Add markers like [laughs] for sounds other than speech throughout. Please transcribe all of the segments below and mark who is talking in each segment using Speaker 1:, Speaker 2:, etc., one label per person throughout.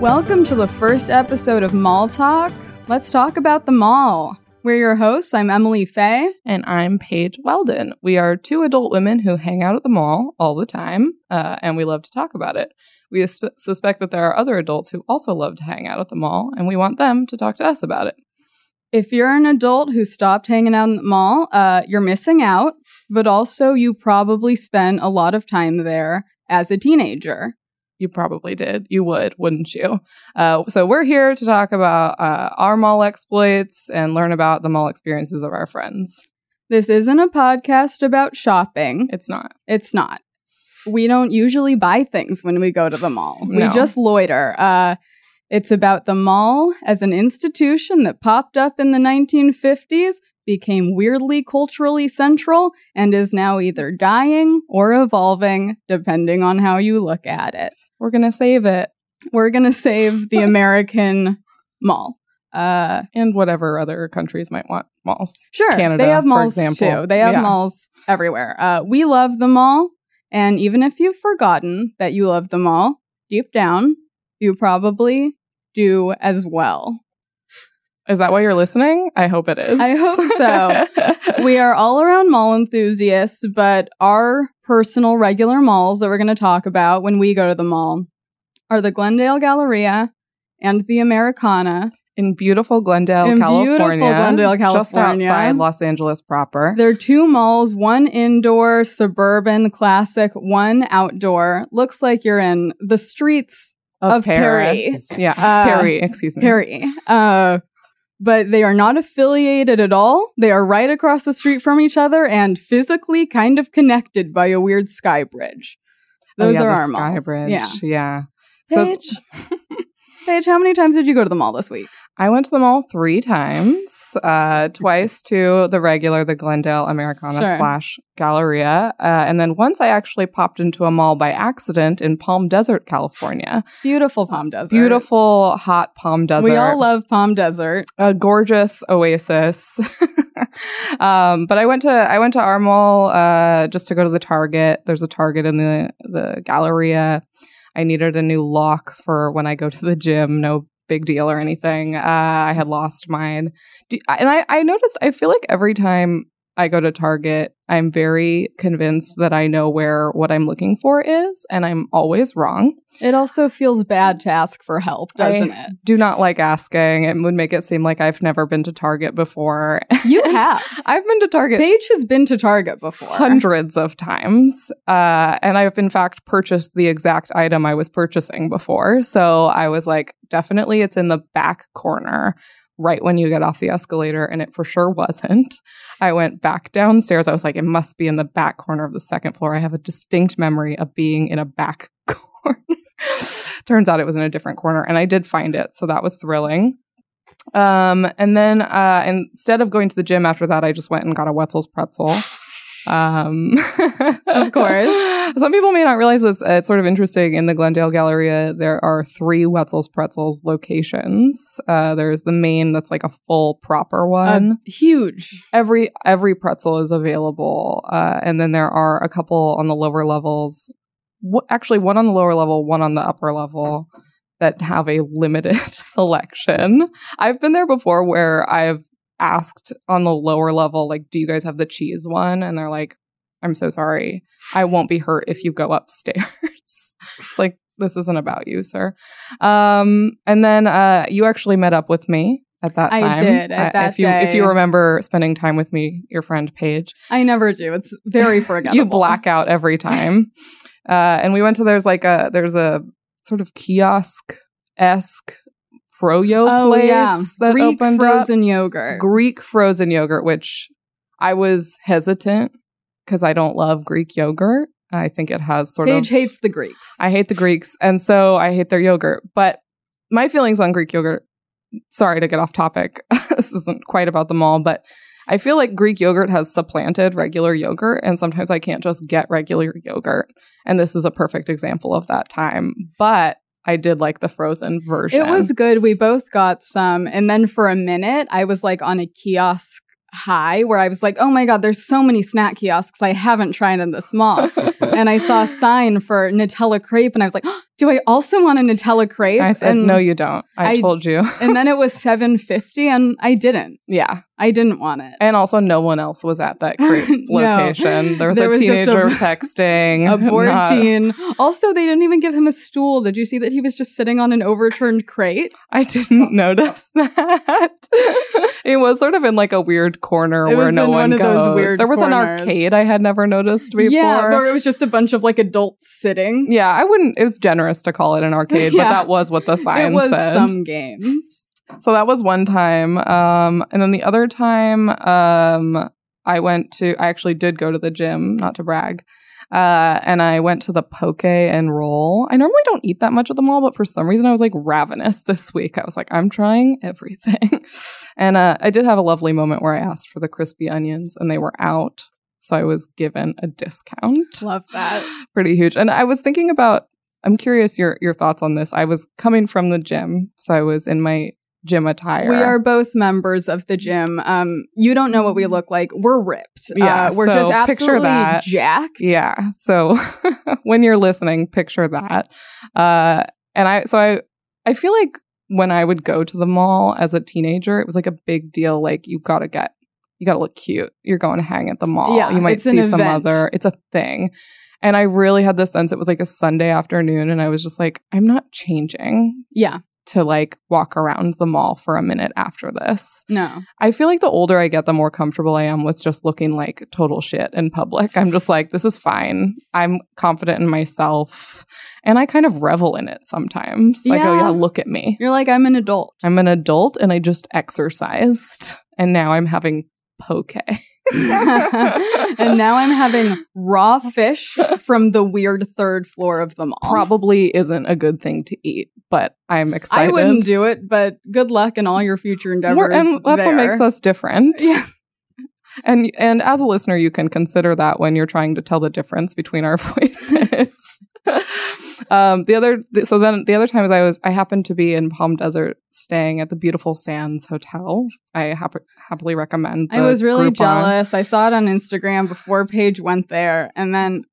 Speaker 1: Welcome to the first episode of Mall Talk. Let's talk about the mall. We're your hosts. I'm Emily Fay.
Speaker 2: And I'm Paige Weldon. We are two adult women who hang out at the mall all the time, uh, and we love to talk about it. We sus- suspect that there are other adults who also love to hang out at the mall, and we want them to talk to us about it.
Speaker 1: If you're an adult who stopped hanging out in the mall, uh, you're missing out, but also you probably spent a lot of time there as a teenager.
Speaker 2: You probably did. You would, wouldn't you? Uh, so we're here to talk about uh, our mall exploits and learn about the mall experiences of our friends.
Speaker 1: This isn't a podcast about shopping.
Speaker 2: It's not.
Speaker 1: It's not. We don't usually buy things when we go to the mall. We
Speaker 2: No.
Speaker 1: just loiter. Uh, it's about the mall as an institution that popped up in the 1950s, became weirdly culturally central, and is now either dying or evolving, depending on how you look at it.
Speaker 2: We're gonna save it
Speaker 1: We're going to save the American mall. Uh,
Speaker 2: and whatever other countries might want malls.
Speaker 1: Sure.
Speaker 2: Canada,
Speaker 1: they have
Speaker 2: for
Speaker 1: malls
Speaker 2: example.
Speaker 1: too. They have
Speaker 2: Yeah.
Speaker 1: malls everywhere. Uh, we love the mall. And even if you've forgotten that you love the mall, deep down, you probably do as
Speaker 2: [laughs]
Speaker 1: well.
Speaker 2: Is that why you're listening? I hope it is.
Speaker 1: I hope
Speaker 2: [laughs]
Speaker 1: so. We are all around mall enthusiasts, but our personal regular malls that we're going to talk about when we go to the mall are the Glendale Galleria and the Americana.
Speaker 2: in beautiful Glendale,
Speaker 1: In beautiful
Speaker 2: California.
Speaker 1: Glendale,
Speaker 2: Just
Speaker 1: California.
Speaker 2: outside Los Angeles proper.
Speaker 1: There are two malls, one indoor, suburban, classic, one outdoor. Looks like you're in the streets, of
Speaker 2: Paris. Yeah.
Speaker 1: Uh,
Speaker 2: Perry, excuse me.
Speaker 1: Perry. Uh, but they are not affiliated at all. They are right across the street from each other and physically kind of connected by a weird sky bridge.
Speaker 2: Oh,
Speaker 1: Those
Speaker 2: yeah,
Speaker 1: are
Speaker 2: the
Speaker 1: our
Speaker 2: Sky
Speaker 1: malls.
Speaker 2: Bridge.
Speaker 1: Yeah.
Speaker 2: Yeah. So [laughs]
Speaker 1: Paige, Paige, how many times did you go to the mall this week?
Speaker 2: I went to the mall three times, uh, twice to the regular, the Glendale Americana
Speaker 1: Sure.
Speaker 2: slash Galleria. Uh, and then once I actually popped into a mall by accident in Palm Desert, California.
Speaker 1: Beautiful Palm Desert.
Speaker 2: Beautiful, hot Palm Desert.
Speaker 1: We all love Palm Desert.
Speaker 2: a gorgeous oasis. [laughs] um, but I went to I went to our mall uh, just to go to the Target. There's a Target in the the Galleria. I needed a new lock for when I go to the gym. No big deal or anything. Uh, I had lost mine, Do, and I I noticed. I feel like every time. I go to Target. I'm very convinced that I know where what I'm looking for is, and I'm always wrong.
Speaker 1: It also feels bad to ask for help,
Speaker 2: I-
Speaker 1: doesn't it?
Speaker 2: [laughs] Do not like asking. It would make it seem like I've never been to Target before.
Speaker 1: [laughs] You have.
Speaker 2: I've been to Target
Speaker 1: Paige has been to Target before.
Speaker 2: hundreds of times, uh, and I've in fact purchased the exact item I was purchasing before. So I was like, definitely, it's in the back corner, right when you get off the escalator, and it for sure wasn't. I went back downstairs. I was like, it must be in the back corner of the second floor. I have a distinct memory of being in a back corner. [laughs] Turns out it was in a different corner, and I did find it, so that was thrilling. Um, and then uh, instead of going to the gym after that, I just went and got a Wetzel's pretzel. Um,
Speaker 1: [laughs] Of course.
Speaker 2: [laughs] Some people may not realize this. Uh, it's sort of interesting. In the Glendale Galleria, there are three Wetzel's pretzels locations. Uh, there's the main that's like a full proper one
Speaker 1: Uh, huge.
Speaker 2: every every pretzel is available uh, and then there are a couple on the lower levels w- actually one on the lower level one on the upper level that have a limited [laughs] selection i've been there before where i've asked on the lower level like do you guys have the cheese one and they're like i'm so sorry i won't be hurt if you go upstairs [laughs] it's like this isn't about you sir um and then uh you actually met up with me at that
Speaker 1: I
Speaker 2: time
Speaker 1: did, at
Speaker 2: I-
Speaker 1: that
Speaker 2: if you if you
Speaker 1: day.
Speaker 2: remember remember spending time with me, your friend Paige.
Speaker 1: I never do. It's very forgettable.
Speaker 2: [laughs] You black out every time. uh, and we went to there's like a there's a sort of kiosk esque froyo
Speaker 1: Oh
Speaker 2: place
Speaker 1: yeah,
Speaker 2: that
Speaker 1: Greek
Speaker 2: opened
Speaker 1: frozen
Speaker 2: up. It's
Speaker 1: yogurt.
Speaker 2: Greek frozen yogurt, which I was hesitant because I don't love Greek yogurt. I think it has sort
Speaker 1: Paige
Speaker 2: of
Speaker 1: hates the Greeks.
Speaker 2: I hate the Greeks, and so I hate their yogurt. But my feelings on Greek yogurt, sorry to get off topic. [laughs] this isn't quite about the mall, but I feel like Greek yogurt has supplanted regular yogurt, and sometimes I can't just get regular yogurt. And this is a perfect example of that time. But I did like the frozen version.
Speaker 1: it
Speaker 2: [laughs]
Speaker 1: was good. We both got some, and then for a minute, I was like on a kiosk high where I was like, "Oh my god, there's so many snack
Speaker 2: [laughs]
Speaker 1: kiosks I haven't tried in this mall." and I saw a sign for Nutella crepe, and I was like, "Oh, do I also want a Nutella crepe?
Speaker 2: I said,
Speaker 1: and,
Speaker 2: no, you don't. I,
Speaker 1: I-
Speaker 2: told you. [laughs]
Speaker 1: and then it was 750 and I didn't.
Speaker 2: yeah.
Speaker 1: I didn't want it.
Speaker 2: And also, no one else was at
Speaker 1: [laughs]
Speaker 2: that creep
Speaker 1: No.
Speaker 2: location. There was
Speaker 1: There
Speaker 2: a
Speaker 1: was just a-
Speaker 2: teenager texting.
Speaker 1: [laughs] A board
Speaker 2: Not-
Speaker 1: teen. Also, they didn't even give him a stool. Did you see that he was just sitting on an overturned crate?
Speaker 2: I
Speaker 1: Oh.
Speaker 2: didn't notice [laughs] that. it was sort of in like a weird corner
Speaker 1: It
Speaker 2: where
Speaker 1: was
Speaker 2: no
Speaker 1: in
Speaker 2: one,
Speaker 1: one of
Speaker 2: goes.
Speaker 1: those weird
Speaker 2: there was
Speaker 1: corners.
Speaker 2: an arcade I had never noticed before.
Speaker 1: Yeah, where it was just a bunch of like adults sitting.
Speaker 2: Yeah, I wouldn't. It was generous to call it an arcade, but
Speaker 1: Yeah.
Speaker 2: that was what the sign
Speaker 1: it was
Speaker 2: said.
Speaker 1: some games.
Speaker 2: so that was one time, um, and then the other time, um, I went to. I actually did go to the gym, not to brag. Uh, and I went to the poke and roll. I normally don't eat that much at the mall, but for some reason I was like ravenous [laughs] this week. I was like, I'm trying everything. [laughs] and uh, I did have a lovely moment where I asked for the crispy onions and they were out. So I was given a discount
Speaker 1: Love that.
Speaker 2: pretty huge. And I was thinking about I'm curious your your thoughts on this. I was coming from the gym, so I was in my gym attire.
Speaker 1: We are both members of the gym. Um, you don't know what we look like. We're ripped.
Speaker 2: Yeah,
Speaker 1: uh, we're
Speaker 2: so
Speaker 1: just
Speaker 2: picture
Speaker 1: absolutely
Speaker 2: that.
Speaker 1: jacked.
Speaker 2: Yeah. So [laughs] when you're listening, picture that. Uh and I so I I feel like when I would go to the mall as a teenager, it was like a big deal like you got to get you got to look cute. You're going to hang at the mall.
Speaker 1: Yeah,
Speaker 2: you might
Speaker 1: it's an
Speaker 2: see some
Speaker 1: event.
Speaker 2: other it's a thing. And I really had this sense it was like a Sunday afternoon and I was just like I'm not changing.
Speaker 1: yeah.
Speaker 2: to like walk around the mall for a minute after this.
Speaker 1: No.
Speaker 2: I feel like the older I get, the more comfortable I am with just looking like total shit in public. I'm just like, this is fine. I'm confident in myself. And I kind of revel in it sometimes. Like, oh,
Speaker 1: Yeah.
Speaker 2: yeah, look at me.
Speaker 1: You're like, I'm an
Speaker 2: [laughs]
Speaker 1: adult. [laughs]
Speaker 2: I'm an adult and I just exercised. And now I'm having
Speaker 1: [laughs]
Speaker 2: poke. [laughs]
Speaker 1: and now I'm having raw fish from the weird third floor of the mall.
Speaker 2: probably isn't a good thing to eat, but I'm
Speaker 1: I
Speaker 2: excited.
Speaker 1: wouldn't do it, but good luck in all your future endeavors.
Speaker 2: We're- and that's
Speaker 1: there.
Speaker 2: what makes us different.
Speaker 1: Yeah.
Speaker 2: [laughs] And and as a listener, you can consider that when you're trying to tell the difference between our [laughs] voices. [laughs] um, the other th- so then the other time is I was I happened to be in Palm Desert staying at the beautiful Sands Hotel. I hap- happily recommend.
Speaker 1: I
Speaker 2: the
Speaker 1: was really
Speaker 2: Groupon.
Speaker 1: jealous. I saw it on Instagram before Paige went there, and then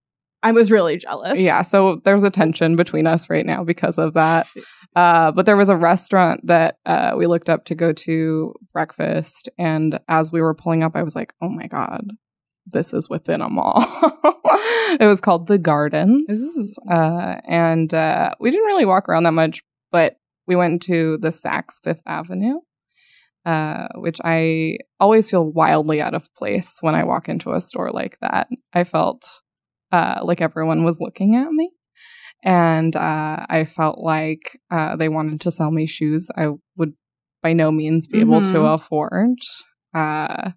Speaker 1: I was really jealous.
Speaker 2: Yeah, so there's a tension between us right now because of that. Uh, but there was a restaurant that uh, we looked up to go to breakfast, and as we were pulling up, I was like, "Oh my god, this is within a mall." [laughs] it was called the Gardens, uh, and uh, we didn't really walk around that much, but we went to the Saks Fifth Avenue. Uh, which I always feel wildly out of place when I walk into a store like that. I felt uh, like everyone was looking at me. And uh, I felt like uh, they wanted to sell me shoes I would by no means be able to
Speaker 1: Mhm.
Speaker 2: afford. Uh,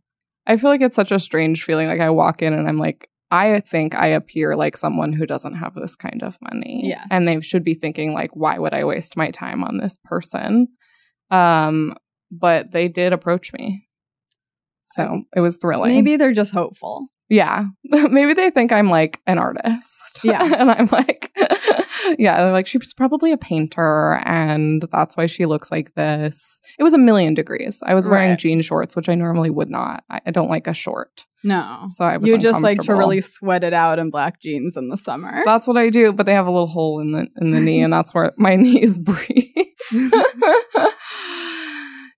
Speaker 2: I feel like it's such a strange feeling. Like I walk in and I'm like, I think I appear like someone who doesn't have this kind of money.
Speaker 1: Yes.
Speaker 2: And they should be thinking like, why would I waste my time on this person? Um, but they did approach me. So it was thrilling.
Speaker 1: Maybe they're just hopeful.
Speaker 2: Yeah. [laughs] Maybe they think I'm like an artist.
Speaker 1: Yeah.
Speaker 2: [laughs] and I'm like, yeah, they're like, she's probably a painter and that's why she looks like this. It was a million degrees. I was wearing
Speaker 1: Right.
Speaker 2: jean shorts, which I normally would not. I, I don't like a short.
Speaker 1: No.
Speaker 2: So I was
Speaker 1: You just like to
Speaker 2: uncomfortable.
Speaker 1: really sweat it out in black jeans in the summer.
Speaker 2: That's what I do, but they have a little hole in the in the knee, and that's
Speaker 1: [laughs]
Speaker 2: where my knees breathe.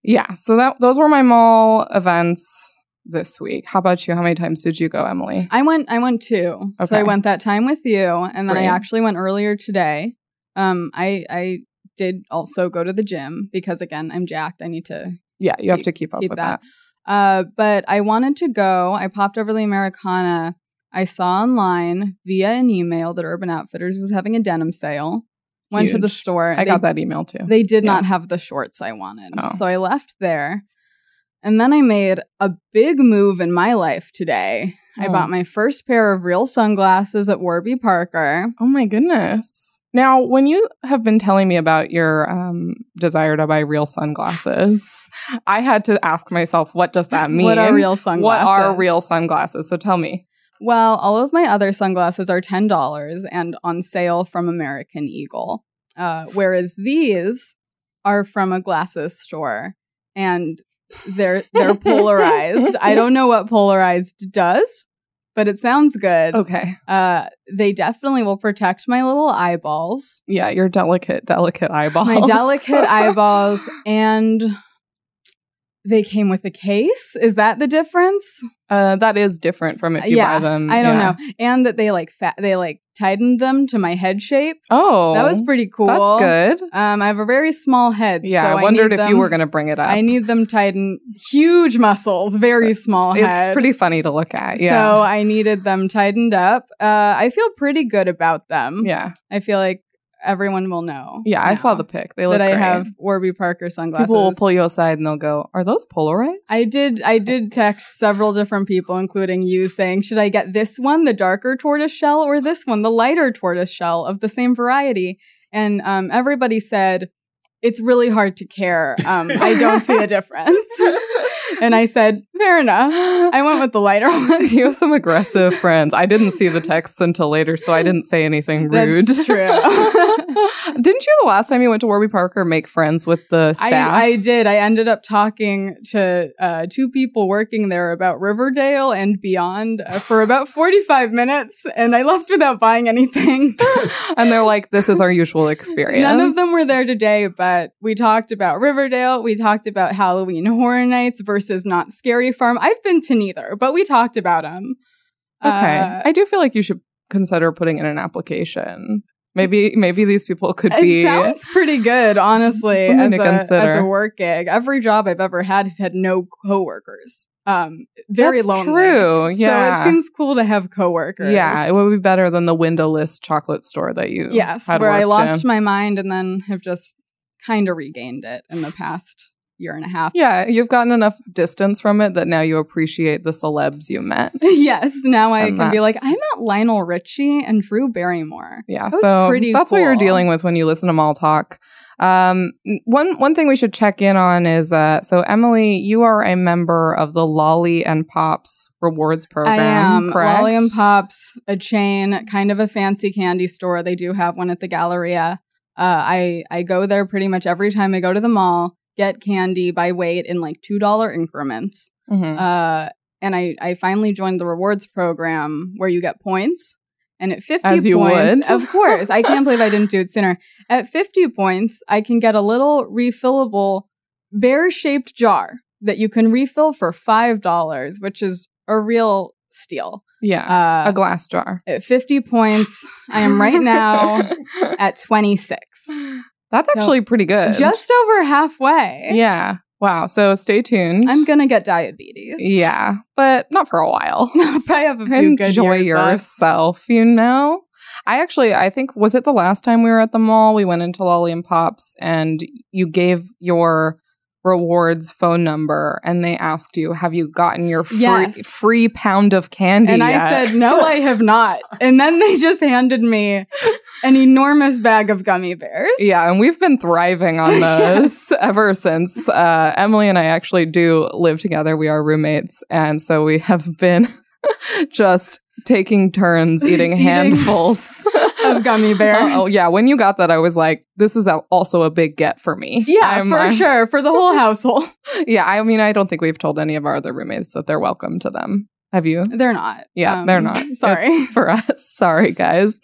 Speaker 2: yeah, so that those were my mall events this week. How about you? How many times did you go, Emily?
Speaker 1: I went I went two. So
Speaker 2: Okay.
Speaker 1: I went that time with you and then
Speaker 2: Great.
Speaker 1: I actually went earlier today. Um I I did also go to the gym because again I'm jacked. I need to
Speaker 2: Yeah, you have to keep up
Speaker 1: keep
Speaker 2: with that.
Speaker 1: that. Uh but I wanted to go. I popped over the Americana. I saw online via an email that Urban Outfitters was having a denim sale. Went to the
Speaker 2: Huge.
Speaker 1: store.
Speaker 2: I
Speaker 1: They
Speaker 2: got that email too.
Speaker 1: They did
Speaker 2: Yeah.
Speaker 1: not have the shorts I wanted.
Speaker 2: Oh.
Speaker 1: So I left there. And then I made a big move in my life today. I
Speaker 2: Oh.
Speaker 1: bought my first pair of real sunglasses at Warby Parker.
Speaker 2: oh my goodness. Now, when you have been telling me about your um, desire to buy real sunglasses, I had to ask myself, what does that mean?
Speaker 1: What are real
Speaker 2: What
Speaker 1: sunglasses?
Speaker 2: are real sunglasses? So tell me.
Speaker 1: Well, all of my other sunglasses are $10 and on sale from American Eagle. Uh, whereas these are from a glasses store and they're they're polarized. I don't know what polarized does, but it sounds good.
Speaker 2: Okay.
Speaker 1: Uh, they definitely will protect my little eyeballs,
Speaker 2: Yeah, your delicate, delicate eyeballs.
Speaker 1: my
Speaker 2: [laughs]
Speaker 1: delicate eyeballs, and they came with a case. Is that the difference?
Speaker 2: Uh, that is different from if you
Speaker 1: Yeah,
Speaker 2: buy them.
Speaker 1: I don't
Speaker 2: Mm, yeah.
Speaker 1: know. And that they like fat, they like tightened them to my head shape.
Speaker 2: Oh,
Speaker 1: that was pretty cool.
Speaker 2: That's good.
Speaker 1: Um, I have a very small head.
Speaker 2: Yeah,
Speaker 1: so
Speaker 2: I wondered
Speaker 1: need
Speaker 2: if you
Speaker 1: them-
Speaker 2: were going to bring it up.
Speaker 1: I need them tightened. Huge muscles, very
Speaker 2: It's-
Speaker 1: small head.
Speaker 2: It's pretty funny to look at. Yeah.
Speaker 1: So I needed them tightened up. Uh, I feel pretty good about them.
Speaker 2: yeah.
Speaker 1: I feel like everyone will know.
Speaker 2: Yeah. I saw
Speaker 1: now
Speaker 2: the pic. They look
Speaker 1: that I
Speaker 2: great.
Speaker 1: have Warby Parker sunglasses.
Speaker 2: People will pull you aside and they'll go, Are those polarized?
Speaker 1: I [laughs] did. I did text several different people, including you, saying, "Should I get this one, the darker tortoise shell, or this one, the lighter tortoise shell of the same variety?" And um, everybody said, "It's really hard to care. Um, I don't see a difference." and I said, "Fair enough." I went with the lighter [laughs] one.
Speaker 2: [laughs] you have some aggressive friends. I didn't see the texts until later, so I didn't say anything rude.
Speaker 1: That's true.
Speaker 2: [laughs]
Speaker 1: [laughs]
Speaker 2: didn't you the last time you went to Warby Parker make friends with the staff?
Speaker 1: I, I did. I ended up talking to uh, two people working there about Riverdale and beyond uh, for
Speaker 2: [laughs]
Speaker 1: about 45 minutes, and I left without buying
Speaker 2: [laughs]
Speaker 1: anything.
Speaker 2: and they're like, This is our usual
Speaker 1: [laughs]
Speaker 2: experience.
Speaker 1: None of them were there today, but we talked about Riverdale. We talked about Halloween Horror Nights versus Not Scary Farm. I've been to neither, but we talked about Uh, them.
Speaker 2: Okay. I do feel like you should consider putting in an application. Maybe maybe these people could be
Speaker 1: It sounds pretty good, honestly, as
Speaker 2: [laughs] Something to
Speaker 1: a, as
Speaker 2: consider.
Speaker 1: a work gig. Every job I've ever had has had no coworkers. Um, very
Speaker 2: That's
Speaker 1: lonely.
Speaker 2: true. Yeah.
Speaker 1: So it seems cool to have coworkers.
Speaker 2: Yeah, it would be better than the windowless chocolate store that you
Speaker 1: Yes,
Speaker 2: had
Speaker 1: where I
Speaker 2: worked
Speaker 1: lost
Speaker 2: in.
Speaker 1: my mind and then have just kind of regained it in the past year and a half.
Speaker 2: yeah, you've gotten enough distance from it that now you appreciate the celebs you met.
Speaker 1: [laughs] [laughs] yes, now I
Speaker 2: And
Speaker 1: can be like, I
Speaker 2: that's-
Speaker 1: met Lionel Richie and Drew Barrymore.
Speaker 2: Yeah,
Speaker 1: was
Speaker 2: so
Speaker 1: pretty
Speaker 2: that's what you're
Speaker 1: cool.
Speaker 2: dealing with when you listen to Mall Talk. Um, n- one one thing we should check in on is uh, so Emily, you are a member of the Lolly and Pops Rewards Program.
Speaker 1: I am
Speaker 2: correct?
Speaker 1: Lolly and Pops, a chain, kind of a fancy candy store. They do have one at the Galleria. Uh, I I go there pretty much every time I go to the mall. Get candy by weight in like two dollar increments.
Speaker 2: Mhm.
Speaker 1: Uh, and I I finally joined the rewards program where you get points. And at fifty
Speaker 2: As you
Speaker 1: points,
Speaker 2: would.
Speaker 1: of course, I can't believe I didn't do it
Speaker 2: [laughs]
Speaker 1: sooner. At fifty points, I can get a little refillable bear shaped jar that you can refill for five dollars, which is a real steal.
Speaker 2: yeah,
Speaker 1: Uh,
Speaker 2: a glass jar.
Speaker 1: at 50 points, I am
Speaker 2: [laughs]
Speaker 1: right now at 26, So,
Speaker 2: That's actually pretty good.
Speaker 1: just over halfway.
Speaker 2: yeah. Wow. So stay tuned.
Speaker 1: I'm gonna get diabetes. [laughs]
Speaker 2: Yeah, but not for a while.
Speaker 1: I'll probably have a few good
Speaker 2: Enjoy
Speaker 1: years left.
Speaker 2: yourself, you know? I actually, I think, was it the last time we were at the mall? We went into Lolly and Pops and you gave your rewards phone number and they asked you, Have you gotten your free,
Speaker 1: Yes.
Speaker 2: free pound of candy?
Speaker 1: And I
Speaker 2: yet?"
Speaker 1: said, no, I have not. And then they just handed me an enormous bag of gummy bears.
Speaker 2: [laughs] Yeah, and we've been thriving
Speaker 1: [laughs]
Speaker 2: on those ever since. Uh, Emily and I actually do live together. We are roommates. And so we have been [laughs] just taking turns
Speaker 1: [laughs]
Speaker 2: eating,
Speaker 1: Eating
Speaker 2: handfuls
Speaker 1: Of gummy bears.
Speaker 2: Oh, yeah. When you got that, I was like, this is a- also a big get for me.
Speaker 1: Yeah,
Speaker 2: I'm- uh,
Speaker 1: for
Speaker 2: I'm-
Speaker 1: sure. For the whole household.
Speaker 2: Yeah, I mean, I don't think we've told any of our other roommates that they're welcome to them. Have you?
Speaker 1: They're not.
Speaker 2: Yeah,
Speaker 1: Um,
Speaker 2: they're not.
Speaker 1: Sorry.
Speaker 2: It's [laughs] for us. Sorry, guys.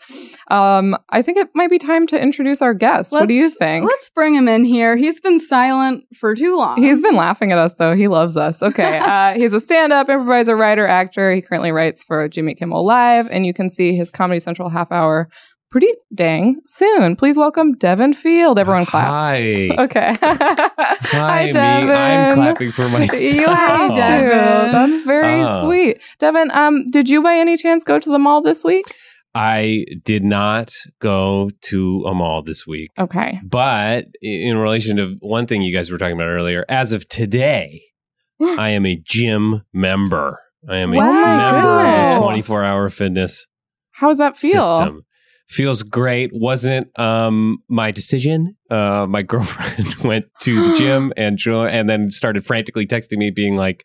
Speaker 2: Um, I think it might be time to introduce our guest. what do you
Speaker 1: Let's-
Speaker 2: think?
Speaker 1: Let's bring him in here. He's been silent for too long.
Speaker 2: He's been laughing at us though. He loves us.
Speaker 1: [laughs]
Speaker 2: Okay. Uh, he's a stand up improviser, writer, actor. He currently writes for Jimmy Kimmel Live, and you can see his Comedy Central half hour pretty dang soon. Please welcome Devin Field. Everyone claps. [laughs]
Speaker 3: Hi.
Speaker 2: Okay.
Speaker 3: Hi,
Speaker 2: Hi,
Speaker 3: me. I'm clapping for
Speaker 2: [laughs]
Speaker 3: myself.
Speaker 2: You have to.
Speaker 1: Devin.
Speaker 2: That's very
Speaker 3: Oh.
Speaker 2: sweet. Devin, um, did you by any chance go to the mall this week?
Speaker 3: I did not go to a mall this week.
Speaker 2: Okay.
Speaker 3: But i- in relation to one thing you guys were talking about earlier, as
Speaker 2: [gasps]
Speaker 3: of today, I am a gym member. I am a
Speaker 2: Wow.
Speaker 3: member
Speaker 2: Oh
Speaker 3: of
Speaker 2: Goodness.
Speaker 3: the 24 hour fitness
Speaker 2: How does that feel?
Speaker 3: system. Feels great. Wasn't um, my decision. Uh, my [laughs] girlfriend went
Speaker 2: [gasps]
Speaker 3: to the gym and jo- and then started frantically texting me, being like,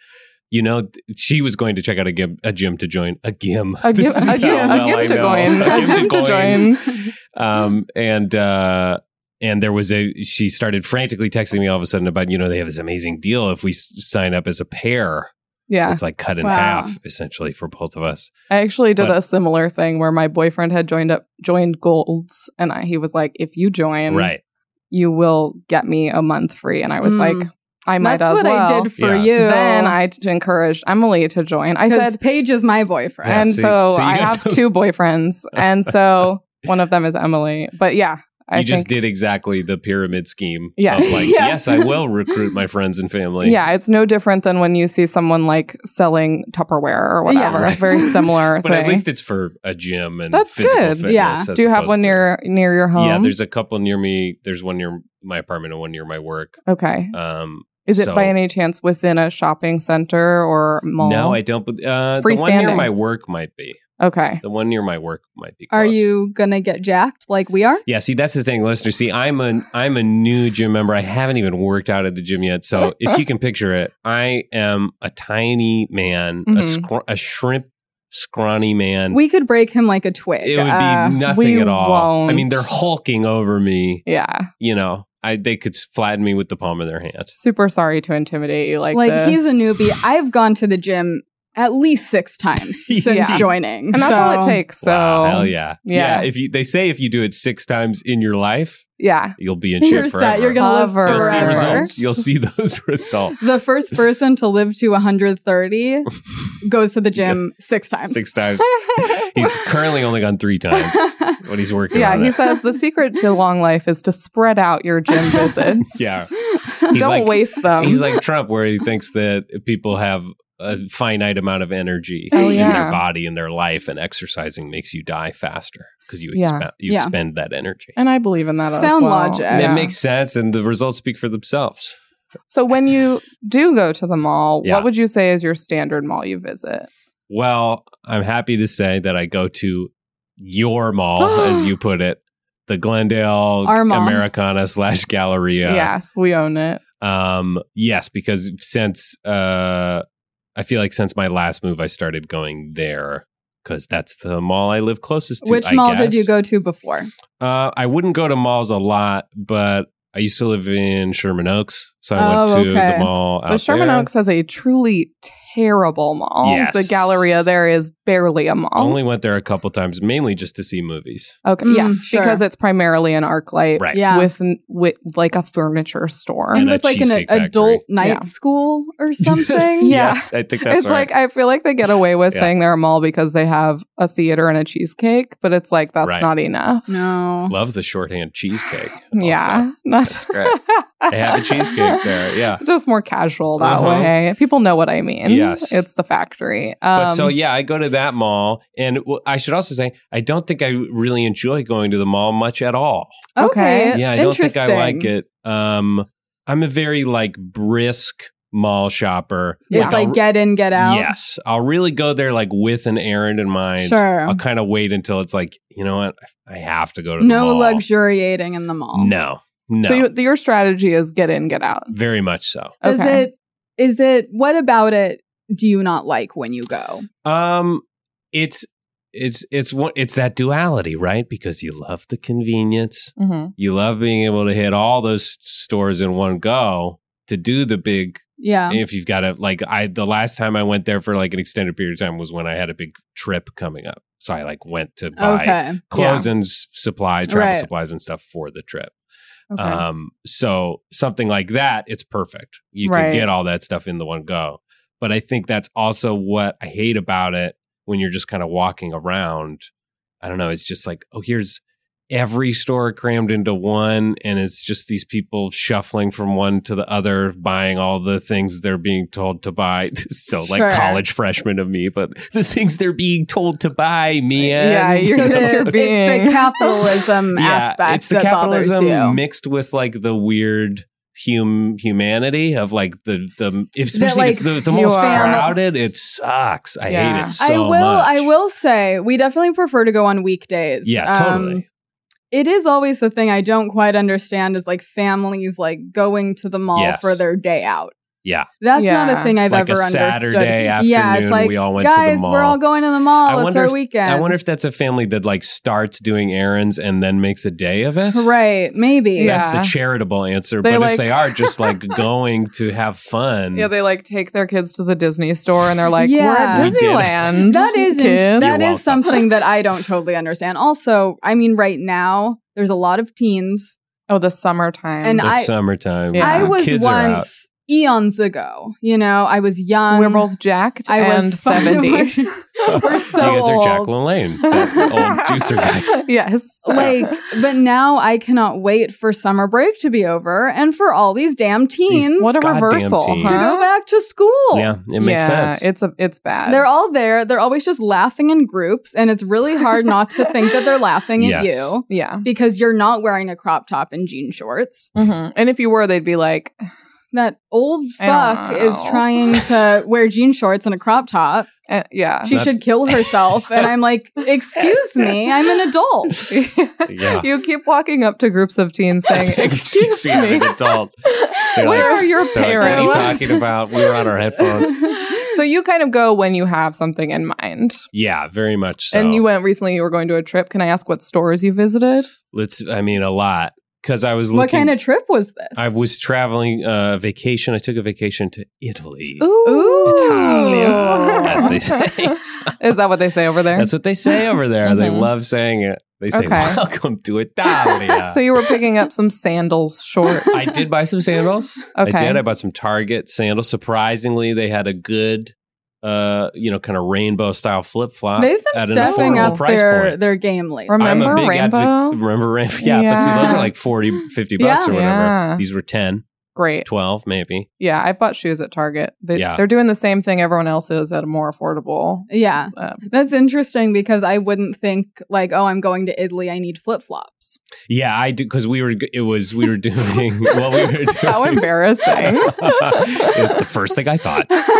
Speaker 3: you know, th- she was going to check out a gym, a gym to join a gym.
Speaker 2: A gim,
Speaker 3: [laughs] This is
Speaker 2: a gim,
Speaker 3: how
Speaker 2: a
Speaker 3: well I
Speaker 2: gim to
Speaker 3: know.
Speaker 2: join.
Speaker 3: A gim to join.
Speaker 2: join.
Speaker 3: Um, and uh, and there was a she started frantically texting me all of a sudden about you know they have this amazing deal if we s- sign up as a pair.
Speaker 2: Yeah.
Speaker 3: It's like cut in
Speaker 1: Wow.
Speaker 3: half essentially for both of us.
Speaker 2: I actually did
Speaker 3: But-
Speaker 2: a similar thing where my boyfriend had joined up joined Golds and I, he was like, if you join,
Speaker 3: right.
Speaker 2: you will get me a month free. And I was
Speaker 1: Mm.
Speaker 2: like, I might
Speaker 1: That's
Speaker 2: as
Speaker 1: what
Speaker 2: well.
Speaker 1: I did for
Speaker 3: Yeah.
Speaker 1: you.
Speaker 2: Then I t- encouraged Emily to join. I said,
Speaker 1: Because Paige is my boyfriend.
Speaker 3: Yeah,
Speaker 2: and
Speaker 3: see-
Speaker 2: so
Speaker 3: see, you
Speaker 2: I
Speaker 3: guys
Speaker 2: have
Speaker 3: have-
Speaker 2: two boyfriends, and
Speaker 3: [laughs]
Speaker 2: so one of them is Emily. But yeah, I
Speaker 3: you just
Speaker 2: think-
Speaker 3: did exactly the pyramid scheme.
Speaker 2: Yeah. [laughs]
Speaker 3: Of like,
Speaker 2: Yes.
Speaker 3: yes. I will recruit my friends and family.
Speaker 2: Yeah, it's no different than when you see someone like selling Tupperware or
Speaker 1: Yeah.
Speaker 2: whatever.
Speaker 1: [laughs]
Speaker 3: Right.
Speaker 2: Very similar
Speaker 3: But
Speaker 2: thing.
Speaker 3: at least it's for a gym and
Speaker 2: That's
Speaker 3: physical
Speaker 2: good.
Speaker 3: fitness.
Speaker 1: Yeah.
Speaker 3: as
Speaker 2: Do you have
Speaker 3: opposed
Speaker 2: one
Speaker 3: to-
Speaker 2: near near your home?
Speaker 3: Yeah, there's a couple near me. There's one near my apartment and one near my work.
Speaker 2: okay.
Speaker 3: Um,
Speaker 2: Is it
Speaker 3: so-
Speaker 2: by any chance within a shopping center or mall?
Speaker 3: no, I don't. but, Uh, the one near
Speaker 2: Freestanding.
Speaker 3: my work might be.
Speaker 2: Okay.
Speaker 3: The one near my work might be. Close.
Speaker 1: Are you gonna get jacked like we are?
Speaker 3: Yeah, see, that's the thing, listener. See, I'm a I'm a new gym member. I haven't even worked out at the gym yet. So
Speaker 1: [laughs]
Speaker 3: if you can picture it, I am a tiny man, a,
Speaker 2: Mhm.
Speaker 3: scr- a shrimp, scrawny man.
Speaker 1: Mm-hmm. We could break him like a twig.
Speaker 3: it would be
Speaker 1: Uh,
Speaker 3: nothing
Speaker 2: we
Speaker 3: at all. I mean, they're
Speaker 2: won't.
Speaker 3: hulking over me.
Speaker 2: Yeah.
Speaker 3: You know, I they could s- flatten me with the palm of their hand.
Speaker 2: Super sorry to intimidate you like
Speaker 1: like
Speaker 2: this.
Speaker 1: he's a newbie. I've gone to the gym at least six
Speaker 2: [laughs]
Speaker 1: times since
Speaker 2: Yeah.
Speaker 1: joining,
Speaker 2: And that's
Speaker 1: so-
Speaker 2: all it takes. So
Speaker 3: wow, hell yeah.
Speaker 2: yeah.
Speaker 3: If you they say if you do it six times in your life,
Speaker 2: yeah.
Speaker 3: you'll be in
Speaker 1: You're set.
Speaker 3: shape forever.
Speaker 1: You're gonna live
Speaker 2: Forever.
Speaker 1: forever.
Speaker 3: You'll see
Speaker 2: forever.
Speaker 3: results. You'll see [laughs] those results
Speaker 1: [laughs] the first person to live to
Speaker 3: [laughs]
Speaker 1: 130 goes to the gym six times. [laughs]
Speaker 3: six times. [laughs] He's currently only gone three times. What he's working
Speaker 2: Yeah,
Speaker 3: on.
Speaker 2: he
Speaker 3: it.
Speaker 2: says the secret to long life is to spread out your gym
Speaker 3: [laughs]
Speaker 2: visits.
Speaker 3: Yeah.
Speaker 1: [laughs] He's
Speaker 2: Don't
Speaker 3: like-
Speaker 2: waste
Speaker 1: um,
Speaker 2: them.
Speaker 3: he's like Trump, where he thinks that people have a finite amount of energy
Speaker 1: Uh,
Speaker 2: Oh,
Speaker 3: in
Speaker 2: yeah.
Speaker 3: their body and their life, and exercising makes you die faster because you
Speaker 2: Yeah.
Speaker 3: expend you
Speaker 1: Yeah.
Speaker 3: expend that energy.
Speaker 2: and I believe in that as
Speaker 1: Sound
Speaker 2: well.
Speaker 1: logic.
Speaker 3: And
Speaker 2: Yeah.
Speaker 3: It makes sense, and the results speak for themselves.
Speaker 2: so when you do go to the mall,
Speaker 3: Yeah.
Speaker 2: what would you say is your standard mall you visit?
Speaker 3: Well, I'm happy to say that I go to your mall,
Speaker 1: [gasps]
Speaker 3: as you put it, the Glendale
Speaker 1: Our mall.
Speaker 3: Americana slash Galleria.
Speaker 2: Yes, we own it.
Speaker 3: Um, yes, because since uh, I feel like since my last move, I started going there because that's the mall I live closest to.
Speaker 1: Which
Speaker 3: I
Speaker 1: mall did
Speaker 3: guess.
Speaker 1: you go to before?
Speaker 3: Uh, I wouldn't go to malls a lot, but I used to live in Sherman Oaks, so I
Speaker 1: Oh,
Speaker 3: went to
Speaker 1: okay.
Speaker 3: the mall. Out
Speaker 2: The Sherman
Speaker 3: there.
Speaker 2: Oaks has a truly terrible mall.
Speaker 3: Yes.
Speaker 2: The Galleria there is barely a mall.
Speaker 3: Only went there a couple times, mainly just to see movies.
Speaker 2: okay,
Speaker 1: Mm,
Speaker 2: yeah,
Speaker 1: sure.
Speaker 2: because it's primarily an arc light
Speaker 3: Right.
Speaker 1: Yeah.
Speaker 2: with with like a furniture store.
Speaker 1: and
Speaker 3: And a
Speaker 1: with like an
Speaker 3: Cheesecake Factory.
Speaker 1: adult night
Speaker 2: Yeah.
Speaker 1: school
Speaker 3: [laughs]
Speaker 1: or something.
Speaker 2: Yeah.
Speaker 3: Yes, I think
Speaker 2: [laughs] [laughs]
Speaker 3: that's
Speaker 2: it's
Speaker 3: right.
Speaker 2: like I feel like they get away with
Speaker 3: Yeah.
Speaker 2: saying they're a mall because they have a theater and a cheesecake, but it's like that's
Speaker 3: Right.
Speaker 2: not enough.
Speaker 1: No.
Speaker 3: Love the shorthand cheesecake.
Speaker 2: Yeah,
Speaker 3: also.
Speaker 2: not
Speaker 3: That's great.
Speaker 2: [laughs]
Speaker 3: They have a cheesecake there, yeah.
Speaker 2: just more casual that
Speaker 3: Uh-huh.
Speaker 2: way. People know what I mean.
Speaker 3: Yes.
Speaker 2: it's the factory. Um,
Speaker 3: But so yeah, I go to that mall, and w- I should also say I don't think I really enjoy going to the mall much at all.
Speaker 1: Okay.
Speaker 2: Okay.
Speaker 3: yeah, I don't think I
Speaker 1: Uh, interesting.
Speaker 3: like it. Um, I'm a very like brisk mall shopper.
Speaker 2: Yeah.
Speaker 1: It's like
Speaker 3: I'll-
Speaker 1: get in, get out.
Speaker 3: yes, I'll really go there like with an errand in mind.
Speaker 1: Sure.
Speaker 3: I'll kind of wait until it's like you know what I have to go to the
Speaker 1: No
Speaker 3: mall.
Speaker 1: luxuriating in the mall.
Speaker 3: No, no,
Speaker 2: so you, your strategy is get in, get out.
Speaker 3: very much so.
Speaker 1: Does
Speaker 2: Okay.
Speaker 1: it is it what about it do you not like when you go?
Speaker 3: Um, it's it's it's one it's that duality, right? Because you love the convenience.
Speaker 2: Mhm.
Speaker 3: you love being able to hit all those stores in one go to do the big
Speaker 1: Yeah.
Speaker 3: if you've got a like i the last time i went there for like an extended period of time was when i had a big trip coming up so i like went to buy
Speaker 1: Okay.
Speaker 3: clothes and s- supply travel
Speaker 1: Right.
Speaker 3: supplies and stuff for the trip
Speaker 2: Okay.
Speaker 3: um so something like that it's perfect you
Speaker 2: Right.
Speaker 3: can get all that stuff in the one go but i think that's also what i hate about it when you're just kind of walking around i don't know it's just like oh here's every store crammed into one and it's just these people shuffling from one to the other buying all the things they're being told to buy [laughs] so like
Speaker 1: Sure.
Speaker 3: college freshman of me but the things they're being told to buy man [laughs]
Speaker 2: Yeah, you're-
Speaker 1: so the,
Speaker 2: you're
Speaker 1: it's
Speaker 2: being-
Speaker 1: the capitalism aspect
Speaker 3: it's the
Speaker 1: that
Speaker 3: capitalism
Speaker 1: bothers you.
Speaker 3: mixed with like the weird hum humanity of like the the if, especially
Speaker 1: like,
Speaker 3: if it's the, the
Speaker 2: you
Speaker 3: most
Speaker 2: are-
Speaker 3: crowded it sucks i hate
Speaker 2: Yeah.
Speaker 3: it so
Speaker 1: I will
Speaker 3: much
Speaker 1: I will say we definitely prefer to go on weekdays.
Speaker 3: yeah
Speaker 1: Um,
Speaker 3: totally
Speaker 1: It is always the thing I don't quite understand is like families like going to the mall
Speaker 3: Yes.
Speaker 1: for their day out.
Speaker 3: Yeah.
Speaker 1: That's not a
Speaker 2: Yeah.
Speaker 1: thing I've
Speaker 3: like
Speaker 1: ever
Speaker 3: a
Speaker 1: understood.
Speaker 3: Saturday afternoon,
Speaker 1: yeah, it's like
Speaker 3: we all went
Speaker 1: guys,
Speaker 3: to the mall.
Speaker 1: we're all going to the mall.
Speaker 3: I
Speaker 1: it's
Speaker 3: wonder
Speaker 1: our
Speaker 3: if-
Speaker 1: weekend.
Speaker 3: I wonder if that's a family that like starts doing errands and then makes a day of it.
Speaker 1: right? Maybe.
Speaker 2: Yeah.
Speaker 3: That's the charitable answer.
Speaker 2: They,
Speaker 3: but if
Speaker 2: like-
Speaker 3: they are
Speaker 1: [laughs]
Speaker 3: just like going to have fun,
Speaker 2: Yeah, they like take their kids to the Disney store and they're like, "We're at
Speaker 1: Yeah. We
Speaker 3: did it."
Speaker 2: Disneyland."
Speaker 1: That is
Speaker 2: kids."
Speaker 1: that
Speaker 3: You're
Speaker 1: is
Speaker 3: welcome.
Speaker 1: something that I don't totally understand. Also, I mean, right now there's a lot of teens.
Speaker 2: oh, the summertime.
Speaker 1: And
Speaker 3: it's
Speaker 1: I-
Speaker 3: summertime.
Speaker 2: Yeah.
Speaker 1: I was
Speaker 3: Kids are
Speaker 1: [laughs]
Speaker 3: out.
Speaker 1: once eons ago. You know, I was young.
Speaker 2: we're both jacked
Speaker 1: I
Speaker 2: and
Speaker 1: was [laughs]
Speaker 2: seventy.
Speaker 3: [laughs]
Speaker 1: We're so
Speaker 3: you guys
Speaker 1: old.
Speaker 3: are Jacqueline Lane, that
Speaker 1: [laughs]
Speaker 3: old juicer guy.
Speaker 2: [laughs] yes,
Speaker 1: like, but now I cannot wait for summer break to be over and for all these damn teens
Speaker 2: what a
Speaker 3: goddamn
Speaker 2: reversal,
Speaker 3: teens.
Speaker 1: to
Speaker 2: huh?
Speaker 1: go back to school.
Speaker 3: Yeah, it makes
Speaker 2: Yeah,
Speaker 3: sense.
Speaker 2: It's a it's bad.
Speaker 1: They're all there. They're always just laughing in groups, and it's really hard not to think that they're laughing at
Speaker 3: Yes.
Speaker 1: you
Speaker 2: yeah.
Speaker 1: because you're not wearing a crop top and jean shorts.
Speaker 2: Mhm. And if you were, they'd be like,
Speaker 1: That old
Speaker 2: I don't
Speaker 1: fuck is
Speaker 2: know.
Speaker 1: trying to
Speaker 3: [laughs]
Speaker 1: wear jean shorts and a crop top.
Speaker 2: eh,
Speaker 1: [laughs]
Speaker 2: yeah. [laughs]
Speaker 1: She
Speaker 3: That's-
Speaker 1: should
Speaker 3: [laughs]
Speaker 1: kill herself. And I'm like, excuse me, I'm an
Speaker 3: [laughs]
Speaker 1: adult.
Speaker 3: Yeah.
Speaker 2: You keep walking up to groups of
Speaker 3: [laughs]
Speaker 2: teens saying, "Excuse
Speaker 3: Excuse me,
Speaker 2: me,
Speaker 3: an adult.
Speaker 2: [laughs]
Speaker 3: They're
Speaker 2: where
Speaker 3: like-
Speaker 2: are your
Speaker 3: They're like,
Speaker 2: parents?"
Speaker 3: what are you talking about? We were on
Speaker 1: [laughs]
Speaker 2: [laughs]
Speaker 3: our headphones.
Speaker 2: so you kind of go when you have something in mind.
Speaker 3: Yeah, very much so.
Speaker 2: And you went recently. You were going to a trip. Can I ask what stores you visited?
Speaker 3: Let's. I mean, a lot because I was looking.
Speaker 1: What kind of trip was this?
Speaker 3: I was traveling uh, vacation. I took a vacation to Italy.
Speaker 1: Ooh.
Speaker 3: Italia, as
Speaker 2: [laughs]
Speaker 3: they say.
Speaker 2: Is that what they say over there?
Speaker 3: That's what they say over there. They
Speaker 2: Mhm.
Speaker 3: love saying it. They say,
Speaker 2: Okay.
Speaker 3: "Welcome to Italia."
Speaker 2: [laughs] so you were picking up some
Speaker 3: [laughs]
Speaker 2: sandals, shorts.
Speaker 3: I did buy some sandals. I
Speaker 2: Okay.
Speaker 3: did. I bought some Target sandals. Surprisingly, they had a good, uh, you know, kind of rainbow style flip flop.
Speaker 1: They've been
Speaker 3: at an
Speaker 1: stepping
Speaker 3: affordable
Speaker 1: up
Speaker 3: price
Speaker 1: their,
Speaker 3: point.
Speaker 1: their game lately.
Speaker 2: Remember
Speaker 3: I'm a big
Speaker 2: Rainbow?
Speaker 3: advocate. Remember Rainbow? [laughs] Yeah, but see, those are like 40, 50 bucks
Speaker 1: Yeah.
Speaker 3: or whatever.
Speaker 2: Yeah.
Speaker 3: These were 10,
Speaker 2: Great.
Speaker 3: 12 maybe.
Speaker 2: Yeah, I bought shoes at Target. They,
Speaker 3: Yeah.
Speaker 2: They're doing the same thing everyone else is at a more
Speaker 3: [laughs]
Speaker 2: affordable.
Speaker 1: Yeah.
Speaker 2: Uh,
Speaker 1: That's interesting because I wouldn't think like, oh, I'm going to Italy. I need flip
Speaker 3: [laughs]
Speaker 1: flops.
Speaker 3: Yeah, I do because we were. It was we were
Speaker 2: [laughs]
Speaker 3: doing what we were doing.
Speaker 2: how
Speaker 3: [laughs]
Speaker 2: embarrassing. [laughs]
Speaker 3: it was the first thing I thought.
Speaker 1: [laughs]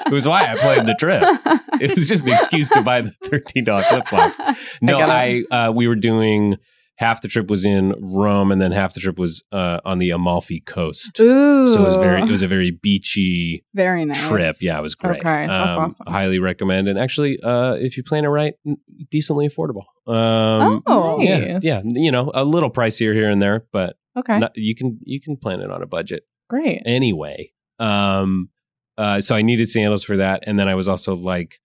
Speaker 3: [laughs] It was why I planned the trip. It was just an excuse to buy the thirteen dollar flip flop.
Speaker 2: [laughs]
Speaker 3: No,
Speaker 2: I got
Speaker 3: I, uh, we were doing half the trip was in Rome, and then half the trip was uh, on the Amalfi coast.
Speaker 1: [laughs] Ooh,
Speaker 3: So it was very it was a very beachy
Speaker 1: very nice
Speaker 3: trip. Yeah, it was great. Um,
Speaker 2: Okay, that's awesome.
Speaker 3: Highly recommend, and actually, uh, if you plan it right, n- decently affordable. Um,
Speaker 1: Oh.
Speaker 3: yeah,
Speaker 2: Nice.
Speaker 3: yeah, you know, a little pricier here and there, but
Speaker 2: Okay.
Speaker 3: not, you can you can plan it on a budget
Speaker 2: Great.
Speaker 3: anyway. Um, uh, so I needed sandals for that, and then I was also like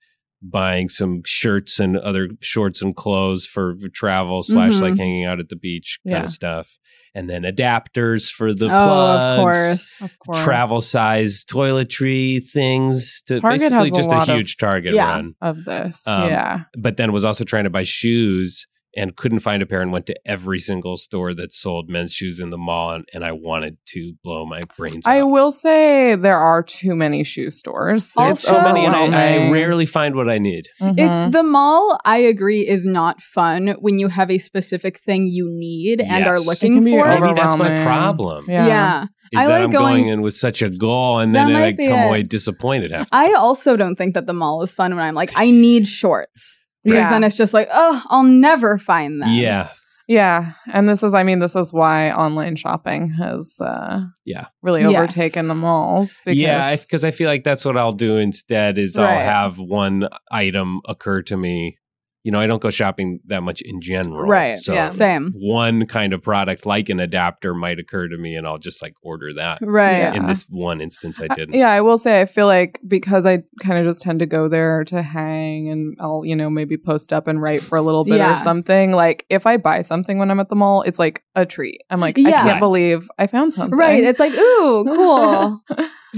Speaker 3: buying some shirts and other shorts and clothes for, for travel slash
Speaker 1: Mhm.
Speaker 3: like hanging out at the beach kind
Speaker 2: Mm-hmm. Yeah.
Speaker 3: of stuff, and then adapters for the
Speaker 1: Oh,
Speaker 3: plugs,
Speaker 1: of course.
Speaker 2: Of course.
Speaker 3: travel size toiletry things to
Speaker 2: Target
Speaker 3: basically
Speaker 2: has a
Speaker 3: just a
Speaker 2: lot of-
Speaker 3: huge Target
Speaker 1: Yeah.
Speaker 3: run.
Speaker 2: Of this.
Speaker 3: Um,
Speaker 2: yeah.
Speaker 3: But then was also trying to buy shoes and couldn't find a pair and went to every single store that sold men's shoes in the mall and, and I wanted to blow my brains out.
Speaker 2: I will say there are too many shoe stores.
Speaker 1: There's
Speaker 2: It's
Speaker 1: so many,
Speaker 3: and I, I
Speaker 2: overwhelming.
Speaker 3: rarely find what I need.
Speaker 2: Mhm.
Speaker 3: Mm-hmm.
Speaker 1: It's the mall. I agree is not fun when you have a specific thing you need and are
Speaker 3: Yes. It
Speaker 1: looking
Speaker 2: can be
Speaker 1: for.
Speaker 2: over-
Speaker 3: Maybe that's my
Speaker 2: Overwhelming.
Speaker 3: problem.
Speaker 1: yeah.
Speaker 3: Is
Speaker 1: I
Speaker 3: that
Speaker 1: like
Speaker 3: I'm going,
Speaker 1: going-
Speaker 3: in with such a goal and then
Speaker 1: That
Speaker 3: I
Speaker 1: might be
Speaker 3: come
Speaker 1: it.
Speaker 3: away disappointed after.
Speaker 1: I also don't think that the mall is fun when I'm like, I need shorts. Because
Speaker 2: Yeah.
Speaker 1: then it's just like, oh, I'll never find them.
Speaker 3: yeah.
Speaker 2: Yeah, and this is I mean this is why online shopping has uh
Speaker 3: Yeah.
Speaker 2: really
Speaker 1: Yes.
Speaker 2: overtaken the malls because
Speaker 3: yeah, because I, feel like that's what I'll do instead. Is I'll
Speaker 1: Right.
Speaker 3: have one item occur to me. You know, I don't go shopping that much in general,
Speaker 1: Right,
Speaker 3: So
Speaker 2: yeah.
Speaker 1: Same.
Speaker 3: one kind of product, like an adapter, might occur to me, and I'll just like order that.
Speaker 1: Right.
Speaker 2: Yeah.
Speaker 3: In this one instance, I
Speaker 2: I-
Speaker 1: [laughs]
Speaker 3: didn't.
Speaker 2: yeah, I will say I feel like because I kind of just tend to go there to hang and I'll, you know, maybe post up and write for a little bit
Speaker 1: Yeah.
Speaker 2: or something. Like if I buy something when I'm at the mall, it's like a treat. I'm like, I
Speaker 1: Yeah.
Speaker 2: can't believe I found something.
Speaker 1: Right. It's like, ooh,
Speaker 2: [laughs]
Speaker 1: cool.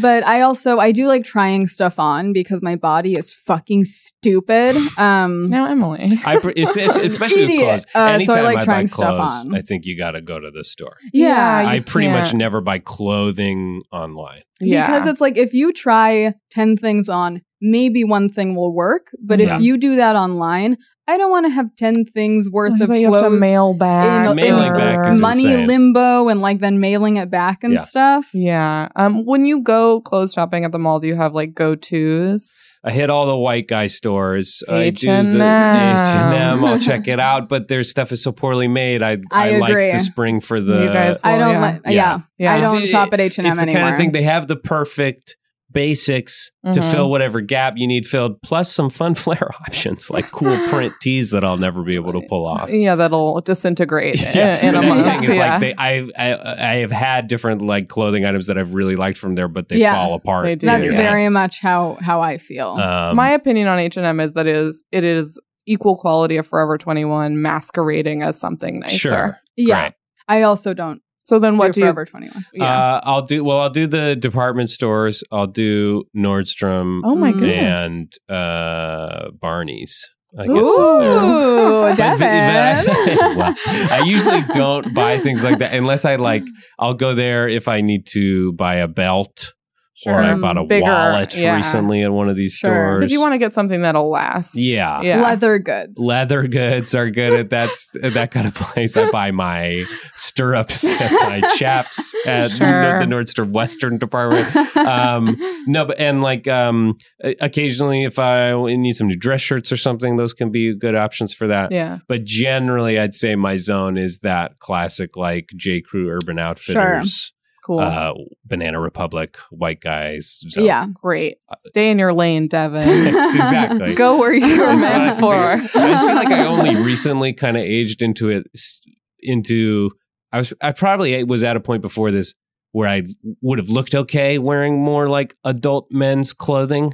Speaker 1: but I also I do like trying stuff on because my body is fucking stupid. Um
Speaker 2: now Emily. [laughs]
Speaker 3: Mm-hmm. I pre- it's,
Speaker 1: [laughs]
Speaker 3: it's, especially with
Speaker 1: Idiot.
Speaker 3: clothes.
Speaker 1: Uh, so I
Speaker 3: Anytime
Speaker 1: like
Speaker 3: I buy
Speaker 1: trying stuff
Speaker 3: clothes,
Speaker 1: on.
Speaker 3: I think you got to go to the store.
Speaker 1: yeah.
Speaker 2: you
Speaker 3: I pretty much
Speaker 2: can't-
Speaker 3: never buy clothing online.
Speaker 2: yeah.
Speaker 1: Because it's like if you try 10 things on, maybe one thing will work, but
Speaker 3: Yeah.
Speaker 1: if you do that online, I don't want to have 10 things worth of
Speaker 2: Like, you have to
Speaker 1: clothes
Speaker 2: mail back,
Speaker 1: in-
Speaker 3: Mailing
Speaker 2: or-
Speaker 3: back is
Speaker 1: money
Speaker 3: insane.
Speaker 1: limbo and like then mailing it back and
Speaker 3: Yeah.
Speaker 1: stuff.
Speaker 2: Yeah. Um. When you go clothes shopping at the mall, do you have like go tos?
Speaker 3: I hit all the white guy stores. I do the
Speaker 2: H&M.
Speaker 3: H&M. I'll check it out, but their stuff is so poorly made. I
Speaker 1: I
Speaker 3: I, like
Speaker 1: agree.
Speaker 3: to spring for the.
Speaker 2: You guys-
Speaker 1: I
Speaker 2: Well,
Speaker 1: don't
Speaker 2: yeah.
Speaker 1: like, yeah.
Speaker 3: Yeah.
Speaker 2: Yeah.
Speaker 1: I
Speaker 3: It's-
Speaker 1: don't
Speaker 3: it-
Speaker 1: shop at H&M
Speaker 3: it's the
Speaker 1: anymore.
Speaker 3: kind of thing they have the perfect basics to
Speaker 2: Mhm.
Speaker 3: fill whatever gap you need filled, plus some fun [laughs] flair options like cool print tees that I'll never be able to pull off.
Speaker 2: Yeah, that'll disintegrate
Speaker 3: [laughs] Yeah,
Speaker 2: in, in
Speaker 3: the
Speaker 2: a
Speaker 3: next
Speaker 2: month.
Speaker 3: thing is
Speaker 2: yeah.
Speaker 3: like they, I, I I have had different like clothing items that I've really liked from there, but they
Speaker 1: Yeah.
Speaker 3: fall apart. Um,
Speaker 2: They
Speaker 3: in
Speaker 2: do.
Speaker 3: your
Speaker 1: That's
Speaker 2: Yeah.
Speaker 1: very
Speaker 3: hands.
Speaker 1: much how how I feel.
Speaker 3: Um,
Speaker 2: My opinion on H and M is that it is it is equal quality of Forever Twenty One masquerading as something nicer.
Speaker 3: sure.
Speaker 1: yeah.
Speaker 3: great.
Speaker 1: I also don't
Speaker 2: So then, what
Speaker 1: do,
Speaker 2: do,
Speaker 1: Forever
Speaker 2: you?
Speaker 1: 21.
Speaker 2: Yeah.
Speaker 3: Uh, I'll do well. I'll do the department stores. I'll do Nordstrom
Speaker 2: oh my
Speaker 1: Mm.
Speaker 2: goodness.
Speaker 3: and uh, Barney's. I guess is their
Speaker 1: Ooh,
Speaker 2: But-
Speaker 3: But- [laughs]
Speaker 1: Devin.
Speaker 3: but- [laughs] Well, I usually
Speaker 2: [laughs]
Speaker 3: don't buy things like that unless I like.
Speaker 2: Mm.
Speaker 3: I'll go there if I need to buy a belt or I
Speaker 1: Sure.
Speaker 3: bought a
Speaker 2: Mm, Bigger,
Speaker 3: wallet
Speaker 2: yeah.
Speaker 3: recently at one of these
Speaker 1: Sure.
Speaker 3: stores.
Speaker 2: because you want to get something that'll last.
Speaker 3: Yeah. [laughs]
Speaker 2: yeah.
Speaker 1: leather goods.
Speaker 3: Leather goods are good at that at that kind of place. I buy my stirrups, at my
Speaker 2: [laughs]
Speaker 3: chaps at
Speaker 2: Sure.
Speaker 3: the Nordstrom Western department. Um,
Speaker 1: [laughs]
Speaker 3: No, but and like um o- occasionally if I need some new dress shirts or something, those can be good options for that.
Speaker 2: yeah.
Speaker 3: But generally, I'd say my zone is that classic like J Crew Urban Outfitters,
Speaker 2: Cool.
Speaker 3: uh, Banana Republic, white guys. Zone.
Speaker 1: yeah.
Speaker 2: Great.
Speaker 3: uh,
Speaker 2: Stay in your lane,
Speaker 3: [laughs]
Speaker 2: Devin.
Speaker 3: Yes, exactly.
Speaker 2: Go where you're
Speaker 1: That's
Speaker 2: meant
Speaker 3: what
Speaker 2: for.
Speaker 3: I I just feel like I only recently kind of aged into it. s- Into I was I probably was at a point before this where I would have looked okay wearing more like adult men's clothing,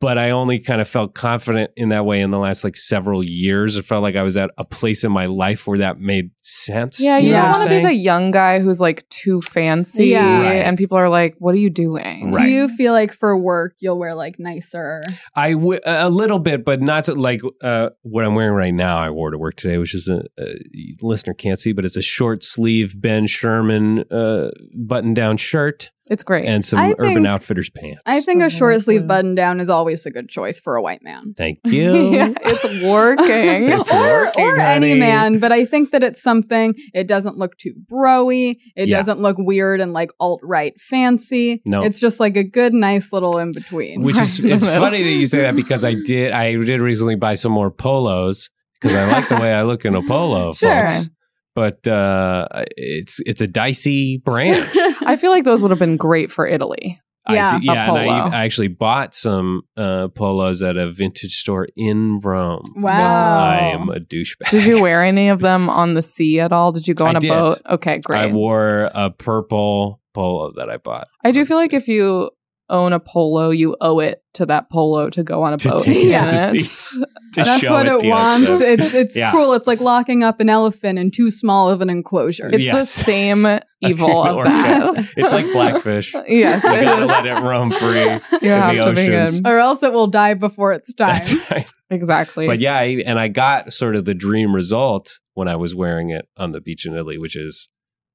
Speaker 3: but I only kind of felt confident in that way in the last like several years. It felt like I was at a place in my life where that made sense.
Speaker 2: Yeah,
Speaker 3: Do
Speaker 2: you
Speaker 3: know
Speaker 2: don't
Speaker 3: what
Speaker 2: want
Speaker 3: I'm
Speaker 2: to be the
Speaker 3: saying?
Speaker 2: young guy who's like too fancy,
Speaker 1: Yeah.
Speaker 3: Right.
Speaker 2: and people are like, "What are you doing?"
Speaker 3: Right.
Speaker 1: Do you feel like for work you'll wear like nicer?
Speaker 3: I w- a little bit, but not so, like uh, what I'm wearing right now. I wore to work today, which is a, a listener can't see, but it's a short sleeve Ben Sherman uh, button down shirt
Speaker 2: It's great. [laughs]
Speaker 3: and some
Speaker 1: I
Speaker 3: Urban
Speaker 1: think-
Speaker 3: Outfitters pants.
Speaker 1: I think a
Speaker 2: So
Speaker 1: short sleeve
Speaker 2: nice.
Speaker 1: button down is always a good choice for a white man. [laughs]
Speaker 3: Thank you.
Speaker 2: yeah, it's working.
Speaker 3: [laughs] It's
Speaker 1: or
Speaker 3: working,
Speaker 1: or any
Speaker 3: honey.
Speaker 1: man, but I think that it's something. It doesn't look too broy. It
Speaker 3: Yeah.
Speaker 1: doesn't look weird and like alt right fancy.
Speaker 3: No.
Speaker 1: it's just like a good, nice little in between.
Speaker 3: Which
Speaker 1: [laughs]
Speaker 3: is
Speaker 2: Right in the
Speaker 3: it's
Speaker 2: middle.
Speaker 3: funny that you say that because I did I did recently buy some more polos because I like the way I look in a
Speaker 1: [laughs]
Speaker 3: polo,
Speaker 2: Sure.
Speaker 3: folks. But uh, it's it's a dicey brand.
Speaker 2: I feel like those would have been great for Italy.
Speaker 1: Yeah,
Speaker 3: I did,
Speaker 2: a
Speaker 3: yeah, and I,
Speaker 2: polo.
Speaker 3: ev- I actually bought some uh, polos at a vintage store in Rome. because
Speaker 1: Wow.
Speaker 3: I am a douchebag.
Speaker 2: Did
Speaker 3: [laughs]
Speaker 2: you wear any of them on the sea at all? Did you go
Speaker 3: I
Speaker 2: on a
Speaker 3: did.
Speaker 2: boat? Okay, great.
Speaker 3: I wore a purple polo that I bought.
Speaker 2: I do feel like if you own a polo, you owe it to that polo to go on a
Speaker 3: To
Speaker 2: boat.
Speaker 3: take
Speaker 1: it to
Speaker 2: in
Speaker 3: the
Speaker 2: it.
Speaker 3: sea. [laughs] To
Speaker 1: That's
Speaker 3: show
Speaker 1: what
Speaker 3: at
Speaker 1: it
Speaker 3: the
Speaker 1: wants.
Speaker 3: ocean.
Speaker 1: It's it's
Speaker 3: Yeah.
Speaker 1: cruel. It's like locking up an elephant in too small of an enclosure.
Speaker 2: [laughs] It's the
Speaker 3: Yes. [laughs]
Speaker 2: same evil of
Speaker 3: Or-
Speaker 2: that.
Speaker 3: It's like blackfish. You
Speaker 2: [laughs] yes,
Speaker 3: [laughs]
Speaker 2: it
Speaker 3: gotta
Speaker 2: is.
Speaker 3: let it roam free.
Speaker 1: [laughs]
Speaker 2: You
Speaker 3: in
Speaker 2: have
Speaker 3: the
Speaker 2: to be
Speaker 3: oceans.
Speaker 2: good.
Speaker 1: or else it will die before its time.
Speaker 3: That's right.
Speaker 2: Exactly.
Speaker 3: But yeah, I, and I got sort of the dream result when I was wearing it on the beach in Italy, which is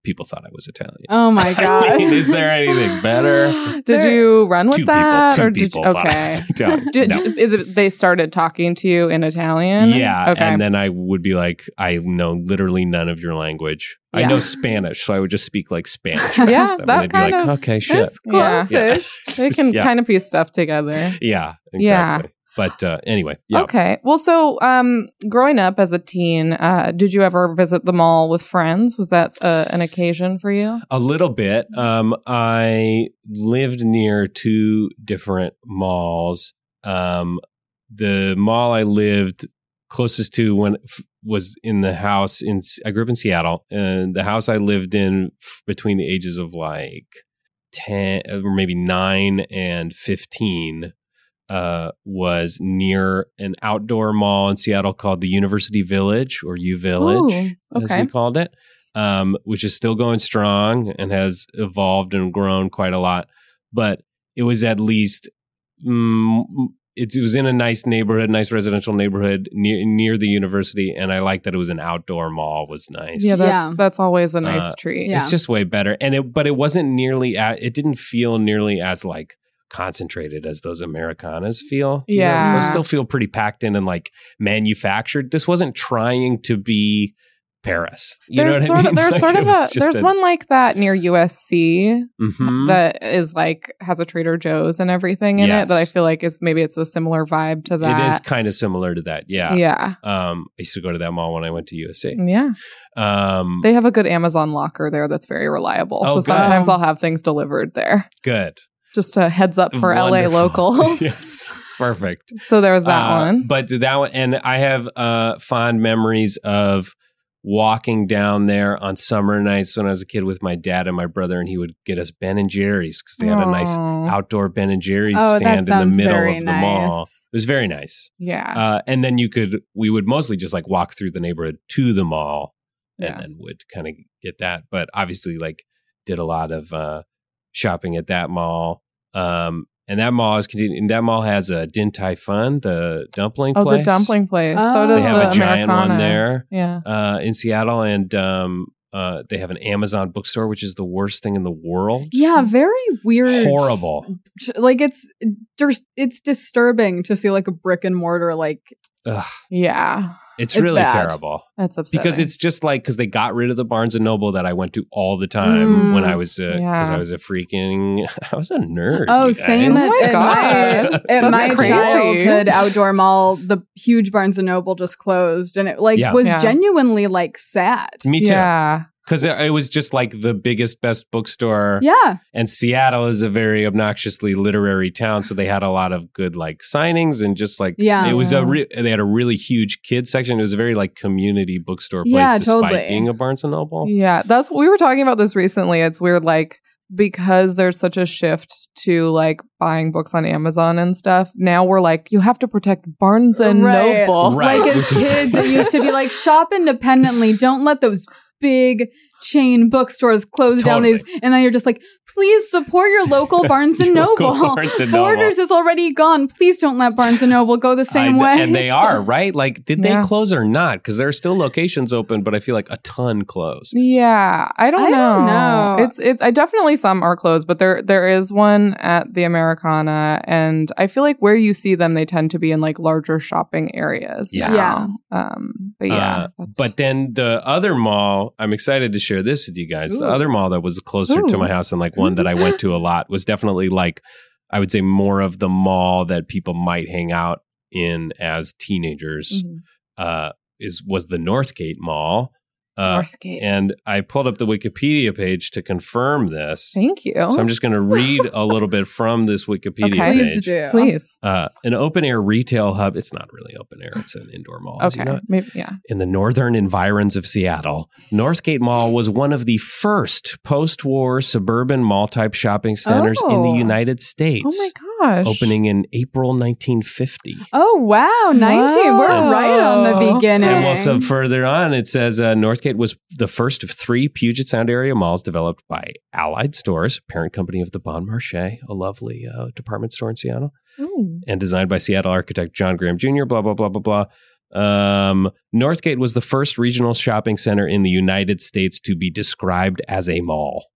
Speaker 3: people thought I was Italian.
Speaker 1: Oh my
Speaker 3: [laughs] I
Speaker 1: god!
Speaker 3: mean, is there anything better?
Speaker 2: [gasps] Did
Speaker 1: There-
Speaker 2: you run with
Speaker 3: two
Speaker 2: that,
Speaker 3: people,
Speaker 2: or
Speaker 3: two
Speaker 2: did
Speaker 3: people
Speaker 2: you,
Speaker 3: thought I
Speaker 2: okay?
Speaker 3: was Italian.
Speaker 2: [laughs] Did,
Speaker 3: No.
Speaker 2: Is it they started talking to you in Italian?
Speaker 3: Yeah.
Speaker 2: Okay.
Speaker 3: And then I would be like, I know literally none of your language. I
Speaker 2: Yeah.
Speaker 3: know Spanish, so I would just speak like
Speaker 2: [laughs]
Speaker 3: Spanish.
Speaker 2: Yeah,
Speaker 3: back to them,
Speaker 2: that
Speaker 3: and they'd
Speaker 2: kind
Speaker 3: be like,
Speaker 2: of-
Speaker 3: okay, shit.
Speaker 1: That's close.
Speaker 3: Yeah. [laughs]
Speaker 2: they can
Speaker 3: yeah.
Speaker 2: kind of piece stuff together.
Speaker 3: yeah,
Speaker 2: Yeah.
Speaker 3: exactly. But uh, anyway, yeah.
Speaker 2: Okay. Well, so um, growing up as a teen, uh, did you ever visit the mall with friends? Was that uh, an occasion for you?
Speaker 3: A little bit. Um, I lived near two different malls. Um, the mall I lived closest to when f- was in the house in S- I grew up in Seattle, and the house I lived in f- between the ages of like ten uh, or maybe nine and fifteen uh, was near an outdoor mall in Seattle called the University Village or U Village,
Speaker 2: Ooh,
Speaker 3: as
Speaker 2: okay.
Speaker 3: we called it, um, which is still going strong and has evolved and grown quite a lot. But it was at least mm, it, it was in a nice neighborhood, nice residential neighborhood near near the university, and I liked that it was an outdoor mall. Was nice.
Speaker 2: Yeah, that's
Speaker 1: Yeah.
Speaker 2: that's always a nice
Speaker 3: Uh,
Speaker 2: treat.
Speaker 1: yeah.
Speaker 3: It's just way better, and it but it wasn't nearly as, it didn't feel nearly as like concentrated as those Americanas feel.
Speaker 2: Yeah.
Speaker 3: Those still feel pretty packed in and like manufactured. This wasn't trying to be Paris. You
Speaker 2: there's
Speaker 3: know what
Speaker 2: sort
Speaker 3: I mean? [laughs]
Speaker 2: of there's
Speaker 3: Like,
Speaker 2: sort
Speaker 3: it
Speaker 2: of a
Speaker 3: was just
Speaker 2: there's
Speaker 3: a-
Speaker 2: one like that near USC
Speaker 3: Mhm.
Speaker 2: that is like has a Trader Joe's and everything in it that I
Speaker 3: Yes.
Speaker 2: feel like is maybe it's a similar vibe to that.
Speaker 3: It is kind of similar to that. Yeah.
Speaker 2: Yeah.
Speaker 3: Um, I used to go to that mall when I went to USC.
Speaker 2: Yeah.
Speaker 3: Um,
Speaker 2: They have a good Amazon locker there that's very reliable.
Speaker 3: Oh,
Speaker 2: so
Speaker 3: good.
Speaker 2: sometimes I'll have things delivered there.
Speaker 3: good
Speaker 2: Just a heads up for
Speaker 3: Wonderful. [laughs]
Speaker 2: LA locals.
Speaker 3: yes, perfect.
Speaker 2: So there was that
Speaker 3: Uh,
Speaker 2: one.
Speaker 3: But that one, and I have uh, fond memories of walking down there on summer nights when I was a kid with my dad and my brother, and he would get us Ben and Jerry's because they had a nice
Speaker 2: Aw.
Speaker 3: outdoor Ben and Jerry's
Speaker 1: [laughs] Oh, that
Speaker 3: stand in the
Speaker 1: sounds
Speaker 3: middle
Speaker 1: very
Speaker 3: of the mall.
Speaker 1: nice.
Speaker 3: It was very nice.
Speaker 2: Yeah.
Speaker 3: Uh, and then you could, we would mostly just like walk through the neighborhood to the mall and
Speaker 2: Yeah.
Speaker 3: then would kind of get that. But obviously, like, did a lot of uh, shopping at that mall. Um, and that mall is continuing. That mall has a Din Tai Fun, the dumpling
Speaker 2: Oh,
Speaker 3: place.
Speaker 2: the dumpling place.
Speaker 1: Oh.
Speaker 2: So
Speaker 3: They
Speaker 2: does
Speaker 3: have
Speaker 2: the
Speaker 3: a giant
Speaker 2: Americana.
Speaker 3: one there
Speaker 2: Yeah.
Speaker 3: uh, in Seattle, and um, uh, they have an Amazon bookstore, which is the worst thing in the world.
Speaker 1: Yeah, very weird.
Speaker 3: horrible.
Speaker 1: Like it's there's it's disturbing to see like a brick and mortar like
Speaker 2: Yeah.
Speaker 3: It's,
Speaker 1: It's
Speaker 3: really
Speaker 1: bad.
Speaker 3: terrible.
Speaker 2: That's upsetting.
Speaker 3: because it's just like because they got rid of the Barnes and Noble that I went to all the time
Speaker 1: Mm.
Speaker 3: when I was because
Speaker 2: Yeah.
Speaker 3: I was a freaking [laughs] I was a nerd.
Speaker 1: Oh,
Speaker 3: you
Speaker 1: same
Speaker 3: guys.
Speaker 1: at,
Speaker 2: Oh my
Speaker 1: at my,
Speaker 2: God.
Speaker 1: at
Speaker 2: That's
Speaker 1: my
Speaker 2: crazy.
Speaker 1: childhood outdoor mall. The huge Barnes and Noble just closed, and it like
Speaker 3: Yeah.
Speaker 1: was
Speaker 2: Yeah.
Speaker 1: genuinely like sad.
Speaker 3: Me too.
Speaker 2: Yeah.
Speaker 3: Because it it was just like the biggest, best bookstore.
Speaker 1: Yeah,
Speaker 3: And Seattle is a very obnoxiously literary town, so they had a lot of good like signings and just like
Speaker 1: Yeah.
Speaker 3: it was a
Speaker 2: Yeah.
Speaker 3: re- they had a really huge kids section. It was a very like community bookstore place,
Speaker 1: Yeah,
Speaker 3: despite
Speaker 1: totally.
Speaker 3: being a Barnes and Noble.
Speaker 2: Yeah, that's we were talking about this recently. It's weird, like because there's such a shift to like buying books on Amazon and stuff. Now we're like, you have to protect Barnes and
Speaker 1: Right.
Speaker 2: Noble.
Speaker 3: Right,
Speaker 1: like as
Speaker 3: which is-
Speaker 1: kids, it used to be
Speaker 3: [laughs]
Speaker 1: like shop independently. Don't let those big chain bookstores close down these. And now you're just like, please support your
Speaker 3: [laughs]
Speaker 1: local Barnes and
Speaker 3: Local
Speaker 1: Noble.
Speaker 3: Barnes and Noble.
Speaker 1: Borders is already gone. Please don't let Barnes and Noble go the same
Speaker 3: I-
Speaker 1: way.
Speaker 3: And
Speaker 2: [laughs]
Speaker 3: they are, right? Like, did
Speaker 2: Yeah.
Speaker 3: they close or not? Because there are still locations open, but I feel like a ton closed.
Speaker 2: Yeah, I don't
Speaker 1: I
Speaker 2: know.
Speaker 1: don't know.
Speaker 2: It's it's I definitely some are closed, but there there is one at the Americana, and I feel like where you see them, they tend to be in like larger shopping areas.
Speaker 3: Yeah.
Speaker 1: Yeah.
Speaker 2: now. Um. But yeah.
Speaker 3: Uh,
Speaker 2: that's-
Speaker 3: But then the other mall, I'm excited to share this with you guys. The
Speaker 2: Ooh.
Speaker 3: other mall that was closer to
Speaker 2: Ooh. Mm-hmm.
Speaker 3: my house and like one that I went to a lot was definitely like, I would say more of the mall that people might hang out in as teenagers.
Speaker 2: Mhm.
Speaker 3: Uh, is was the Northgate Mall, uh,
Speaker 2: Northgate.
Speaker 3: and I pulled up the Wikipedia page to confirm this.
Speaker 2: Thank you.
Speaker 3: So I'm just going to read a little bit from this
Speaker 2: [laughs]
Speaker 3: Wikipedia
Speaker 2: Okay.
Speaker 1: [laughs]
Speaker 3: page.
Speaker 1: please do.
Speaker 2: Please.
Speaker 3: uh, an open air retail hub. It's not really open air, it's an indoor mall. as you
Speaker 2: Okay.
Speaker 3: know it.
Speaker 2: Maybe. Yeah.
Speaker 3: In the northern environs of Seattle, Northgate Mall was one of the first post war suburban mall type shopping centers in
Speaker 2: Oh.
Speaker 3: the United States.
Speaker 2: Oh my gosh.
Speaker 3: Opening in April 1950.
Speaker 1: Oh wow, nineteen. We're
Speaker 3: Yes.
Speaker 1: right on the
Speaker 2: And
Speaker 1: beginning.
Speaker 3: And well, so further on, it says uh, Northgate was the first of three Puget Sound area malls developed by Allied Stores, parent company of the Bon Marché, a lovely uh, department store in Seattle.
Speaker 2: Ooh.
Speaker 3: and designed by Seattle architect John Graham Jr., blah, blah, blah, blah, blah. Um, Northgate was the first regional shopping center in the United States to be described as a mall.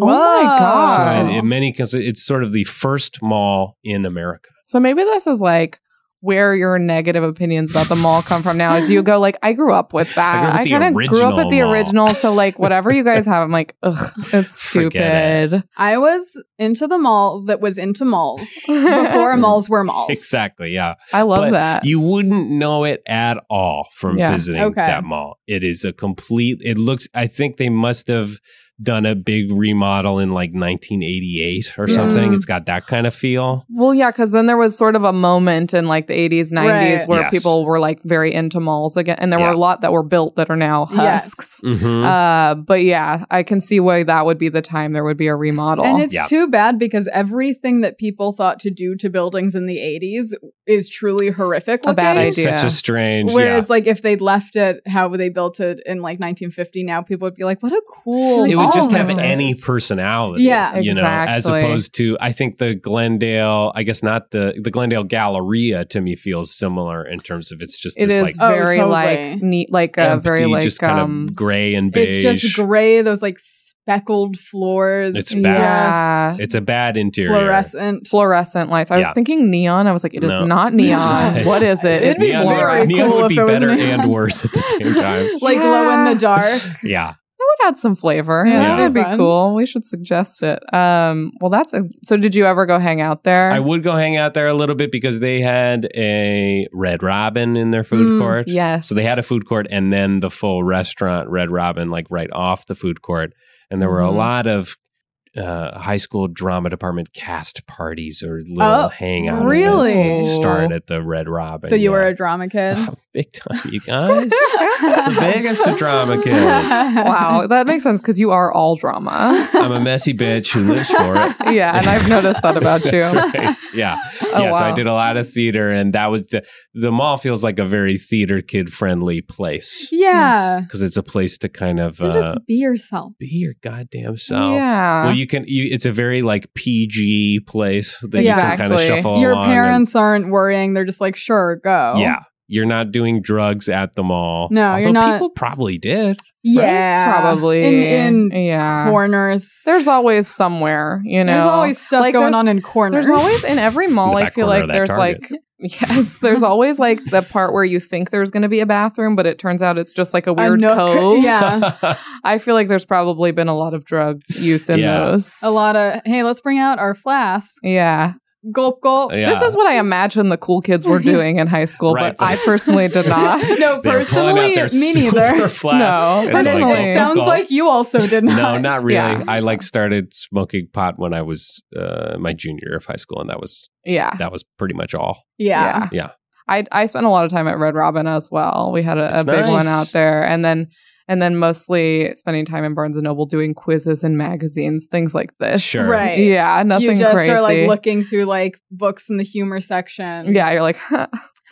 Speaker 2: Oh my
Speaker 1: Whoa.
Speaker 3: So
Speaker 2: Wow.
Speaker 3: in, in many because it's sort of the first mall in America.
Speaker 2: So maybe this is like where your negative opinions about the mall come from now is you go like I grew up with
Speaker 3: [laughs]
Speaker 2: that.
Speaker 3: I grew up with the
Speaker 2: kind of grew up
Speaker 3: original
Speaker 2: at the
Speaker 3: mall."
Speaker 2: original so like whatever you guys have I'm like ugh it's
Speaker 3: [laughs] Forget
Speaker 2: stupid.
Speaker 1: I was into the mall that was into malls
Speaker 3: [laughs]
Speaker 1: before malls were malls.
Speaker 3: Exactly. Yeah.
Speaker 2: I love
Speaker 3: But
Speaker 2: that.
Speaker 3: You wouldn't know it at all from
Speaker 2: Yeah.
Speaker 3: visiting
Speaker 1: Okay.
Speaker 3: that mall. It is a complete, it looks, I think they must have done a big remodel in like 1988 or
Speaker 2: Yeah.
Speaker 3: something.
Speaker 1: Mm.
Speaker 3: It's got that kind of feel.
Speaker 2: well yeah cuz then there was sort of a moment in like the 80s 90s
Speaker 1: Right.
Speaker 2: where
Speaker 3: Yes.
Speaker 2: people were like very into malls again and there were
Speaker 3: Yeah.
Speaker 2: a lot that were built that are now
Speaker 1: Yes.
Speaker 2: husks.
Speaker 3: Mhm.
Speaker 2: Uh but yeah, I can see why that would be the time there would be a remodel.
Speaker 1: And it's
Speaker 3: Yeah.
Speaker 1: too bad because everything that people thought to do to buildings in the 80s is truly horrific.
Speaker 2: A bad
Speaker 1: looking.
Speaker 3: It's
Speaker 2: idea.
Speaker 3: such a strange.
Speaker 1: Whereas, like, if they'd left it how they built it in like 1950, now people would be like, "What a cool!"
Speaker 2: Like,
Speaker 3: it would would just have
Speaker 2: Always.
Speaker 3: any personality.
Speaker 1: Yeah.
Speaker 3: you know, as
Speaker 2: Exactly.
Speaker 3: opposed to I think the Glendale. I guess not the the Glendale Galleria to me feels similar in terms of it's just
Speaker 2: It
Speaker 3: this
Speaker 2: is
Speaker 3: like
Speaker 1: Oh,
Speaker 2: very
Speaker 1: totally.
Speaker 2: like neat, like a
Speaker 3: empty,
Speaker 2: very like
Speaker 3: just kind
Speaker 2: um,
Speaker 3: of gray and beige.
Speaker 1: It's just gray, those like speckled floors.
Speaker 3: It's
Speaker 1: and
Speaker 3: bad.
Speaker 2: Yeah.
Speaker 1: just
Speaker 3: It's a bad interior.
Speaker 1: fluorescent.
Speaker 2: fluorescent lights. I was
Speaker 3: Yeah.
Speaker 2: thinking neon. I was like, it is
Speaker 3: No. [laughs]
Speaker 2: not
Speaker 1: No.
Speaker 2: neon.
Speaker 3: It's-
Speaker 2: What is it?
Speaker 1: It'd
Speaker 2: It's
Speaker 1: be
Speaker 3: neon,
Speaker 1: very
Speaker 2: fluorescent.
Speaker 3: neon
Speaker 1: cool
Speaker 3: would
Speaker 1: if
Speaker 3: be
Speaker 1: it was
Speaker 3: better
Speaker 1: neon.
Speaker 3: and worse at the same time.
Speaker 1: [laughs] like glow in the
Speaker 3: [laughs]
Speaker 1: dark.
Speaker 3: yeah.
Speaker 2: That would add some flavor.
Speaker 1: Yeah.
Speaker 3: Yeah.
Speaker 2: That'd be
Speaker 1: Fun.
Speaker 2: cool. We should suggest it. Um, well, that's a, so. Did you ever go hang out there?
Speaker 3: I would go hang out there a little bit because they had a Red Robin in their food
Speaker 1: Mm,
Speaker 3: court.
Speaker 2: Yes.
Speaker 3: So they had a food court and then the full restaurant, Red Robin, like right off the food court. And there were a
Speaker 1: Mm-hmm.
Speaker 2: Mhm.
Speaker 3: lot of uh, high school drama department cast parties or little
Speaker 1: Oh,
Speaker 3: hangout events
Speaker 1: really?
Speaker 3: would start at the Red Robin.
Speaker 1: So you were
Speaker 3: yeah.
Speaker 1: a drama
Speaker 3: [laughs]
Speaker 1: kid.
Speaker 3: big time, you guys.
Speaker 1: the
Speaker 3: biggest of drama
Speaker 1: [laughs]
Speaker 2: [laughs]
Speaker 3: kids.
Speaker 2: wow, that makes sense because you are
Speaker 1: [laughs]
Speaker 2: all drama.
Speaker 3: I'm a [laughs] messy bitch who lives for it.
Speaker 2: yeah, and I've noticed that
Speaker 3: [laughs]
Speaker 2: about you.
Speaker 3: That's right. Yeah.
Speaker 2: Oh,
Speaker 3: yeah, so I
Speaker 2: wow.
Speaker 3: did a lot of theater, and that was the, the mall feels like a very theater kid friendly place
Speaker 1: Yeah.
Speaker 3: because it's a place to kind of
Speaker 1: You
Speaker 3: uh,
Speaker 1: just be yourself.
Speaker 3: be your goddamn self.
Speaker 2: yeah.
Speaker 1: Uh-huh.
Speaker 3: Well, you can. You, it's a very like PG place that you can kind of
Speaker 2: Exactly.
Speaker 3: shuffle
Speaker 1: Your
Speaker 3: along. and-
Speaker 1: parents aren't worrying. They're just like, sure, go.
Speaker 3: yeah, you're not doing drugs at the mall.
Speaker 1: No, you're
Speaker 3: Although
Speaker 1: not-
Speaker 3: People probably did.
Speaker 1: Yeah.
Speaker 2: probably.
Speaker 1: In, in
Speaker 2: yeah.
Speaker 1: corners.
Speaker 2: There's always somewhere, you know.
Speaker 1: There's always stuff
Speaker 2: Like,
Speaker 1: going
Speaker 2: there's-
Speaker 1: on in corners.
Speaker 2: There's always in every mall.
Speaker 3: the
Speaker 2: I
Speaker 3: back
Speaker 2: feel
Speaker 3: corner
Speaker 2: like
Speaker 3: of that
Speaker 2: there's
Speaker 3: Target.
Speaker 2: like yes,
Speaker 3: [laughs]
Speaker 2: there's always like the part where you think there's going to be a bathroom, but it turns out it's just like a weird
Speaker 1: nook.
Speaker 3: [laughs]
Speaker 2: cove.
Speaker 1: Yeah.
Speaker 2: I feel like there's probably been a lot of drug use in
Speaker 3: Yeah.
Speaker 2: those.
Speaker 1: a lot of, hey, let's bring out our flask.
Speaker 2: Yeah.
Speaker 1: Gulp, gulp.
Speaker 3: Yeah.
Speaker 2: This is what I imagine the cool kids
Speaker 3: [laughs]
Speaker 2: were doing in high school,
Speaker 3: Right,
Speaker 2: but I
Speaker 3: but-
Speaker 2: personally
Speaker 3: [laughs]
Speaker 2: did not.
Speaker 1: no,
Speaker 3: They were pulling
Speaker 1: personally,
Speaker 3: out their
Speaker 1: me [laughs]
Speaker 3: silver
Speaker 1: neither.
Speaker 3: flasks
Speaker 2: No,
Speaker 3: and, Oh, like,
Speaker 1: But it,
Speaker 2: personally.
Speaker 3: go,
Speaker 1: it sounds
Speaker 3: go.
Speaker 1: like you also did not.
Speaker 3: No, not really.
Speaker 2: Yeah.
Speaker 3: I like started smoking pot when I was uh, my junior year of high school, and that was
Speaker 2: Yeah.
Speaker 3: that was pretty much all.
Speaker 1: [laughs] Yeah.
Speaker 3: Yeah.
Speaker 2: I I spent a lot of time at Red Robin as well. We had a,
Speaker 3: That's
Speaker 2: a big
Speaker 3: nice.
Speaker 2: one out there, and then and then mostly spending time in Barnes and Noble doing quizzes and magazines, things like this.
Speaker 3: Sure.
Speaker 1: Right.
Speaker 2: Yeah. Nothing
Speaker 1: you just
Speaker 2: crazy.
Speaker 1: are like looking through like books in the humor section.
Speaker 2: yeah. You're like, [laughs] huh.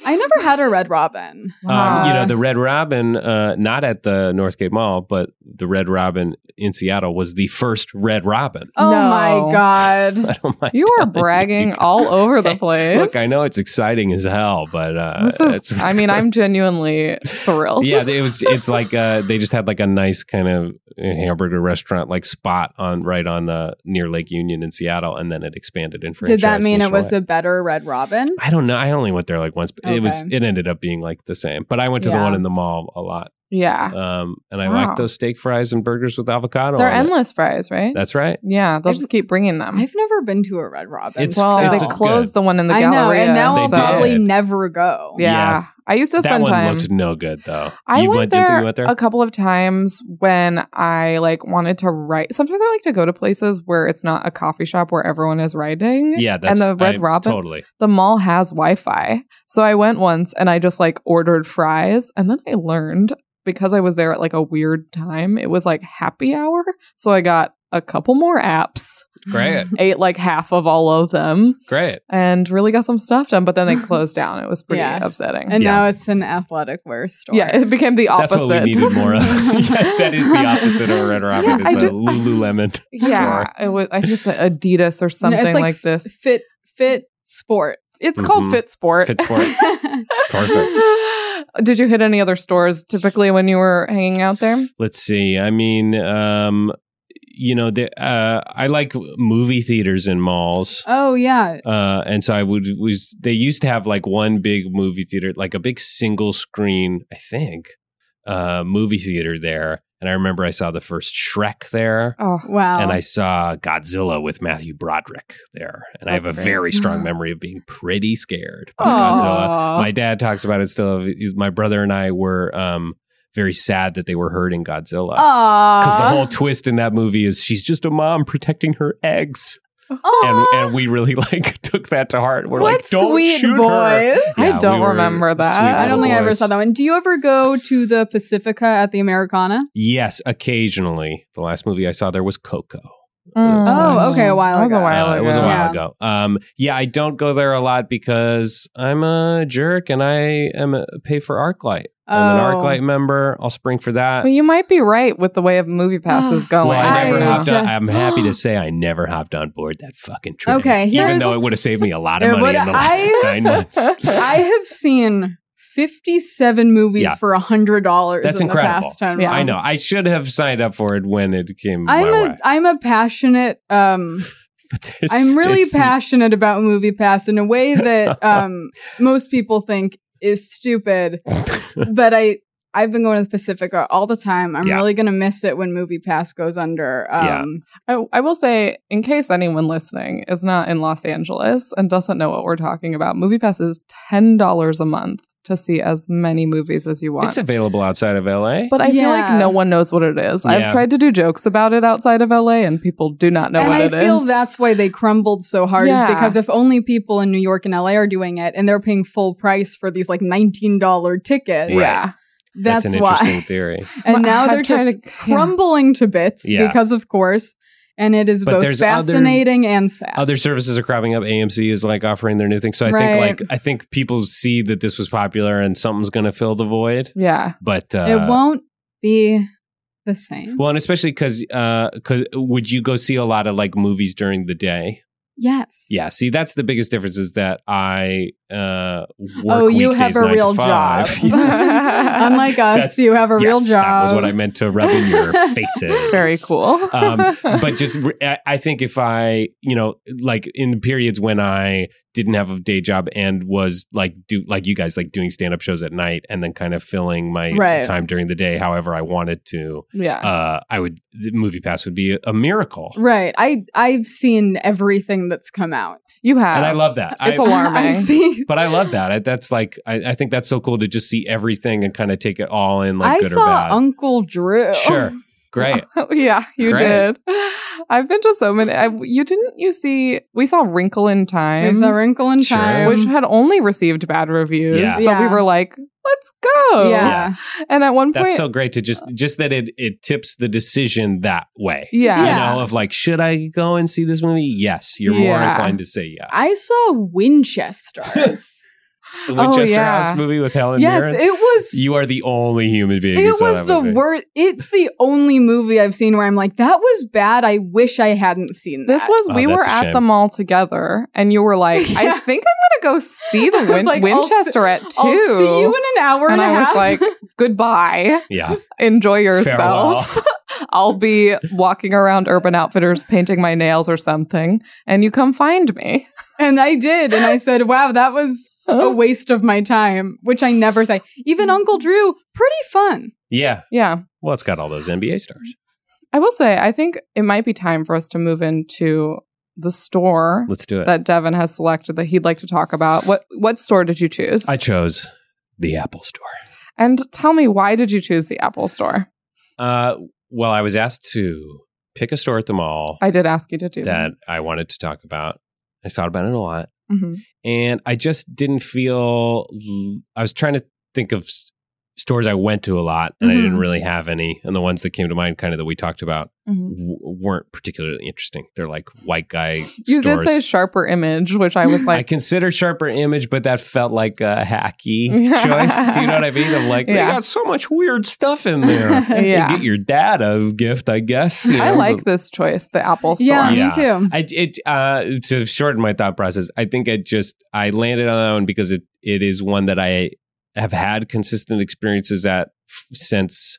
Speaker 1: I never had a Red Robin.
Speaker 3: Um, you know,
Speaker 2: Wow.
Speaker 3: the Red Robin, uh, not at the Northgate Mall, but the Red Robin in Seattle was the first Red Robin. [laughs]
Speaker 1: Oh
Speaker 2: [laughs] No.
Speaker 1: my god.
Speaker 3: I don't mind
Speaker 2: you are
Speaker 3: [laughs] telling
Speaker 2: bragging
Speaker 3: you guys.
Speaker 2: all over the place.
Speaker 3: Look, I know it's exciting as hell, but uh,
Speaker 2: This
Speaker 3: it's-
Speaker 2: is. I mean, I'm genuinely thrilled. [laughs]
Speaker 3: [laughs] yeah. It was. It's like uh, they just had like a nice kind of hamburger restaurant like spot on right on uh, near Lake Union in Seattle, and then it expanded in.
Speaker 1: Did that mean it was a better Red Robin?
Speaker 3: I don't know. I only went there like once, but it was
Speaker 1: Okay.
Speaker 3: it ended up being like the same. But I went to the
Speaker 1: Yeah.
Speaker 3: one in the mall a lot,
Speaker 2: Yeah.
Speaker 3: um, and I
Speaker 2: Wow.
Speaker 3: like those steak fries and burgers with avocado.
Speaker 2: They're
Speaker 3: on it.
Speaker 2: endless fries, right?
Speaker 3: That's right.
Speaker 2: yeah. They'll
Speaker 1: I've-
Speaker 2: just keep bringing them.
Speaker 1: I've never been to a Red Robin.
Speaker 3: It's-
Speaker 2: well,
Speaker 1: still.
Speaker 3: it's
Speaker 2: they
Speaker 3: good.
Speaker 2: closed the one in the
Speaker 1: I know,
Speaker 2: gallery.
Speaker 1: and now
Speaker 3: They
Speaker 1: I'll
Speaker 3: did.
Speaker 1: probably never go.
Speaker 2: Yeah.
Speaker 3: Yeah.
Speaker 2: I used to
Speaker 3: that
Speaker 2: spend
Speaker 3: one
Speaker 2: time.
Speaker 3: looked no good though.
Speaker 2: I
Speaker 3: you
Speaker 2: went,
Speaker 3: went,
Speaker 2: there
Speaker 3: didn't you? You went there?
Speaker 2: a couple of times when I like wanted to write. Sometimes I like to go to places where it's not a coffee shop where everyone is writing.
Speaker 3: Yeah, that's
Speaker 2: and the Red
Speaker 3: I-
Speaker 2: Robin,
Speaker 3: Totally.
Speaker 2: the mall has Wi-Fi, so I went once and I just like ordered fries, and then I learned because I was there at like a weird time. It was like happy hour, so I got a couple more
Speaker 3: [laughs]
Speaker 2: apps, [laughs]
Speaker 3: Great.
Speaker 2: ate like half of all of them,
Speaker 3: Great.
Speaker 2: and really got some stuff done. But then
Speaker 3: [laughs]
Speaker 2: they closed down. It was pretty
Speaker 1: Yeah.
Speaker 2: upsetting.
Speaker 1: And
Speaker 3: Yeah.
Speaker 1: now it's an athletic wear store.
Speaker 2: yeah, it became the
Speaker 3: That's
Speaker 2: opposite.
Speaker 3: what we needed
Speaker 2: [laughs]
Speaker 3: more of. yes, that is the opposite of a Red Robin.
Speaker 2: Yeah,
Speaker 3: it's
Speaker 2: I
Speaker 3: a
Speaker 2: did- [laughs]
Speaker 3: Lululemon
Speaker 2: Yeah,
Speaker 3: store.
Speaker 2: it was. I think it's like Adidas
Speaker 1: [laughs]
Speaker 2: or
Speaker 1: No,
Speaker 2: something
Speaker 1: it's
Speaker 2: like,
Speaker 1: f-
Speaker 2: this.
Speaker 1: Fit fit sport.
Speaker 2: It's called
Speaker 3: Mhm.
Speaker 2: Fit Sport.
Speaker 3: Fit Sport. Perfect.
Speaker 2: Did you hit any other stores typically when you were hanging out there?
Speaker 3: Let's see. I mean, um, you know, the, uh, I like movie theaters in malls.
Speaker 1: [laughs] oh yeah.
Speaker 3: Uh, and so I would was they used to have like one big movie theater, like a big single screen, I think, uh, movie theater there. And I remember I saw the first Shrek there,
Speaker 2: Oh,
Speaker 1: Wow.
Speaker 3: and I saw Godzilla with Matthew Broderick there. And I have a
Speaker 2: That's great. [gasps]
Speaker 3: very strong memory of being pretty scared by Godzilla. My dad talks about it still. He's- My brother and I were um, very sad that they were hurting Godzilla because the whole twist in that movie is she's just a mom protecting her eggs and, and we really [laughs] like took that to heart. We're
Speaker 1: Oh,
Speaker 3: like,
Speaker 1: What
Speaker 3: don't
Speaker 1: sweet
Speaker 3: shoot her.
Speaker 1: boys.
Speaker 2: I don't
Speaker 3: were
Speaker 2: remember
Speaker 3: sweet
Speaker 2: that.
Speaker 3: little
Speaker 1: I don't think I ever
Speaker 3: boys.
Speaker 1: saw that one. Do you ever go to the Pacifica at the Americana?
Speaker 3: Yes, occasionally. The last movie I saw there was Coco.
Speaker 2: Mm.
Speaker 1: Oh, okay, a while
Speaker 2: That was a
Speaker 1: ago.
Speaker 2: while
Speaker 3: Uh,
Speaker 2: ago.
Speaker 3: it was a while
Speaker 1: Yeah.
Speaker 3: ago. Um, yeah, I don't go there a lot because I'm a jerk and I am a, pay for ArcLight. I'm an
Speaker 1: Oh.
Speaker 3: ArcLight member. I'll spring for that.
Speaker 2: But you might be right with the way of movie
Speaker 1: Ah.
Speaker 2: passes going.
Speaker 3: Well,
Speaker 1: Oh, I
Speaker 3: I never
Speaker 1: I
Speaker 3: hopped on.
Speaker 1: ju-
Speaker 3: I'm
Speaker 1: [gasps]
Speaker 3: happy to say I never hopped on board that fucking train.
Speaker 1: Okay,
Speaker 3: even
Speaker 1: here's-
Speaker 3: though it would have saved me a lot
Speaker 1: It
Speaker 3: of money
Speaker 1: would-
Speaker 3: in the last
Speaker 1: [laughs] I-
Speaker 3: nine months.
Speaker 1: [laughs] I have seen 57 movies
Speaker 3: Yeah.
Speaker 1: for $100
Speaker 3: That's
Speaker 1: in the
Speaker 3: incredible.
Speaker 1: past 10
Speaker 2: Yeah.
Speaker 1: months.
Speaker 3: I know. I should have signed up for it when it came
Speaker 1: I'm
Speaker 3: my
Speaker 1: a
Speaker 3: way.
Speaker 1: am a passionate um
Speaker 3: But there's-
Speaker 1: I'm really
Speaker 3: it's-
Speaker 1: passionate about movie pass in a way
Speaker 3: [laughs]
Speaker 1: that um most people think is stupid but I I've been going to the Pacifica all the time. I'm
Speaker 3: Yeah.
Speaker 1: really going to miss it when movie pass goes under um
Speaker 3: Yeah.
Speaker 2: I, Oh, I will say, in case anyone listening is not in Los Angeles and doesn't know what we're talking about, MoviePass is ten dollars a month to see as many movies as you want.
Speaker 3: It's available outside of LA.
Speaker 2: but I feel like
Speaker 1: Yeah.
Speaker 2: no one knows what it is.
Speaker 3: Yeah.
Speaker 2: I've tried to do jokes about it outside of LA, and people do not know
Speaker 1: and
Speaker 2: what
Speaker 1: I
Speaker 2: it is.
Speaker 1: feel that's why they crumbled so hard
Speaker 2: Yeah.
Speaker 1: is because if only people in New York and LA are doing it and they're paying full price for these like $19 tickets,
Speaker 3: Right.
Speaker 2: yeah.
Speaker 1: that's,
Speaker 3: an
Speaker 1: why.
Speaker 3: interesting theory.
Speaker 1: [laughs] And
Speaker 2: Well,
Speaker 1: now
Speaker 2: I've
Speaker 1: they're
Speaker 2: tried
Speaker 1: just
Speaker 2: to- yeah.
Speaker 1: crumbling to bits
Speaker 3: Yeah.
Speaker 1: because of course and it is
Speaker 3: But
Speaker 1: both
Speaker 3: there's other-
Speaker 1: fascinating and sad.
Speaker 3: Other services are cropping up. AMC is like offering their new thing. So I
Speaker 1: Right.
Speaker 3: think like I think people see that this was popular and something's gonna fill the void.
Speaker 2: Yeah.
Speaker 3: But uh,
Speaker 1: it won't be the same.
Speaker 3: Well, and especially because would you go see a lot of like movies during the day?
Speaker 1: yes.
Speaker 3: Yeah. See, that's the biggest difference is that I uh, work
Speaker 1: Oh, you
Speaker 3: weekdays
Speaker 1: have a
Speaker 3: nine to
Speaker 1: real job.
Speaker 3: five.
Speaker 1: [laughs]
Speaker 3: [laughs]
Speaker 1: Unlike us,
Speaker 3: That's-
Speaker 1: you have a real
Speaker 3: Yes,
Speaker 1: job.
Speaker 3: That was what I meant to rub
Speaker 1: [laughs]
Speaker 3: in your faces.
Speaker 2: Very cool.
Speaker 3: um, but just, re- I- I think if I, you know, like in periods when I didn't have a day job and was like, do like you guys, like doing stand up shows at night and then kind of filling my
Speaker 1: Right.
Speaker 3: time during the day however I wanted to,
Speaker 2: [laughs] yeah.
Speaker 3: uh, I would, the movie pass would be a miracle.
Speaker 1: Right. I I've seen everything that's come out.
Speaker 2: you have.
Speaker 3: And I love that.
Speaker 2: It's
Speaker 3: I-
Speaker 1: [laughs] I
Speaker 2: alarming.
Speaker 1: see.
Speaker 3: But I love that. I, that's like, I, I think that's so cool to just see everything and kind of take it all in, like
Speaker 1: I
Speaker 3: good or
Speaker 1: saw Oh.
Speaker 3: bad.
Speaker 1: Uncle Drew.
Speaker 3: [laughs] sure. Great.
Speaker 2: [laughs] yeah, you
Speaker 3: Great.
Speaker 2: did. I've been to so many. I, you didn't. You see, we saw Wrinkle in
Speaker 1: [laughs]
Speaker 2: Time,
Speaker 1: Is a wrinkle in
Speaker 3: Sure.
Speaker 1: time?
Speaker 2: which had only received bad reviews,
Speaker 3: Yeah.
Speaker 2: but we
Speaker 1: Um, Yeah.
Speaker 2: were like, let's go.
Speaker 1: yeah.
Speaker 2: And at one point,
Speaker 3: That's so great to just just that it it tips the decision that way.
Speaker 2: yeah,
Speaker 1: Yeah.
Speaker 3: You know, of like, should I go and see this movie? Yes. You're more
Speaker 2: Yeah.
Speaker 3: inclined to say yes.
Speaker 1: I saw
Speaker 3: [laughs]
Speaker 1: Winchester. yes,
Speaker 3: the Winchester
Speaker 2: Oh, yeah.
Speaker 3: House movie with Helen Mirren.
Speaker 1: it was.
Speaker 3: you are the only human being. who
Speaker 1: it
Speaker 3: saw
Speaker 1: was
Speaker 3: that
Speaker 1: the
Speaker 3: movie.
Speaker 1: worst. It's the only movie I've seen where I'm like, that was bad. I wish I hadn't seen that.
Speaker 2: This was
Speaker 3: Oh,
Speaker 2: we
Speaker 3: that's
Speaker 2: were
Speaker 3: a
Speaker 2: at
Speaker 3: shame.
Speaker 2: the mall together, and you were
Speaker 1: [laughs]
Speaker 2: like,
Speaker 1: Yeah.
Speaker 2: I think I'm gonna go see
Speaker 1: [laughs]
Speaker 2: the
Speaker 1: I was
Speaker 2: Win-
Speaker 1: like, I'll
Speaker 2: Winchester at 2
Speaker 1: I'll see you in an hour
Speaker 2: and
Speaker 1: and,
Speaker 2: I
Speaker 1: a half.
Speaker 2: was like, goodbye.
Speaker 3: Yeah.
Speaker 2: Enjoy yourself. [laughs]
Speaker 3: Farewell.
Speaker 2: I'll be walking around Urban Outfitters painting my nails or something, and you come find me.
Speaker 1: [laughs] and I did, and I said, wow, that was a waste of my time, which I never say. Even Uncle Drew, pretty fun.
Speaker 3: Yeah.
Speaker 2: Yeah.
Speaker 3: Well, it's got all those NBA stars.
Speaker 2: I will say, I think it might be time for us to move into the store
Speaker 3: Let's do it.
Speaker 2: that Devin has selected that he'd like to talk about. What what store did you choose?
Speaker 3: I chose the Apple Store.
Speaker 2: and tell me why did you choose the Apple store?
Speaker 3: Uh, well, I was asked to pick a store at the mall
Speaker 2: I did ask you to do
Speaker 3: that I wanted to talk about. I thought about it a lot.
Speaker 2: hmm
Speaker 3: and I just didn't feel. I was trying to think of s- stores I went to a lot, and I
Speaker 2: Mm-hmm.
Speaker 3: didn't
Speaker 1: Mhm.
Speaker 3: really have any. And the ones that came to mind, kind of that we talked about,
Speaker 2: Mhm.
Speaker 3: w- weren't particularly interesting. They're like white guy.
Speaker 2: [sighs] You
Speaker 3: stores.
Speaker 2: did say sharper image, which I was
Speaker 3: I
Speaker 2: like,
Speaker 3: consider sharper image, but that felt like a
Speaker 2: [laughs]
Speaker 3: hacky choice. Do you know what I mean? Of like,
Speaker 2: Yeah.
Speaker 3: they got so much weird stuff
Speaker 2: [laughs]
Speaker 3: in there.
Speaker 1: I-
Speaker 2: yeah.
Speaker 3: You get your dad a gift, I guess. you
Speaker 2: I
Speaker 3: know,
Speaker 2: like
Speaker 3: but-
Speaker 2: this choice, the Apple store.
Speaker 1: Yeah,
Speaker 3: Yeah.
Speaker 1: me too.
Speaker 3: I it uh to shorten my thought process, I think it just I landed on that one because it it is one that I have had consistent experiences at f- since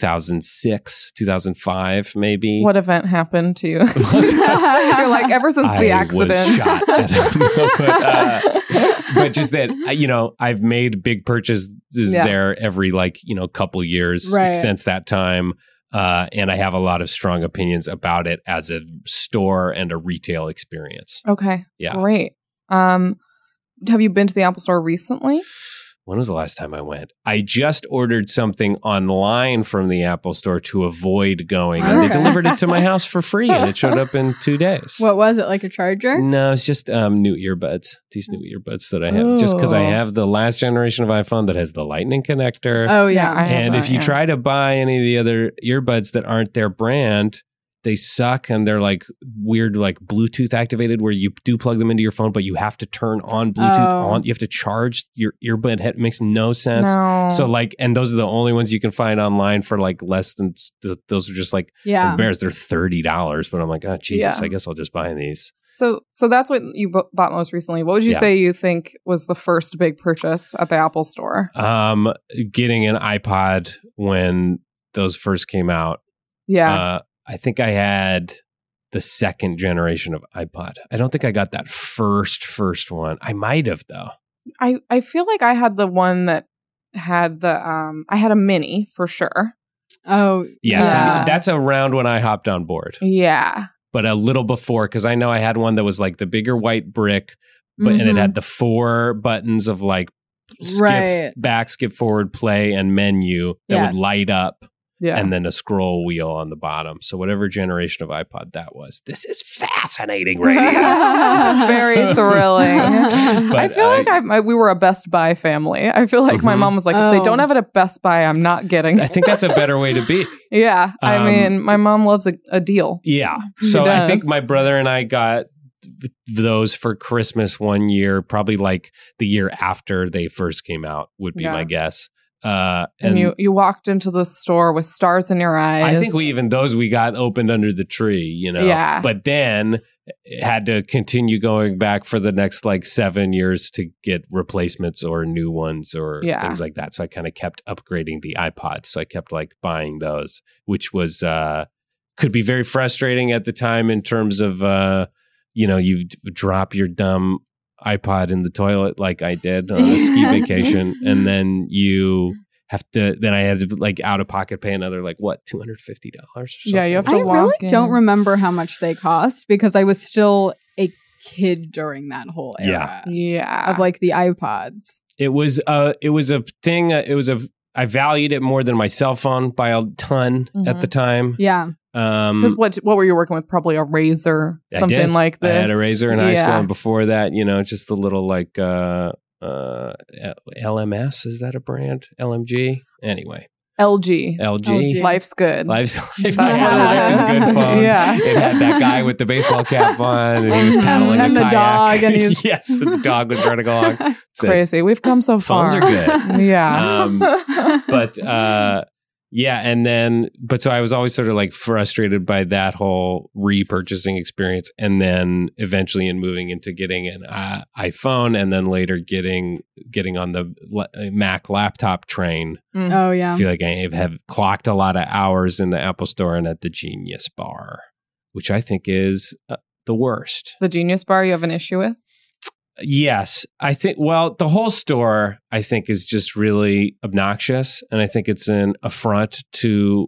Speaker 3: 2006, 2005 maybe.
Speaker 2: What event happened
Speaker 3: [laughs]
Speaker 2: to you? [laughs] You're
Speaker 1: You're
Speaker 2: like, ever since the
Speaker 3: I was
Speaker 2: accident.
Speaker 3: shot. But, uh, [laughs] [laughs] but just that uh, you know, I've made big purchases
Speaker 2: Yeah.
Speaker 3: there every like, you know, couple years
Speaker 1: Right.
Speaker 3: since that time. Uh, and I have a lot of strong opinions about it as a store and a retail experience.
Speaker 2: okay,
Speaker 3: Yeah.
Speaker 2: great. Um, have you been to the Apple store recently?
Speaker 3: when was the last time I went? I just ordered something online from the Apple store to avoid going. And they
Speaker 1: Okay.
Speaker 3: delivered it to my house for free and it showed up in two days.
Speaker 1: [laughs] What was it, like a charger?
Speaker 3: no, it's just um, new earbuds. These new earbuds that I have, just because I
Speaker 2: Ooh.
Speaker 3: have the last generation of iPhone that has the Lightning connector.
Speaker 1: Oh, yeah.
Speaker 2: I have
Speaker 3: and
Speaker 2: that,
Speaker 3: if you
Speaker 2: yeah.
Speaker 3: try to buy any of the other earbuds that aren't their brand, They suck and they're like weird, like Bluetooth activated, where you do plug them into your phone, but you have to turn on Bluetooth
Speaker 1: Oh.
Speaker 3: on. You have to charge your earbud head. It makes no sense.
Speaker 2: No.
Speaker 3: So like, and those are the only ones you can find online for like less than. th- Those are just like
Speaker 1: Yeah.
Speaker 3: embarrassed. They're thirty dollars, but I'm like, oh Jesus,
Speaker 2: Yeah.
Speaker 3: I guess I'll just buy these.
Speaker 2: so so that's what you b- bought most recently. What would you
Speaker 3: Yeah.
Speaker 2: say you think was the first big purchase at the Apple store?
Speaker 3: Um, getting an iPod when those first came out.
Speaker 2: Yeah.
Speaker 3: Uh, I think I had the second generation of iPod. I don't think I got that first first one. I might have though.
Speaker 2: I I feel like I had the one that had the um I had a mini for sure.
Speaker 1: Oh,
Speaker 3: Yeah,
Speaker 2: Yeah.
Speaker 3: So that's around when I hopped on board,
Speaker 2: Yeah.
Speaker 3: but a little before because I know I had one that was like the bigger white brick, but and it
Speaker 2: Mm-hmm.
Speaker 3: had the four buttons of like skip
Speaker 1: Right.
Speaker 3: back, skip forward, play, and menu that
Speaker 1: Yes.
Speaker 3: would light up,
Speaker 1: [laughs]
Speaker 2: Yeah.
Speaker 3: and then a scroll wheel on the bottom. So whatever generation of iPod that was, this is
Speaker 2: [laughs]
Speaker 3: fascinating radio.
Speaker 2: [laughs]
Speaker 3: [laughs]
Speaker 2: Very
Speaker 1: [laughs]
Speaker 2: thrilling.
Speaker 3: But
Speaker 2: I feel
Speaker 3: I-
Speaker 2: like I, I we were a Best Buy family. I feel like my
Speaker 3: Mhm.
Speaker 2: mom was like, if they
Speaker 1: Oh.
Speaker 2: don't have it at Best Buy, I'm not getting.
Speaker 3: I [laughs]
Speaker 2: It.
Speaker 3: think that's a better way to be.
Speaker 2: yeah, I
Speaker 3: Um,
Speaker 2: mean, my mom loves a, a deal. [laughs]
Speaker 3: Yeah.
Speaker 2: He
Speaker 3: So I
Speaker 2: does.
Speaker 3: think my brother and I got th- those for Christmas one year, probably like the year after they first came out, would be
Speaker 2: Yeah.
Speaker 3: my guess. Uh,
Speaker 2: And, you you walked into the store with stars in your eyes.
Speaker 3: I think we even those we got opened under the tree, you know.
Speaker 2: Yeah.
Speaker 3: But then it had to continue going back for the next like seven years to get replacements or new ones or
Speaker 2: Yeah.
Speaker 3: things like that. So I kind of kept upgrading the iPod. So I kept like buying those, which was uh could be very frustrating at the time in terms of uh you know, you d- drop your dumb iPod in the toilet like I did on
Speaker 2: [laughs]
Speaker 3: a ski vacation, and then you have to. Then I had to like out of pocket pay another like what two hundred fifty dollars.
Speaker 2: Yeah, you have to
Speaker 1: Mm-hmm. I
Speaker 2: walk
Speaker 1: really
Speaker 2: in.
Speaker 1: don't remember how much they cost because I was still a kid during that whole era
Speaker 2: yeah.
Speaker 1: of like the iPods.
Speaker 3: It was uh it was a thing. Uh, it was a. I valued it more than my cell phone by a ton at
Speaker 2: Mhm.
Speaker 3: the time.
Speaker 1: Yeah.
Speaker 3: Um,
Speaker 2: Because what what were you working with? Probably a razor,
Speaker 3: I
Speaker 2: something
Speaker 3: did.
Speaker 2: like
Speaker 3: I
Speaker 2: this.
Speaker 3: had a razor in high school,
Speaker 2: Yeah.
Speaker 3: and before that, you know, just a little like uh uh LMS is that a brand? LMG. Anyway,
Speaker 2: LG.
Speaker 1: LG.
Speaker 3: LG.
Speaker 2: Life's good.
Speaker 3: Life's [laughs] life,
Speaker 1: what it
Speaker 3: life is good [laughs]
Speaker 1: is.
Speaker 3: phone.
Speaker 2: Yeah.
Speaker 3: It had that guy with the baseball cap [laughs] on and he was paddling
Speaker 1: Mm-hmm. And
Speaker 3: a
Speaker 1: the
Speaker 3: kayak.
Speaker 1: dog, and he's-
Speaker 3: [laughs] yes, and the dog was
Speaker 1: [laughs]
Speaker 3: running along. It's a-
Speaker 2: Crazy. We've come so far.
Speaker 3: Phones are
Speaker 2: [laughs]
Speaker 3: good.
Speaker 2: yeah.
Speaker 3: Um, but uh yeah, and then but so I was always sort of like frustrated by that whole repurchasing experience and then eventually in moving into getting an uh, iPhone and then later getting getting on the la- Mac laptop train.
Speaker 1: oh, yeah.
Speaker 3: I feel like I have clocked a lot of hours in the Apple Store and at the Genius Bar, which I think is uh, the worst.
Speaker 2: the Genius Bar you have an issue with?
Speaker 3: Yes, I think. Well, the whole store I think is just really obnoxious, and I think it's an affront to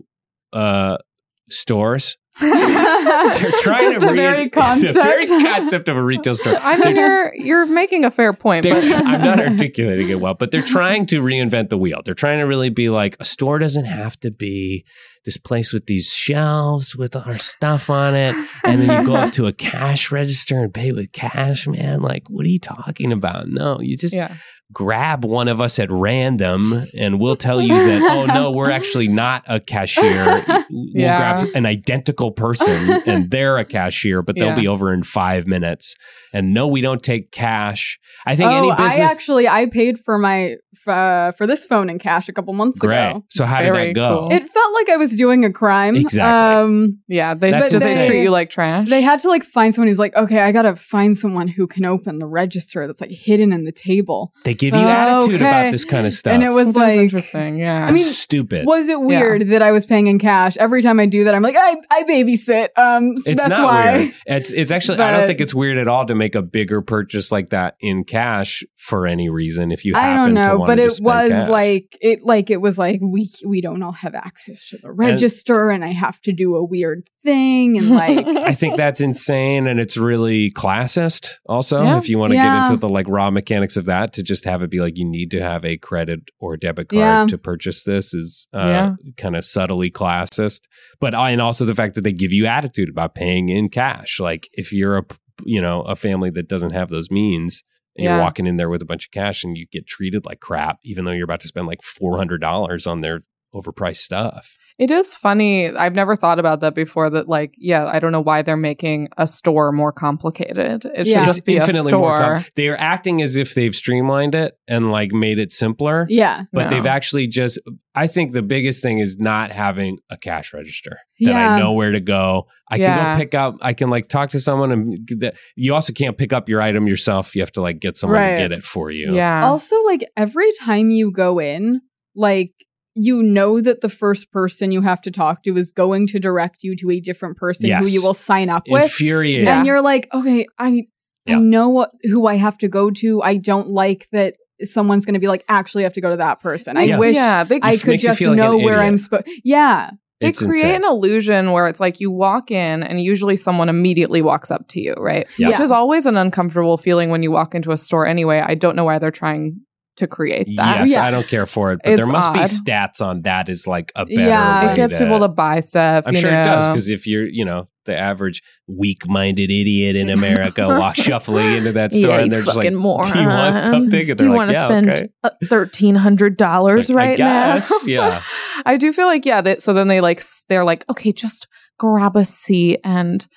Speaker 3: uh,
Speaker 1: [laughs]
Speaker 3: stores. They're trying
Speaker 1: Just
Speaker 3: to
Speaker 1: the
Speaker 3: rein-
Speaker 1: very
Speaker 3: [laughs] It's the very
Speaker 1: concept.
Speaker 3: concept of a retail store.
Speaker 2: I mean, you're you're making a fair point,
Speaker 3: They're
Speaker 2: but
Speaker 3: tr- I'm
Speaker 2: [laughs]
Speaker 3: not articulating it well, but they're trying to reinvent the wheel. They're trying to really be like a store doesn't have to be this place with these shelves with our stuff on it, and then you go up
Speaker 2: [laughs]
Speaker 3: to a cash register and pay with cash, man. Like, what are you talking about? No, you just
Speaker 2: yeah.
Speaker 3: grab one of us at random, and we'll tell you that oh no, we're actually not
Speaker 1: [laughs]
Speaker 3: a cashier. We'll
Speaker 2: Yeah.
Speaker 3: grab an identical person, and they're a cashier, but they'll
Speaker 2: Yeah.
Speaker 3: be over in five minutes. And no, we don't take cash. I think
Speaker 1: [laughs] oh,
Speaker 3: any business.
Speaker 1: I actually I paid for my uh, for this phone in cash a couple months
Speaker 3: Great.
Speaker 1: ago.
Speaker 3: So how
Speaker 2: Very
Speaker 3: did that go?
Speaker 2: cool.
Speaker 1: It felt like I was doing a crime.
Speaker 3: Exactly.
Speaker 1: Um,
Speaker 2: Yeah, they
Speaker 3: That's
Speaker 2: just
Speaker 1: insane.
Speaker 2: treat you like trash.
Speaker 1: They had to like find someone who's like, okay, I gotta find someone who can open the register that's like hidden in the table.
Speaker 3: They give you
Speaker 1: Oh,
Speaker 3: attitude
Speaker 1: okay.
Speaker 3: about this kind of stuff.
Speaker 1: And it was
Speaker 2: That's
Speaker 1: like,
Speaker 2: interesting. Yeah.
Speaker 1: I mean, [laughs]
Speaker 3: stupid.
Speaker 1: was it weird that I was paying in cash? Every time I do that, I'm like, I, I babysit. Um, so
Speaker 3: it's
Speaker 1: that's
Speaker 3: not
Speaker 1: why.
Speaker 3: weird. It's it's actually I
Speaker 1: But-
Speaker 3: don't think it's weird at all to make a bigger purchase like that in cash for any reason if you
Speaker 1: I
Speaker 3: happen
Speaker 1: don't
Speaker 3: to
Speaker 1: know,
Speaker 3: wanna
Speaker 1: but
Speaker 3: just
Speaker 1: it
Speaker 3: spend
Speaker 1: was
Speaker 3: cash.
Speaker 1: like it like it was like we we don't all have access to the register, and, I have to do a weird thing, and
Speaker 2: [laughs]
Speaker 3: [laughs]
Speaker 1: like
Speaker 3: I think that's insane and it's really classist also
Speaker 2: Yeah.
Speaker 3: if you want to
Speaker 1: Yeah.
Speaker 3: get into the like raw mechanics of that to just have it be like you need to have a credit or debit card
Speaker 1: Yeah.
Speaker 3: to purchase this is uh,
Speaker 2: Yeah.
Speaker 3: kind of subtly classist but I- and also the fact that they give you attitude about paying in cash like if you're a you know a family that doesn't have those means and
Speaker 2: Yeah.
Speaker 3: you're walking in there with a bunch of cash and you get treated like crap even though you're about to spend like $400 on their overpriced stuff
Speaker 2: It is funny. I've never thought about that before. That like, yeah, I don't know why they're making a store more complicated. It should
Speaker 1: Yeah.
Speaker 2: just be a store.
Speaker 3: com- They are acting as if they've streamlined it and like made it simpler,
Speaker 1: Yeah.
Speaker 3: but
Speaker 2: No.
Speaker 3: they've actually just. I think the biggest thing is not having a cash register that
Speaker 1: Yeah.
Speaker 3: I know where to go. I can
Speaker 2: Yeah.
Speaker 3: go pick up. I can like talk to someone, and get that- you also can't pick up your item yourself. You have to like get someone
Speaker 1: Right.
Speaker 3: to get it for you.
Speaker 2: Yeah.
Speaker 1: Also, like every time you go in, like you know that the first person you have to talk to is going to direct you to a different person who
Speaker 3: Yes.
Speaker 1: you will sign up with.
Speaker 3: Infuriating.
Speaker 2: Yeah.
Speaker 1: And you're like, okay, I I
Speaker 3: Yeah.
Speaker 1: know what who I have to go to. I don't like that someone's going to be like, actually, I have to go to that person. I
Speaker 3: Yeah.
Speaker 1: wish
Speaker 2: yeah, they,
Speaker 1: I
Speaker 3: It
Speaker 1: could
Speaker 3: makes you
Speaker 1: just
Speaker 3: feel like an
Speaker 1: know where
Speaker 3: idiot.
Speaker 1: I'm supposed. Yeah,
Speaker 2: they
Speaker 3: It's
Speaker 2: create an
Speaker 3: insane.
Speaker 2: illusion where it's like you walk in and usually someone immediately walks up to you, right?
Speaker 3: Yeah.
Speaker 2: Which is always an uncomfortable feeling when you walk into a store anyway. I don't know why they're trying to create that.
Speaker 3: Yes,
Speaker 1: Yeah.
Speaker 3: I don't care for it, but
Speaker 2: It's
Speaker 3: there must be
Speaker 2: odd.
Speaker 3: stats on that is like a better
Speaker 1: Yeah.
Speaker 3: way
Speaker 2: It gets people to buy stuff.
Speaker 3: I'm
Speaker 2: you
Speaker 3: sure it does
Speaker 2: know?
Speaker 3: because if you're, you know, the average weak-minded idiot
Speaker 2: [laughs]
Speaker 3: in America walk shuffling into that store
Speaker 2: Yeah, you
Speaker 3: and they're just like,
Speaker 2: fucking moron.
Speaker 3: "Do you want something?" And
Speaker 2: Do
Speaker 3: they're
Speaker 2: you
Speaker 3: like,
Speaker 2: want to
Speaker 3: "Yeah,
Speaker 2: spend uh,
Speaker 3: okay."
Speaker 2: thirteen hundred dollars
Speaker 3: It's like, I
Speaker 2: right now? [laughs]
Speaker 3: guess, yeah.
Speaker 2: I do feel like yeah. That, so then they like s- they're like, okay, just grab a seat and
Speaker 3: [laughs]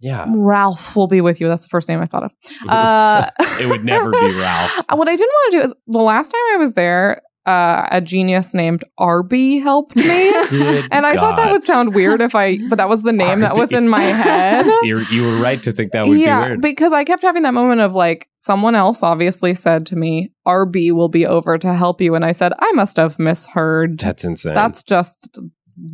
Speaker 3: Yeah,
Speaker 2: Ralph will be with you. That's the first name I thought of. Uh,
Speaker 3: [laughs] It would
Speaker 2: [laughs]
Speaker 3: never be Ralph.
Speaker 2: What I didn't want to do is the last time I was there, uh, a genius named Arby helped [laughs] me.
Speaker 3: [laughs] Good
Speaker 2: And I thought that
Speaker 3: God.
Speaker 2: would sound weird if I, but that was the name that was in my head.
Speaker 3: You're, you were right to think [laughs] that would
Speaker 2: yeah,
Speaker 3: be weird.
Speaker 2: because I kept having that moment of like someone else obviously said to me, "RB will be over to help you," and I said, "I must have misheard.
Speaker 3: That's insane.
Speaker 2: That's just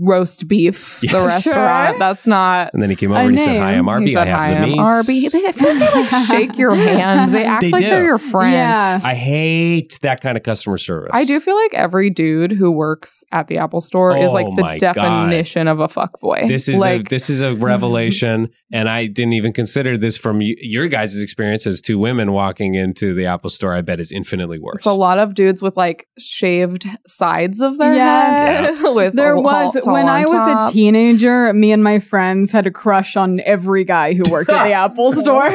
Speaker 2: roast beef. The
Speaker 3: Yes.
Speaker 2: restaurant.
Speaker 1: Sure.
Speaker 2: That's not."
Speaker 1: [laughs]
Speaker 3: and then he came
Speaker 1: I
Speaker 3: over and he said,
Speaker 1: knew.
Speaker 3: "Hi, I'm Arby.
Speaker 2: He said,
Speaker 3: I have
Speaker 2: "Hi,
Speaker 3: the
Speaker 2: I'm
Speaker 3: meats."
Speaker 2: Arby. They, I feel like, like shake your hand. They act
Speaker 3: They
Speaker 2: like
Speaker 3: do.
Speaker 2: they're your friend.
Speaker 1: yeah.
Speaker 3: I hate that kind of customer service.
Speaker 2: I do feel like every dude who works at the Apple Store is like
Speaker 3: Oh
Speaker 2: the
Speaker 3: my God.
Speaker 2: definition of a fuckboy.
Speaker 3: This is
Speaker 2: like
Speaker 3: a, this
Speaker 2: [laughs]
Speaker 3: is a revelation, and I didn't even consider this from y- your guys' experience as two women walking into the Apple Store. I bet is infinitely worse.
Speaker 2: It's a lot of dudes with like shaved sides of their
Speaker 1: Yes.
Speaker 2: head. [laughs] with
Speaker 1: There
Speaker 2: a
Speaker 1: was
Speaker 2: halt
Speaker 1: when
Speaker 2: on
Speaker 1: I was a
Speaker 2: top.
Speaker 1: teenager, me and my friends had a crush on every guy who worked
Speaker 2: [laughs]
Speaker 1: at the Apple store.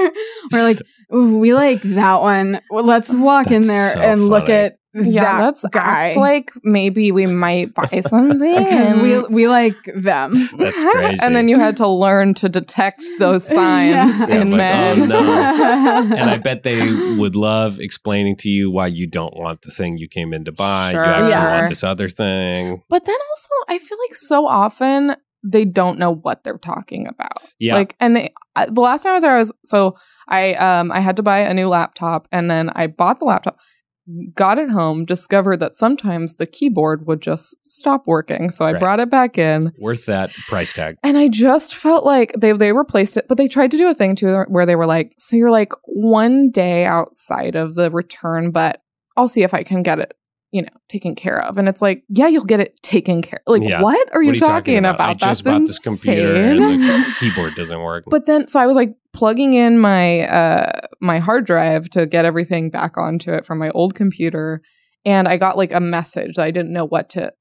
Speaker 1: We're like, Ooh, we like that one. Well, let's walk in
Speaker 3: That's
Speaker 1: there
Speaker 3: so
Speaker 1: and look
Speaker 3: funny.
Speaker 1: at
Speaker 2: Yeah,
Speaker 1: that
Speaker 2: let's
Speaker 1: guy
Speaker 2: act like maybe we might
Speaker 3: [laughs]
Speaker 2: buy something
Speaker 1: because we we like them.
Speaker 3: That's crazy.
Speaker 2: [laughs] And then you had to learn to detect those
Speaker 1: [laughs]
Speaker 2: signs
Speaker 1: Yeah.
Speaker 3: Yeah,
Speaker 2: in
Speaker 3: like,
Speaker 2: men.
Speaker 3: oh, no.
Speaker 1: [laughs]
Speaker 3: and I bet they would love explaining to you why you don't want the thing you came in to buy.
Speaker 2: Sure.
Speaker 3: You actually
Speaker 1: Yeah.
Speaker 3: want this other thing.
Speaker 2: But then also, I feel like so often they don't know what they're talking about.
Speaker 3: Yeah,
Speaker 2: Like, and they, I- the last time I was there, I was, so I, um, I had to buy a new laptop and then I bought the laptop, got it home, discovered that sometimes the keyboard would just stop working. So I
Speaker 3: Right.
Speaker 2: brought it back in
Speaker 3: worth that price tag.
Speaker 2: and I just felt like they, they replaced it, but they tried to do a thing too where they were like, so you're like one day outside of the return, but I'll see if I can get it. You know, taken care of, and it's like, yeah, you'll get it taken care. Like,
Speaker 3: Yeah.
Speaker 2: what are you, talking, about?
Speaker 3: I just bought this computer and
Speaker 2: insane. [laughs]
Speaker 3: the [laughs] keyboard doesn't work.
Speaker 2: But then, so I was like plugging in my uh, my hard drive to get everything back onto it from my old computer, and I got like a message that I didn't know what to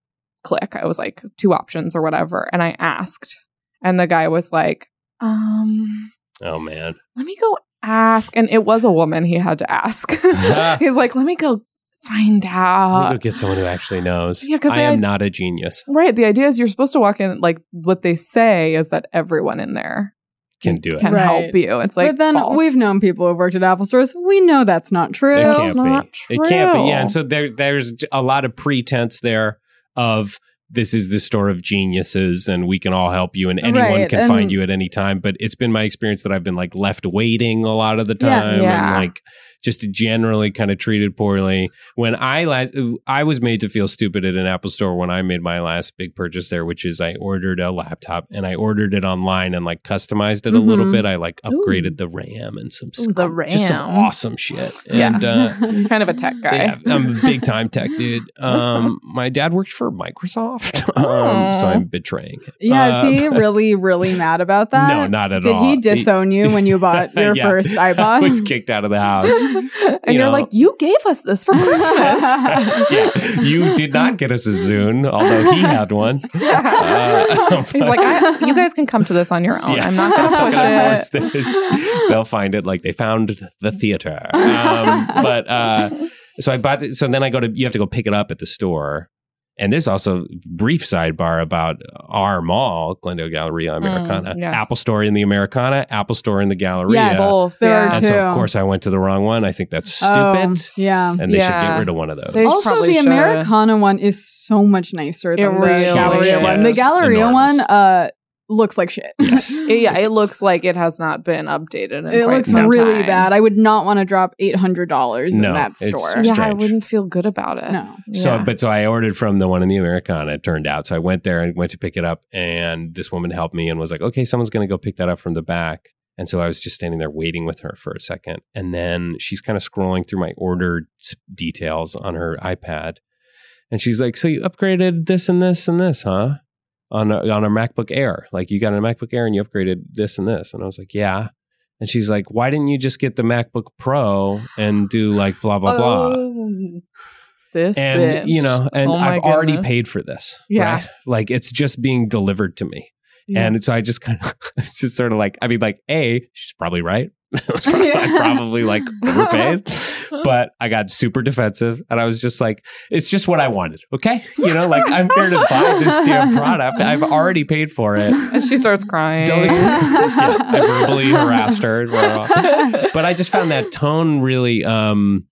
Speaker 2: click. I was like two options or whatever, and I asked, and the guy was like, "Um,
Speaker 3: oh man,
Speaker 2: let me go ask." And it was a woman. He had to
Speaker 3: [laughs]
Speaker 2: ask. He's like, "Let me go find
Speaker 3: Let
Speaker 2: out."
Speaker 3: me go get someone who actually knows.
Speaker 2: Uh, yeah, 'cause
Speaker 3: I
Speaker 2: they
Speaker 3: am
Speaker 2: had-
Speaker 3: not a genius.
Speaker 2: Right. The idea is you're supposed to walk in like what they say is that everyone in there
Speaker 3: Can do it.
Speaker 2: can
Speaker 1: Right.
Speaker 2: help you. It's like
Speaker 1: but then
Speaker 2: false.
Speaker 1: we've known people who've worked at Apple stores. We know that's not true.
Speaker 3: It
Speaker 2: That's
Speaker 3: can't
Speaker 2: not
Speaker 3: be. It can't
Speaker 2: true.
Speaker 3: be. Yeah, and so there, there's a lot of pretense there of this is the store of geniuses, and we can all help you, and anyone
Speaker 1: Right,
Speaker 3: can find
Speaker 1: and-
Speaker 3: you at any time. But it's been my experience that I've been like left waiting a lot of the
Speaker 1: Yeah.
Speaker 3: time,
Speaker 2: Yeah.
Speaker 3: and like just generally kind of treated poorly. When I last, I was made to feel stupid at an Apple store when I made my last big purchase there, which is I ordered a laptop and I ordered it online and like customized it a little
Speaker 1: Mhm.
Speaker 3: bit. I like
Speaker 2: Mm-hmm. Ooh.
Speaker 3: upgraded the RAM and some
Speaker 2: Ooh, the
Speaker 3: just some
Speaker 2: RAM.
Speaker 3: awesome shit.
Speaker 2: Yeah.
Speaker 3: And uh,
Speaker 1: [laughs]
Speaker 2: You're kind of a tech guy.
Speaker 3: yeah, I'm a big time tech dude. Um, my dad worked for Microsoft, [laughs]
Speaker 2: Oh.
Speaker 3: um, so I'm betraying him.
Speaker 1: yeah,
Speaker 3: Uh,
Speaker 1: is
Speaker 3: [laughs]
Speaker 1: he really really mad about that?
Speaker 3: No, not at
Speaker 1: Did
Speaker 3: all.
Speaker 1: he disown you when
Speaker 3: [laughs]
Speaker 1: you bought your
Speaker 3: Yeah.
Speaker 1: first
Speaker 3: I
Speaker 1: iPod?
Speaker 3: was kicked out of the house.
Speaker 2: [laughs] and
Speaker 3: You
Speaker 2: you are
Speaker 3: know.
Speaker 2: like, you gave us this for Christmas.
Speaker 3: [laughs] yeah, you did not get us a Zune, although he
Speaker 1: [laughs]
Speaker 3: had one. Uh, [laughs]
Speaker 2: He's like, I, you guys can come to this on your own.
Speaker 3: Yes.
Speaker 2: Oh, I'm
Speaker 3: [laughs]
Speaker 2: not going to
Speaker 3: gonna
Speaker 2: push
Speaker 3: force
Speaker 2: it.
Speaker 3: this. They'll find it like they found the theater.
Speaker 2: [laughs]
Speaker 3: Um, but uh, so I bought it. So then I go to, you have to go pick it up at the store. And there's also brief sidebar about our mall, Glendale Galleria Americana,
Speaker 2: Mm, yes.
Speaker 3: Apple Store in the Americana, Apple Store in the Galleria.
Speaker 1: Yes,
Speaker 2: Both,
Speaker 1: there
Speaker 2: yeah.
Speaker 1: are
Speaker 3: And
Speaker 1: two.
Speaker 3: so of course I went to the wrong one. I think that's stupid.
Speaker 1: Oh, yeah.
Speaker 3: And they should
Speaker 2: Yeah.
Speaker 3: get rid of one of those.
Speaker 2: They
Speaker 1: Also,
Speaker 2: probably
Speaker 1: the
Speaker 2: should.
Speaker 1: Americana one is so much nicer
Speaker 2: It
Speaker 1: than
Speaker 2: really
Speaker 1: the Galleria
Speaker 2: is.
Speaker 1: one. The
Speaker 2: Yes.
Speaker 1: Galleria
Speaker 3: Enormous.
Speaker 1: one uh, looks like shit. [laughs]
Speaker 3: Yes.
Speaker 2: Yeah, it looks like it has not been updated. In
Speaker 1: it
Speaker 2: quite
Speaker 1: looks
Speaker 2: some
Speaker 1: really
Speaker 2: time.
Speaker 1: bad. I would not want to drop eight hundred dollars
Speaker 3: No,
Speaker 1: in that
Speaker 3: it's-
Speaker 1: store.
Speaker 2: Yeah, I
Speaker 3: Strange.
Speaker 2: wouldn't feel good about it.
Speaker 1: No.
Speaker 3: So,
Speaker 2: Yeah.
Speaker 3: but so I ordered from the one in the Americana, it turned out. So I went there and went to pick it up. And this woman helped me and was like, okay, someone's going to go pick that up from the back. And so I was just standing there waiting with her for a second. And then she's kind of scrolling through my order s- details on her iPad. And she's like, so you upgraded this and this and this, huh? On a, on a MacBook Air. Like you got a MacBook Air and you upgraded this and this. And I was like, yeah. And she's like, why didn't you just get the MacBook Pro and do like blah, blah, blah?
Speaker 2: Oh, this
Speaker 3: and
Speaker 2: bitch.
Speaker 3: you know and
Speaker 2: Oh my
Speaker 3: i've already
Speaker 2: goodness. [laughs]
Speaker 3: paid for this
Speaker 2: Yeah.
Speaker 3: right like it's just being delivered to me
Speaker 2: Yeah.
Speaker 3: and so i just kind of [laughs] it's just sort of like i mean like a she's probably right [laughs]
Speaker 2: [laughs]
Speaker 3: i probably like overpaid but i got super defensive and i was just like it's just what i wanted okay you know like i'm here to buy this
Speaker 2: [laughs]
Speaker 3: damn product i've already paid for it [laughs]
Speaker 1: [laughs]
Speaker 2: and she starts crying.
Speaker 3: Don't- [laughs] yeah, i verbally harassed
Speaker 2: [laughs]
Speaker 3: her and we're all-
Speaker 2: but
Speaker 3: but I just found that tone really um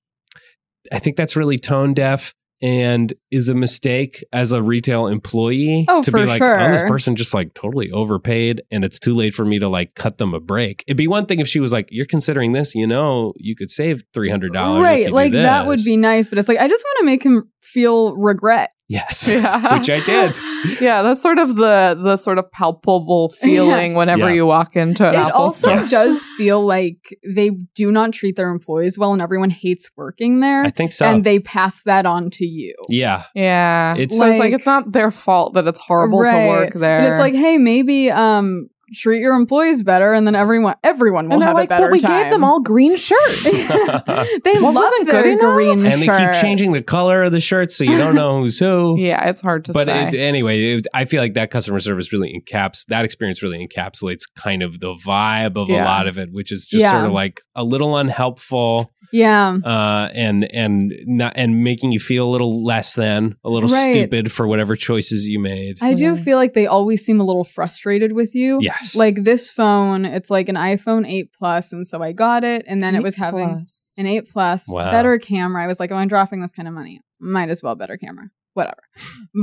Speaker 3: I think that's really tone deaf and is a mistake as a retail employee
Speaker 1: Oh,
Speaker 3: to
Speaker 1: for
Speaker 3: be like, oh, this
Speaker 1: sure.
Speaker 3: person just like totally overpaid and it's too late for me to like cut them a break. It'd be one thing if she was like, You're considering this, you know, you could save three hundred dollars.
Speaker 1: right, like that would be nice, but it's like I just want to make him feel regret. [laughs]
Speaker 3: Yes.
Speaker 2: [laughs] yeah.
Speaker 3: Which I did.
Speaker 2: Yeah, that's sort of the the sort of palpable feeling whenever
Speaker 3: Yeah.
Speaker 2: you walk into an
Speaker 1: It
Speaker 2: Apple
Speaker 1: also
Speaker 2: store.
Speaker 1: does feel like they do not treat their employees well, and everyone hates working there,
Speaker 3: I think so.
Speaker 1: and they pass that on to you. [laughs]
Speaker 3: yeah. [laughs]
Speaker 2: Yeah.
Speaker 3: It's-
Speaker 2: so it's like
Speaker 1: Like-
Speaker 2: it's not their fault that it's horrible to
Speaker 1: Right.
Speaker 2: work there.
Speaker 1: And it's like, hey, maybe um treat your employees better, and then everyone everyone will
Speaker 2: and they're
Speaker 1: have a
Speaker 2: like,
Speaker 1: better
Speaker 2: but we
Speaker 1: time.
Speaker 2: gave them
Speaker 1: [laughs]
Speaker 2: all green
Speaker 3: [laughs]
Speaker 2: shirts.
Speaker 1: they
Speaker 2: What
Speaker 1: love
Speaker 2: wasn't
Speaker 1: their
Speaker 2: good enough?
Speaker 1: green
Speaker 3: And they keep changing the
Speaker 1: shirts.
Speaker 3: color of the shirt so you don't know who's who.
Speaker 2: yeah, it's hard to
Speaker 3: but
Speaker 2: say.
Speaker 3: it, anyway, it, I feel like that customer service really encaps that experience really encapsulates kind of the vibe of
Speaker 2: Yeah.
Speaker 3: a lot of it, which is just
Speaker 1: Yeah.
Speaker 3: sort of like a little unhelpful
Speaker 1: Yeah,
Speaker 2: Mm-hmm.
Speaker 3: uh, and and not and making you feel a little less than, a little
Speaker 1: Right.
Speaker 3: stupid for whatever choices you made.
Speaker 1: I do
Speaker 2: Mhm.
Speaker 1: feel like they always seem a little frustrated with you.
Speaker 3: yes,
Speaker 1: Like this phone, it's like an iPhone 8 Plus, and so I got it, and [laughs] then it was having
Speaker 2: Plus.
Speaker 1: an 8 Plus,
Speaker 3: Wow.
Speaker 1: better camera. I was like, oh, I'm dropping this kind of money. Might as well better camera, whatever.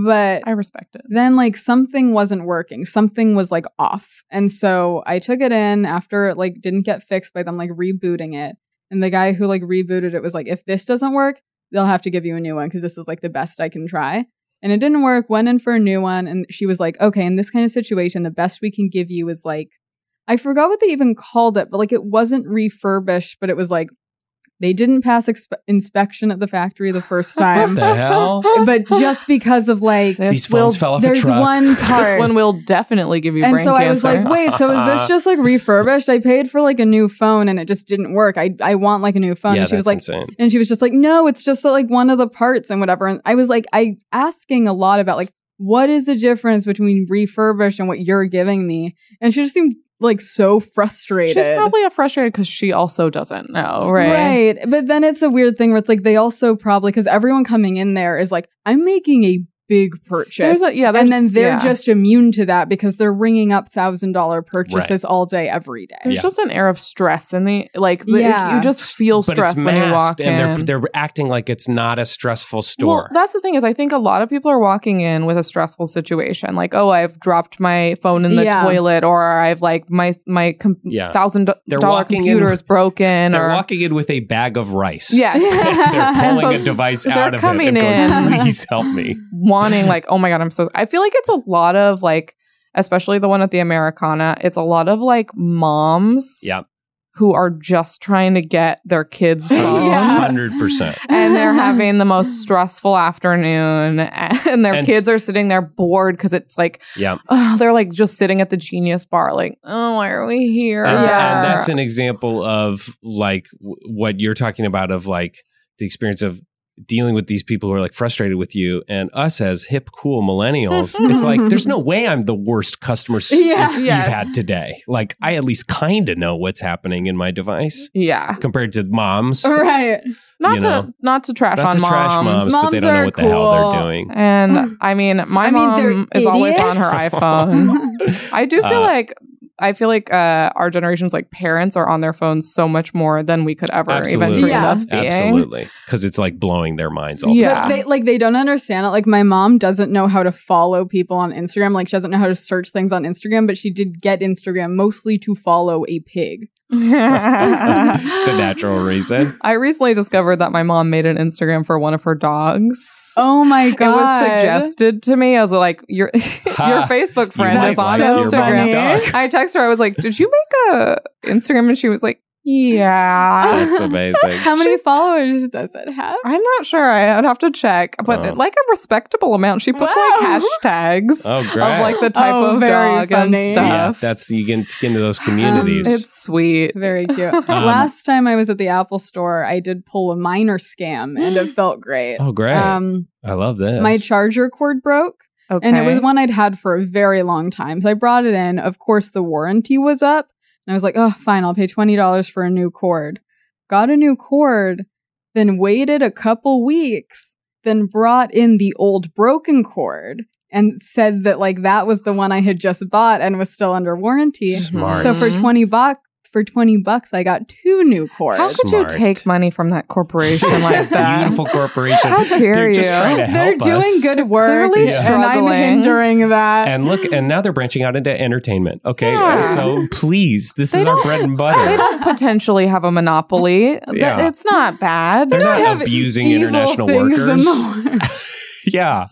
Speaker 1: But
Speaker 2: I
Speaker 1: [laughs]
Speaker 2: respect it.
Speaker 1: then like something wasn't working something was like off and so i took it in after it like didn't get fixed by them like rebooting it and the guy who like rebooted it was like if this doesn't work they'll have to give you a new one because this is like the best i can try and it didn't work went in for a new one and she was like okay in this kind of situation the best we can give you is like i forgot what they even called it but like it wasn't refurbished but it was like they didn't pass expe- inspection at the factory the first
Speaker 3: what
Speaker 1: time
Speaker 2: [laughs]
Speaker 3: the hell?
Speaker 1: but just because of like
Speaker 3: These
Speaker 2: This will
Speaker 3: phones fell off a
Speaker 1: there's
Speaker 3: truck. [laughs]
Speaker 1: one part.
Speaker 2: this one will definitely give you
Speaker 1: and
Speaker 2: brain
Speaker 1: so
Speaker 2: cancer.
Speaker 1: I was like, wait, so is this just like refurbished? I paid for like a new phone and it just didn't work. I I want like a new phone.
Speaker 3: yeah,
Speaker 1: and she was
Speaker 3: that's
Speaker 1: like,
Speaker 3: insane.
Speaker 1: and she was just like, no, it's just that, like one of the parts and whatever. And I was like, I asking a lot about like what is the difference between refurbished and what you're giving me? And she just seemed like so frustrated.
Speaker 2: She's probably frustrated because she also doesn't know, right?
Speaker 1: Right. But then it's a weird thing where it's like they also probably because everyone coming in there is like, I'm making a big purchase.
Speaker 2: There's a, yeah,
Speaker 1: and
Speaker 2: there's-
Speaker 1: then they're
Speaker 2: yeah.
Speaker 1: just immune to that because they're ringing up thousand dollar purchases all day every day.
Speaker 2: there's
Speaker 3: Yeah.
Speaker 2: just an air of stress in the like the-
Speaker 1: Yeah.
Speaker 2: you just feel
Speaker 3: But it's
Speaker 2: stressed when you walk
Speaker 3: masked, and
Speaker 2: in.
Speaker 3: they're they're acting like it's not a stressful store.
Speaker 2: Well, that's the thing is I think a lot of people are walking in with a stressful situation like oh I've dropped my phone in the
Speaker 1: Yeah.
Speaker 2: toilet or I've like my my com-
Speaker 3: Yeah.
Speaker 2: thousand
Speaker 3: They're
Speaker 2: dollar
Speaker 3: walking in
Speaker 2: computer
Speaker 3: with-
Speaker 2: is broken
Speaker 3: they're
Speaker 2: or
Speaker 3: walking in with a bag of
Speaker 2: [laughs]
Speaker 3: rice.
Speaker 2: yes
Speaker 3: [laughs] they're
Speaker 2: [laughs] And
Speaker 3: pulling
Speaker 2: so
Speaker 3: a device
Speaker 2: they're
Speaker 3: out of
Speaker 2: coming
Speaker 3: it and
Speaker 2: in.
Speaker 3: going, please
Speaker 2: [laughs]
Speaker 3: help me.
Speaker 2: wanting like oh my god i'm so i feel like it's a lot of like especially the one at the americana it's a lot of like moms
Speaker 3: Yeah.
Speaker 2: who are just trying to get their
Speaker 3: [laughs]
Speaker 2: kids [laughs] phones
Speaker 1: Yes.
Speaker 3: Hundred percent.
Speaker 2: [laughs]
Speaker 1: [laughs]
Speaker 2: and they're having the most stressful afternoon [laughs] and their
Speaker 3: And-
Speaker 2: kids are sitting there bored because it's like
Speaker 3: Yeah.
Speaker 2: oh, they're like just sitting at the genius bar like oh why are we here
Speaker 3: And,
Speaker 1: Yeah.
Speaker 3: and that's an example of like w- what you're talking about of like the experience of dealing with these people who are like frustrated with you and us as hip cool millennials it's like there's no way i'm the worst
Speaker 2: [laughs]
Speaker 3: customer s-
Speaker 1: Yeah.
Speaker 3: ex-
Speaker 2: Yes.
Speaker 3: you've had today like i at least kind of know what's happening in my device
Speaker 2: yeah
Speaker 3: compared to moms
Speaker 1: right.
Speaker 2: Not
Speaker 3: you
Speaker 2: to
Speaker 3: know?
Speaker 2: not to trash
Speaker 3: Not
Speaker 2: on
Speaker 3: to
Speaker 2: moms.
Speaker 3: trash moms, but
Speaker 2: moms
Speaker 3: they don't know
Speaker 2: are
Speaker 3: what the
Speaker 2: cool.
Speaker 3: hell they're doing.
Speaker 2: And I mean, my
Speaker 4: I mean,
Speaker 2: mom
Speaker 4: they're
Speaker 2: is always on her
Speaker 4: idiots.
Speaker 1: [laughs]
Speaker 2: iPhone. [laughs] I do feel
Speaker 3: Uh,
Speaker 2: like I feel like uh, our generation's like parents are on their phones so much more than we could ever
Speaker 3: Absolutely.
Speaker 2: even dream
Speaker 4: Yeah.
Speaker 2: of being. [laughs]
Speaker 3: Absolutely, because it's like blowing their minds all.
Speaker 2: Yeah.
Speaker 1: But they like they don't understand it. Like my mom doesn't know how to follow people on Instagram. Like she doesn't know how to search things on Instagram, but she did get Instagram mostly to follow a pig.
Speaker 3: the natural reason.
Speaker 2: I recently discovered that my mom made an Instagram for one of her dogs.
Speaker 1: Oh [laughs] my
Speaker 2: It
Speaker 1: god.
Speaker 2: was suggested to me as like your your
Speaker 3: Ha.
Speaker 2: Facebook
Speaker 3: You
Speaker 2: friend
Speaker 1: That's
Speaker 2: is on
Speaker 1: so
Speaker 3: your mom's
Speaker 2: Instagram.
Speaker 1: funny.
Speaker 3: dog.
Speaker 2: I text her. I was like, "Did you make a Instagram?" And she was like, "Yeah."
Speaker 3: [laughs] That's
Speaker 1: [laughs]
Speaker 3: amazing.
Speaker 1: How many followers does it have?
Speaker 2: I'm not sure. I would have to check, but
Speaker 3: Oh.
Speaker 2: like a respectable amount. She puts
Speaker 1: Wow.
Speaker 2: like hashtags
Speaker 3: Oh,
Speaker 2: of
Speaker 3: great!
Speaker 2: like the type
Speaker 1: Oh,
Speaker 2: of
Speaker 1: very
Speaker 2: dog
Speaker 1: funny.
Speaker 2: and stuff. Um,
Speaker 3: yeah, that's you can get into
Speaker 1: Um,
Speaker 3: those communities.
Speaker 2: it's sweet.
Speaker 1: Very
Speaker 2: [laughs]
Speaker 1: cute.
Speaker 3: Um,
Speaker 1: Last time I was at the Apple store, I did pull a minor scam and
Speaker 2: [gasps]
Speaker 1: it felt great.
Speaker 3: oh, great!
Speaker 1: Um
Speaker 3: I love this.
Speaker 1: my charger cord broke.
Speaker 2: Okay.
Speaker 1: And it was one I'd had for a very long time. So I brought it in. Of course, the warranty was up. And I was like, oh, fine, I'll pay $20 for a new cord. Got a new cord, then waited a couple weeks, then brought in the old broken cord and said that, like, that was the one I had just bought and was still under warranty.
Speaker 3: Smart.
Speaker 1: So for 20 bucks, for 20 bucks, I got two new cords.
Speaker 2: How could
Speaker 3: Smart.
Speaker 2: you take money from that corporation like that?
Speaker 3: [laughs] beautiful corporation.
Speaker 2: How dare
Speaker 3: They're just
Speaker 2: you.
Speaker 3: trying to
Speaker 1: They're
Speaker 3: help
Speaker 1: doing
Speaker 3: us.
Speaker 1: good work,
Speaker 2: Clearly
Speaker 1: and I'm
Speaker 2: struggling.
Speaker 1: hindering that.
Speaker 3: And look, and now they're branching out into entertainment. Okay,
Speaker 2: Yeah.
Speaker 3: so please, this
Speaker 2: They
Speaker 3: is our bread and
Speaker 2: They
Speaker 3: butter.
Speaker 2: don't potentially have a monopoly. Th-
Speaker 3: Yeah.
Speaker 2: It's not bad.
Speaker 3: They're
Speaker 1: I
Speaker 3: not
Speaker 1: have
Speaker 3: abusing
Speaker 1: evil
Speaker 3: international
Speaker 1: things in
Speaker 3: [laughs] workers.
Speaker 1: the
Speaker 2: [laughs]
Speaker 1: world. [laughs]
Speaker 3: yeah.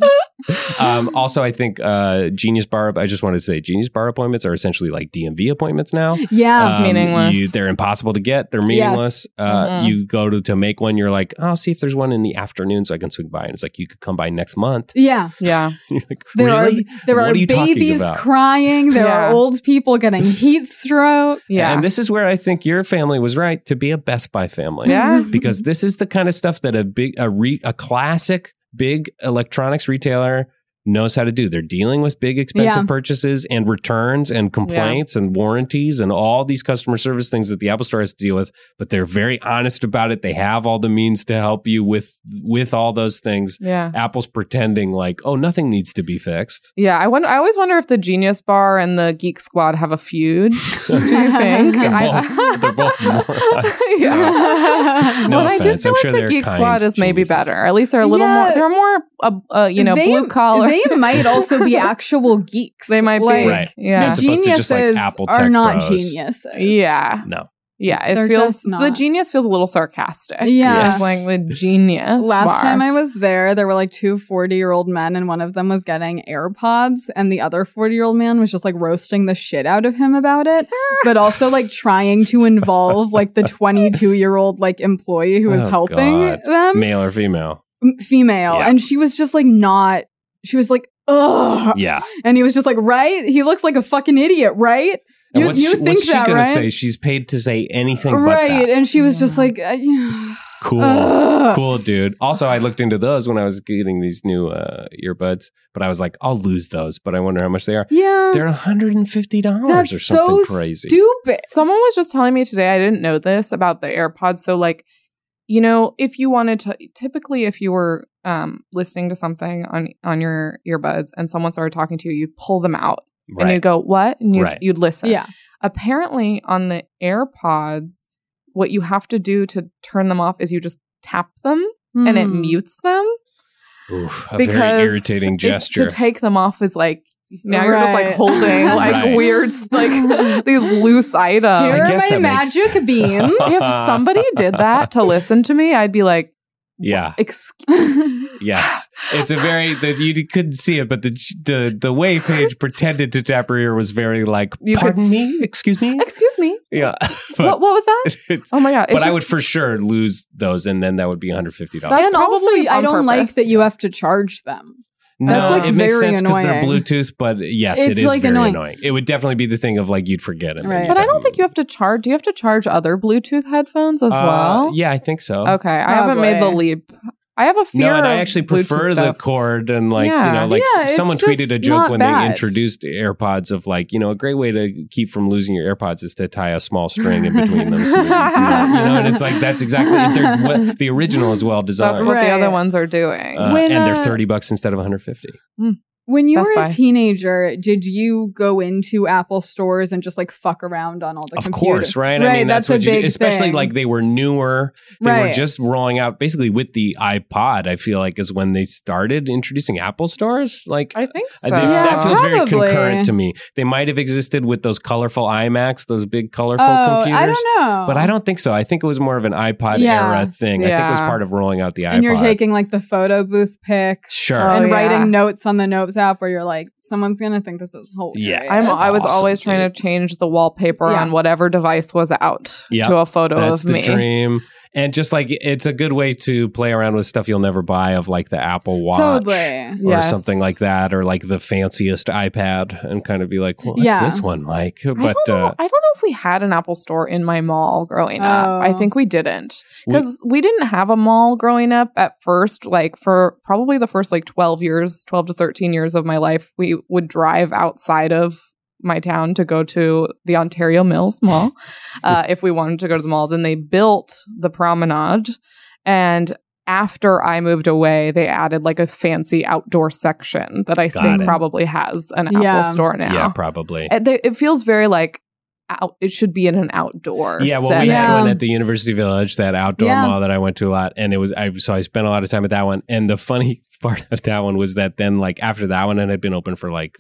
Speaker 3: Um, also, I think uh, genius bar. I just wanted to say, genius bar appointments are essentially like DMV appointments now.
Speaker 1: Yeah.
Speaker 2: it's meaningless.
Speaker 3: Um, you- they're impossible to get. They're meaningless. Uh,
Speaker 2: Mhm.
Speaker 3: You go to, to make one. You're like, I'll see if there's one in the afternoon so I can swing by. And it's like, you could come by next month.
Speaker 1: Yeah.
Speaker 2: yeah.
Speaker 3: you're like,
Speaker 1: There
Speaker 3: really?
Speaker 1: are there
Speaker 3: What
Speaker 1: are,
Speaker 3: are you talking
Speaker 1: babies
Speaker 3: about?
Speaker 1: crying. There
Speaker 2: Yeah.
Speaker 1: are old people getting heat stroke.
Speaker 2: Yeah.
Speaker 3: And this is where I think your family was right to be a Best Buy family.
Speaker 2: Yeah.
Speaker 1: Mm-hmm.
Speaker 3: Because this is the kind of stuff that a big, a, re, a classic big electronics retailer knows how to do. They're dealing with big, expensive
Speaker 1: Yeah.
Speaker 3: purchases and returns and complaints and warranties and all these customer service things that the Apple Store has to deal with. But they're very honest about it. They have all the means to help you with with all those things.
Speaker 2: yeah.
Speaker 3: Apple's pretending like, oh, nothing needs to be fixed.
Speaker 2: Yeah, I wonder. I always wonder if the Genius Bar and the Geek Squad have
Speaker 1: [laughs]
Speaker 2: a feud. Do you think?
Speaker 1: They're
Speaker 2: I- [laughs]
Speaker 3: both-
Speaker 1: [laughs]
Speaker 3: they're both morons,
Speaker 2: yeah. [laughs]
Speaker 3: No
Speaker 2: but I do
Speaker 3: offense,
Speaker 2: feel
Speaker 3: I'm
Speaker 2: like
Speaker 3: sure
Speaker 2: the
Speaker 3: they're
Speaker 2: Geek
Speaker 3: kind
Speaker 2: Squad is maybe
Speaker 3: geniuses.
Speaker 2: better. At least they're a little
Speaker 1: Yeah.
Speaker 2: more. They're more, uh, uh, you know,
Speaker 1: They-
Speaker 2: blue collar.
Speaker 1: They might also
Speaker 2: [laughs]
Speaker 1: be actual geeks.
Speaker 2: They might be.
Speaker 1: Like,
Speaker 3: Right.
Speaker 2: Yeah.
Speaker 1: The
Speaker 3: As opposed to just, like,
Speaker 1: geniuses
Speaker 3: Apple
Speaker 1: are
Speaker 3: tech
Speaker 1: not
Speaker 3: bros.
Speaker 1: geniuses.
Speaker 2: yeah.
Speaker 3: No.
Speaker 2: Yeah. It
Speaker 1: They're
Speaker 2: feels
Speaker 1: just not.
Speaker 2: the genius feels a little sarcastic.
Speaker 1: Yeah.
Speaker 2: It's Like the genius.
Speaker 1: Last
Speaker 2: bar.
Speaker 1: time I was there, there were like two 40 year old men, and one of them was getting AirPods, and the other 40 year old man was just like roasting the shit out of him about
Speaker 2: [laughs]
Speaker 1: it, but also like trying to involve like the 22 year old like employee who was
Speaker 3: Oh,
Speaker 1: helping
Speaker 3: God.
Speaker 1: them,
Speaker 3: Male or female.
Speaker 1: m- female.
Speaker 3: Yeah.
Speaker 1: And she was just like, not, she was like, ugh.
Speaker 3: Yeah.
Speaker 1: And he was just like, right? He looks like a fucking idiot, right?
Speaker 3: And
Speaker 1: You-
Speaker 3: what's
Speaker 1: you
Speaker 3: she, what's
Speaker 1: think
Speaker 3: she
Speaker 1: that,
Speaker 3: gonna
Speaker 1: right?
Speaker 3: say? She's paid to say anything
Speaker 1: Right.
Speaker 3: but that.
Speaker 1: And she was just
Speaker 2: Yeah.
Speaker 1: like, uh, yeah.
Speaker 3: Cool.
Speaker 1: Ugh.
Speaker 3: Cool, dude. Also, I looked into those when I was getting these new uh, earbuds, but I was like, I'll lose those, but I wonder how much they are.
Speaker 1: yeah.
Speaker 3: They're $150 or
Speaker 1: Mm. That's so
Speaker 3: something crazy.
Speaker 1: stupid.
Speaker 2: Someone was just telling me today, I didn't know this about the AirPods. So, like, you know, if you wanted to, typically, if you were um, listening to something on on your earbuds and someone started talking to you, you'd pull them out and
Speaker 3: right.
Speaker 2: you'd go, "What?" and you'd,
Speaker 3: Right.
Speaker 2: you'd listen.
Speaker 1: Yeah.
Speaker 2: Apparently, on the AirPods, what you have to do to turn them off is you just tap them and it
Speaker 1: Hmm.
Speaker 2: mutes them
Speaker 3: Oof, a
Speaker 2: because
Speaker 3: very irritating
Speaker 2: if-
Speaker 3: gesture. [laughs]
Speaker 2: to take them off is like now you're just like
Speaker 1: Right.
Speaker 2: holding like
Speaker 3: [laughs] Right.
Speaker 2: weird
Speaker 1: [laughs]
Speaker 2: like these loose items.
Speaker 1: Here
Speaker 3: I
Speaker 1: are
Speaker 3: guess
Speaker 1: my
Speaker 3: that makes-
Speaker 1: magic beans.
Speaker 3: [laughs]
Speaker 2: if somebody did that to listen to me, I'd be like,
Speaker 3: yeah.
Speaker 2: excuse
Speaker 3: Yes, it's a very the, you couldn't see it, but the the the way Paige pretended to tap her ear was very like,
Speaker 2: You could
Speaker 3: pardon me,
Speaker 2: f-
Speaker 3: excuse me,
Speaker 2: excuse me.
Speaker 3: yeah. [laughs]
Speaker 2: what
Speaker 3: But
Speaker 2: what was that?
Speaker 3: it's
Speaker 2: Oh my god.
Speaker 3: but
Speaker 2: it's
Speaker 3: I would
Speaker 2: just-
Speaker 3: for sure lose those, and then that would be one hundred fifty dollars.
Speaker 1: [laughs]
Speaker 2: That's
Speaker 1: and also,
Speaker 2: probably
Speaker 1: I
Speaker 2: on
Speaker 1: don't like
Speaker 2: purpose.
Speaker 1: that you have to charge them.
Speaker 3: No,
Speaker 1: that's, like,
Speaker 3: it makes
Speaker 1: very
Speaker 3: sense they're
Speaker 1: annoying.
Speaker 3: Bluetooth, but yes, it
Speaker 1: It's,
Speaker 3: is
Speaker 1: like,
Speaker 3: very annoying.
Speaker 1: annoying.
Speaker 3: It would definitely be the thing of like you'd forget it. and
Speaker 1: Right.
Speaker 3: you'd
Speaker 2: But I
Speaker 3: have
Speaker 2: don't
Speaker 3: to
Speaker 2: think you have to charge. Do you have to charge other Bluetooth headphones as
Speaker 3: Uh,
Speaker 2: well?
Speaker 3: Yeah, I think so.
Speaker 1: Oh,
Speaker 2: Okay. I haven't made the
Speaker 1: Probably.
Speaker 2: leap. I have a fear.
Speaker 3: no, and I
Speaker 2: of
Speaker 3: actually
Speaker 2: Bluetooth
Speaker 3: prefer the
Speaker 2: stuff.
Speaker 3: cord and like
Speaker 2: Yeah.
Speaker 3: you know, like
Speaker 1: Yeah,
Speaker 3: s-
Speaker 1: it's
Speaker 3: someone
Speaker 1: just
Speaker 3: tweeted a
Speaker 1: not
Speaker 3: joke when
Speaker 1: bad.
Speaker 3: they introduced AirPods of like you know a great way to keep from losing your AirPods is to tie a small string in between
Speaker 1: [laughs]
Speaker 3: them, so that you, can- you know, and it's like that's exactly they're- what the original is well designed.
Speaker 2: That's what
Speaker 1: Right.
Speaker 2: the other ones are doing.
Speaker 3: Uh,
Speaker 1: When,
Speaker 3: and
Speaker 1: uh,
Speaker 3: they're 30 bucks instead of 150.
Speaker 1: When you
Speaker 2: Best
Speaker 1: were a
Speaker 2: Buy.
Speaker 1: teenager, did you go into Apple stores and just like fuck around on all the
Speaker 3: Of
Speaker 1: computer-
Speaker 3: course, right? I
Speaker 1: Right,
Speaker 3: mean, that's,
Speaker 1: that's a
Speaker 3: what you
Speaker 1: big
Speaker 3: do. Especially
Speaker 1: thing.
Speaker 3: like they were newer. They
Speaker 1: right.
Speaker 3: were just rolling out basically with the iPod, I feel like, is when they started introducing Apple stores. Like,
Speaker 2: I think so.
Speaker 3: I think that feels very
Speaker 1: probably.
Speaker 3: concurrent to me. They might have existed with those colorful iMacs, those big colorful
Speaker 1: oh,
Speaker 3: computers.
Speaker 1: I don't know.
Speaker 3: But I don't think so. I think it was more of an iPod
Speaker 1: Yeah.
Speaker 3: era thing. I think it was
Speaker 2: Yeah.
Speaker 3: part of rolling out the iPod.
Speaker 1: And you're taking like the photo booth pics
Speaker 3: Sure.
Speaker 1: and
Speaker 2: Oh, yeah.
Speaker 1: writing notes on the notes app where you're like, someone's gonna think this is hilarious.
Speaker 3: Yeah.
Speaker 2: I'm,
Speaker 3: That's
Speaker 2: I was
Speaker 3: awesome,
Speaker 2: always trying
Speaker 3: dude.
Speaker 2: to change the wallpaper
Speaker 1: Yeah.
Speaker 2: on whatever device was out
Speaker 3: Yeah.
Speaker 2: to a photo
Speaker 3: That's
Speaker 2: of
Speaker 3: the
Speaker 2: me.
Speaker 3: dream. And just like it's a good way to play around with stuff you'll never buy of like the Apple Watch.
Speaker 1: totally.
Speaker 3: or
Speaker 2: Yes.
Speaker 3: something like that, or like the fanciest iPad, and kind of be like, well, what's
Speaker 1: Yeah.
Speaker 3: this one like?
Speaker 2: I
Speaker 3: But
Speaker 2: don't, know,
Speaker 3: uh,
Speaker 2: I don't know if we had an Apple store in my mall growing up. I
Speaker 1: Oh.
Speaker 2: think we didn't
Speaker 3: We-
Speaker 2: because we, didn't have a mall growing up at first. Like for probably the first like 12 years, 12 to 13 years of my life, we would drive outside of my town to go to the Ontario Mills
Speaker 3: [laughs]
Speaker 2: Mall uh, if we wanted to go to the mall. Then they built the promenade and after I moved away, they added like a fancy outdoor section that I
Speaker 3: Got
Speaker 2: think
Speaker 3: it.
Speaker 2: probably has an Apple
Speaker 1: Yeah.
Speaker 2: store now.
Speaker 3: yeah, probably.
Speaker 2: [laughs] It, they- it feels very like out, it should be in an outdoor.
Speaker 3: Yeah, well, we
Speaker 2: setting.
Speaker 1: Yeah.
Speaker 3: had one at the University Village, that outdoor
Speaker 1: Yeah.
Speaker 3: mall that I went to a lot, and it was I so I spent a lot of time at that one. And the funny [laughs] part of that one was that then, like after that one, and had been open for like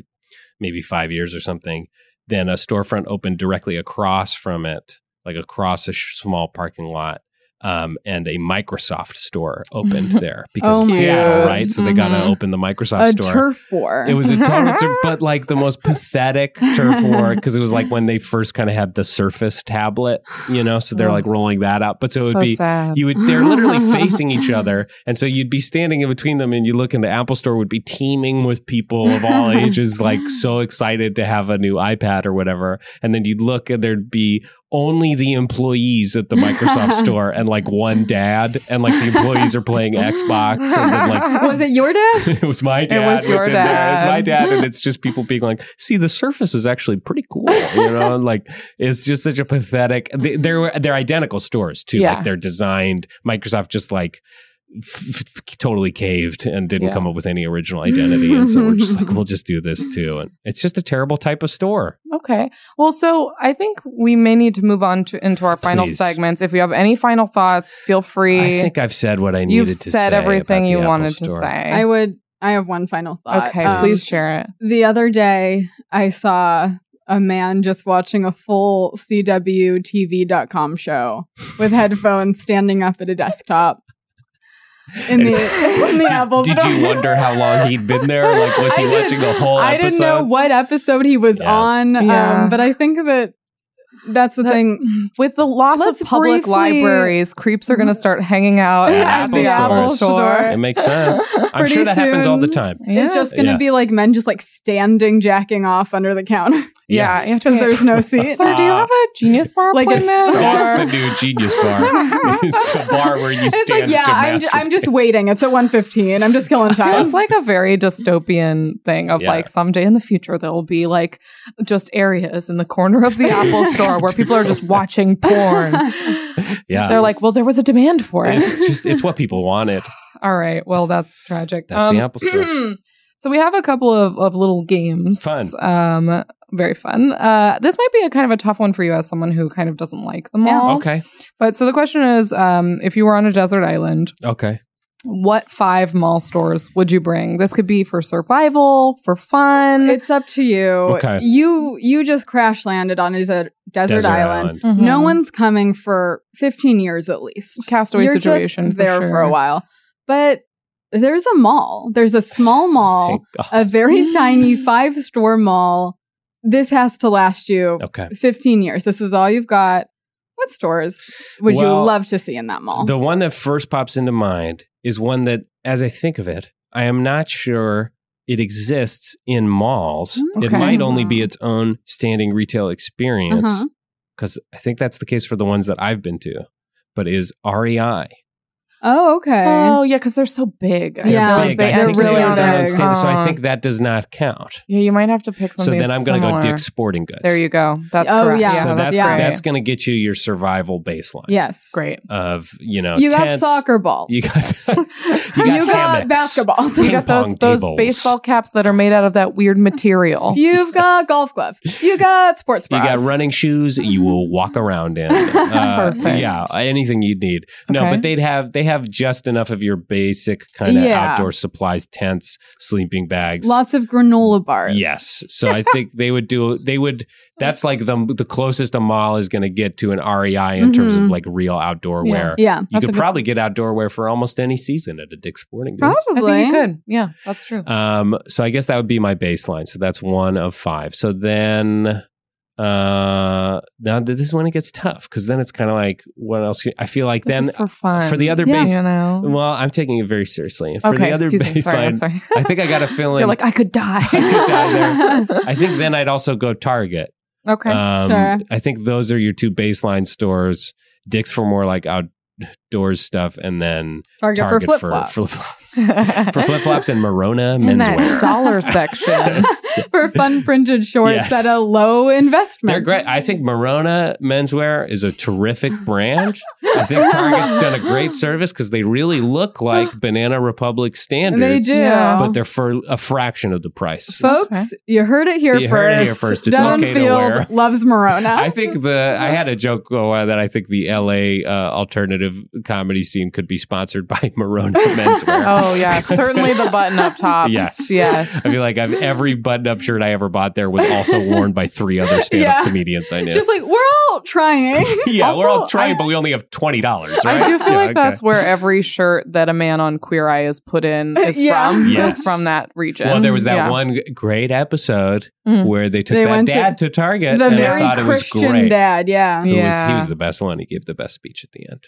Speaker 3: maybe five years or something, then a storefront opened directly across from it, like across a sh- small parking lot. Um, and a Microsoft store
Speaker 1: [laughs]
Speaker 3: opened there because
Speaker 1: Oh
Speaker 3: it's
Speaker 1: my
Speaker 3: Seattle,
Speaker 1: God. Mm-hmm.
Speaker 3: right? So they got to
Speaker 2: Mhm.
Speaker 3: open the Microsoft
Speaker 1: A
Speaker 3: store.
Speaker 1: turf war.
Speaker 3: It was a
Speaker 1: [laughs]
Speaker 3: total
Speaker 2: [laughs]
Speaker 3: turf, but like the most pathetic turf war because it was like when they first kind of had the Surface tablet, you know. So they're like rolling that out, but so it would
Speaker 2: so
Speaker 3: be
Speaker 2: sad.
Speaker 3: you would
Speaker 2: [laughs]
Speaker 3: they're literally facing each other, and so you'd be standing in between them, and you look, and the Apple Store would be teeming with people
Speaker 2: [laughs]
Speaker 3: of all ages, like so excited to have a new iPad or whatever, and then you'd look, and there'd be only the employees at
Speaker 2: [laughs]
Speaker 3: the Microsoft Store, and like one dad, and like the employees are playing Xbox, and then
Speaker 1: [laughs]
Speaker 3: like
Speaker 1: was it your dad?
Speaker 3: [laughs] it was my dad.
Speaker 2: was your
Speaker 3: in there. It was my
Speaker 2: dad.
Speaker 3: dad, and it's just people being like, "See, the surface is actually pretty cool," you know. and like, it's just such a pathetic. They, they're they're identical stores too.
Speaker 2: Yeah.
Speaker 3: Like they're designed. Microsoft just like. F- f- totally caved and didn't
Speaker 2: Yeah.
Speaker 3: come up with any original identity, and so we're just like, we'll just do this too. And it's just a terrible type of store.
Speaker 2: okay. Well, so I think we may need to move on to into our final
Speaker 3: Please.
Speaker 2: segments. If you have any final thoughts, feel free.
Speaker 3: I think I've said what I needed
Speaker 2: You've
Speaker 3: to say.
Speaker 2: said
Speaker 3: about
Speaker 2: everything
Speaker 3: the
Speaker 2: you
Speaker 3: Apple
Speaker 2: wanted to
Speaker 3: Store.
Speaker 2: say.
Speaker 1: I would I have one final thought.
Speaker 2: okay,
Speaker 1: Um,
Speaker 2: please share it.
Speaker 1: The other day, I saw a man just watching a full CWTV.com show
Speaker 3: [laughs]
Speaker 1: with headphones standing up at a desktop in the, in the
Speaker 3: [laughs] Did-
Speaker 1: Apple
Speaker 3: did
Speaker 1: Store.
Speaker 3: you wonder how long he'd been there? Like, was
Speaker 1: [laughs]
Speaker 3: he
Speaker 1: I didn't-
Speaker 3: watching the whole
Speaker 1: I
Speaker 3: episode?
Speaker 1: didn't know what episode he was
Speaker 3: Yeah.
Speaker 1: on,
Speaker 2: Yeah.
Speaker 1: um, but I think that that's the
Speaker 2: That-
Speaker 1: thing.
Speaker 2: With the loss
Speaker 1: Let's
Speaker 2: of public
Speaker 1: briefly- Mm-hmm.
Speaker 2: libraries, creeps are going to start hanging out
Speaker 3: At
Speaker 2: at
Speaker 3: Apple
Speaker 2: the Apple
Speaker 3: stores. It
Speaker 2: Store.
Speaker 3: makes
Speaker 1: [laughs]
Speaker 3: sense. I'm
Speaker 1: Pretty
Speaker 3: sure that happens all the
Speaker 1: soon.
Speaker 3: time.
Speaker 1: It's just going to
Speaker 3: Yeah.
Speaker 1: be like men just like standing jacking off under the counter [laughs]
Speaker 2: yeah. you have to
Speaker 1: because
Speaker 2: be-
Speaker 1: there's no
Speaker 3: [laughs]
Speaker 1: seat.
Speaker 2: So,
Speaker 1: [laughs]
Speaker 2: do you have a Genius Bar
Speaker 1: Like a- [laughs]
Speaker 2: appointment?
Speaker 3: That's
Speaker 2: or-
Speaker 3: the new genius bar. it's the bar where you
Speaker 1: it's like,
Speaker 3: stand
Speaker 1: yeah,
Speaker 3: to
Speaker 1: I'm, ju-
Speaker 3: master.
Speaker 1: I'm just waiting. It's at 1.15. I'm just
Speaker 2: [laughs]
Speaker 1: killing time.
Speaker 2: It's like a very dystopian thing of
Speaker 3: Yeah.
Speaker 2: like someday in the future there will be like just areas in the corner of the Apple store where people are just watching porn.
Speaker 1: [laughs]
Speaker 3: yeah.
Speaker 2: They're like, well, there was a demand for it.
Speaker 3: it's just it's what people
Speaker 1: [laughs]
Speaker 3: wanted.
Speaker 2: All right. Well, that's tragic. Um,
Speaker 3: That's the Apple Store.
Speaker 2: [clears throat] so we have a couple of, of little games.
Speaker 3: Fun.
Speaker 2: Um, very fun. Uh, this might be a kind of a tough one for you as someone who kind of doesn't like them
Speaker 1: Yeah.
Speaker 2: all.
Speaker 3: Okay.
Speaker 2: But so the question is, um, if you were on a desert island,
Speaker 3: Okay.
Speaker 2: what five mall stores would you bring? This could be for survival, for fun.
Speaker 1: It's up to you.
Speaker 3: Okay.
Speaker 1: You you just crash landed on a desert, desert,
Speaker 3: Desert
Speaker 1: island.
Speaker 3: Island.
Speaker 2: Mhm.
Speaker 1: No one's coming for 15 years at least.
Speaker 2: castaway
Speaker 1: You're
Speaker 2: situation
Speaker 1: just there for,
Speaker 2: sure.
Speaker 1: a while. But there's a mall. There's a small
Speaker 3: [laughs]
Speaker 1: mall,
Speaker 3: Thank God.
Speaker 1: a
Speaker 2: Mm.
Speaker 1: very tiny five-store mall. This has to last you
Speaker 3: Okay.
Speaker 1: 15 years. This is all you've got. What stores would you
Speaker 3: Well,
Speaker 1: love to see in that mall?
Speaker 3: The one that first pops into mind is one that, as I think of it, I am not sure it exists in malls. It
Speaker 1: Mm-hmm.
Speaker 2: Okay.
Speaker 3: might only be its own standing retail experience
Speaker 1: Uh-huh.
Speaker 3: because E I think that's the case for the ones that I've been to. But is REI
Speaker 1: Oh, okay.
Speaker 2: Oh yeah, because they're so big. I
Speaker 1: They're
Speaker 2: feel like
Speaker 1: big.
Speaker 2: They
Speaker 1: I
Speaker 2: end
Speaker 1: think
Speaker 2: up
Speaker 1: they
Speaker 2: really
Speaker 1: are
Speaker 2: on
Speaker 1: their
Speaker 2: their
Speaker 1: own
Speaker 3: stand- So I
Speaker 2: own.
Speaker 3: think that does not count.
Speaker 2: Yeah, you might have to pick
Speaker 3: So
Speaker 2: something.
Speaker 3: then I'm going to go
Speaker 2: similar.
Speaker 3: Dick's Sporting Goods.
Speaker 2: There you go. That's
Speaker 1: Oh,
Speaker 2: correct.
Speaker 1: yeah.
Speaker 3: so that's
Speaker 1: yeah.
Speaker 3: that's going to get you your survival baseline.
Speaker 1: yes.
Speaker 3: [laughs]
Speaker 2: great.
Speaker 3: Of you know,
Speaker 1: you got
Speaker 3: tents,
Speaker 1: soccer balls. [laughs]
Speaker 3: You got you got,
Speaker 1: You got
Speaker 3: hammocks.
Speaker 1: basketballs. [laughs]
Speaker 2: You got
Speaker 3: Ping-pong
Speaker 2: those those
Speaker 3: tables.
Speaker 2: baseball caps that are made out of that
Speaker 3: [laughs]
Speaker 2: weird material.
Speaker 1: You've got golf gloves. You got sports
Speaker 3: [laughs] You
Speaker 1: bras.
Speaker 3: got running shoes. You will walk around in. Uh,
Speaker 2: Perfect.
Speaker 3: Yeah, anything you'd need. No,
Speaker 2: Okay.
Speaker 3: but they'd have they have just enough of your basic kind of
Speaker 1: Yeah.
Speaker 3: outdoor supplies: tents, sleeping bags.
Speaker 1: Lots of granola bars.
Speaker 3: Yes, so I think they would do. They would. That's like the the closest a mall is going to get to an REI in terms of
Speaker 1: Mhm.
Speaker 3: like real outdoor
Speaker 2: Mm-hmm. Yeah.
Speaker 3: wear.
Speaker 1: Yeah.
Speaker 3: You
Speaker 2: That's a
Speaker 3: could
Speaker 2: good-
Speaker 3: probably get outdoor wear for almost any season at a Dick's Sporting Goods.
Speaker 2: I
Speaker 1: Probably.
Speaker 2: think you could. Yeah, that's true.
Speaker 3: Um, so I guess that would be my baseline. So that's one of five. So then, uh, now this is when it gets tough because then it's kind of like, what else? I feel like
Speaker 2: This is
Speaker 3: then
Speaker 2: for fun.
Speaker 3: for the other
Speaker 1: Yeah.
Speaker 3: base,
Speaker 2: you know.
Speaker 3: well, I'm taking it very seriously. And For
Speaker 2: okay.
Speaker 3: the other
Speaker 2: excuse me. Sorry. I'm
Speaker 3: baseline,
Speaker 2: sorry.
Speaker 3: I think I got to fill
Speaker 2: [laughs]
Speaker 3: in.
Speaker 2: You're like I could
Speaker 3: [laughs]
Speaker 2: die.
Speaker 3: could die
Speaker 1: [laughs]
Speaker 3: I think then I'd also go Target.
Speaker 2: [laughs] okay.
Speaker 3: Um,
Speaker 1: Sure.
Speaker 3: I think those are your two baseline stores. Dick's for more like outdoors stuff, and then
Speaker 1: Target,
Speaker 3: Target
Speaker 1: for flip flops. [laughs]
Speaker 3: for, for, Uh, for flip flops and
Speaker 2: [laughs]
Speaker 3: Marona
Speaker 2: in
Speaker 3: menswear.
Speaker 2: that dollar
Speaker 3: [laughs]
Speaker 2: section.
Speaker 1: for fun printed shorts
Speaker 3: Yes.
Speaker 1: at a low investment.
Speaker 3: They're great. I think Marona menswear is a terrific brand. I
Speaker 1: [laughs]
Speaker 3: think Target's done a great service because they really look like Banana Republic standards,
Speaker 1: They do.
Speaker 2: Yeah.
Speaker 3: but they're for a fraction of the price.
Speaker 1: Folks,
Speaker 2: Okay.
Speaker 1: you heard it here
Speaker 3: You
Speaker 1: first.
Speaker 3: heard it here first. It's
Speaker 1: Don
Speaker 3: okay to
Speaker 1: Field
Speaker 3: wear.
Speaker 1: loves Morona.
Speaker 3: I think the I had a joke a while that I think the LA uh, alternative comedy scene could be sponsored [laughs] by
Speaker 1: [laughs]
Speaker 3: Marona menswear. [laughs]
Speaker 2: Oh yeah, certainly the button-up tops.
Speaker 3: Yes.
Speaker 2: yes.
Speaker 3: I feel like I've, every button-up shirt I ever bought there was also worn by
Speaker 2: [laughs]
Speaker 3: three other stand-up
Speaker 1: Yeah.
Speaker 3: comedians I knew.
Speaker 1: Just like we're all trying.
Speaker 3: [laughs] yeah, we're all
Speaker 2: Also,
Speaker 3: trying,
Speaker 2: I-
Speaker 3: but we only have twenty dollars. Right?
Speaker 2: I do feel
Speaker 3: Yeah,
Speaker 2: like
Speaker 3: okay.
Speaker 2: that's where every shirt that a man on Queer Eye is put in is
Speaker 1: Yeah.
Speaker 2: from.
Speaker 3: Yes.
Speaker 2: Is from that region.
Speaker 3: Well, there was that
Speaker 2: Yeah.
Speaker 3: one great episode
Speaker 2: Mm.
Speaker 3: where they took
Speaker 1: They
Speaker 3: that
Speaker 1: went to
Speaker 3: dad to, Target,
Speaker 1: the
Speaker 3: and
Speaker 1: very
Speaker 3: I thought it was
Speaker 1: Christian
Speaker 3: great.
Speaker 1: dad, yeah.
Speaker 3: It was- he
Speaker 2: Yeah.
Speaker 3: was the best one. He gave the best speech at
Speaker 2: [laughs]
Speaker 3: the end.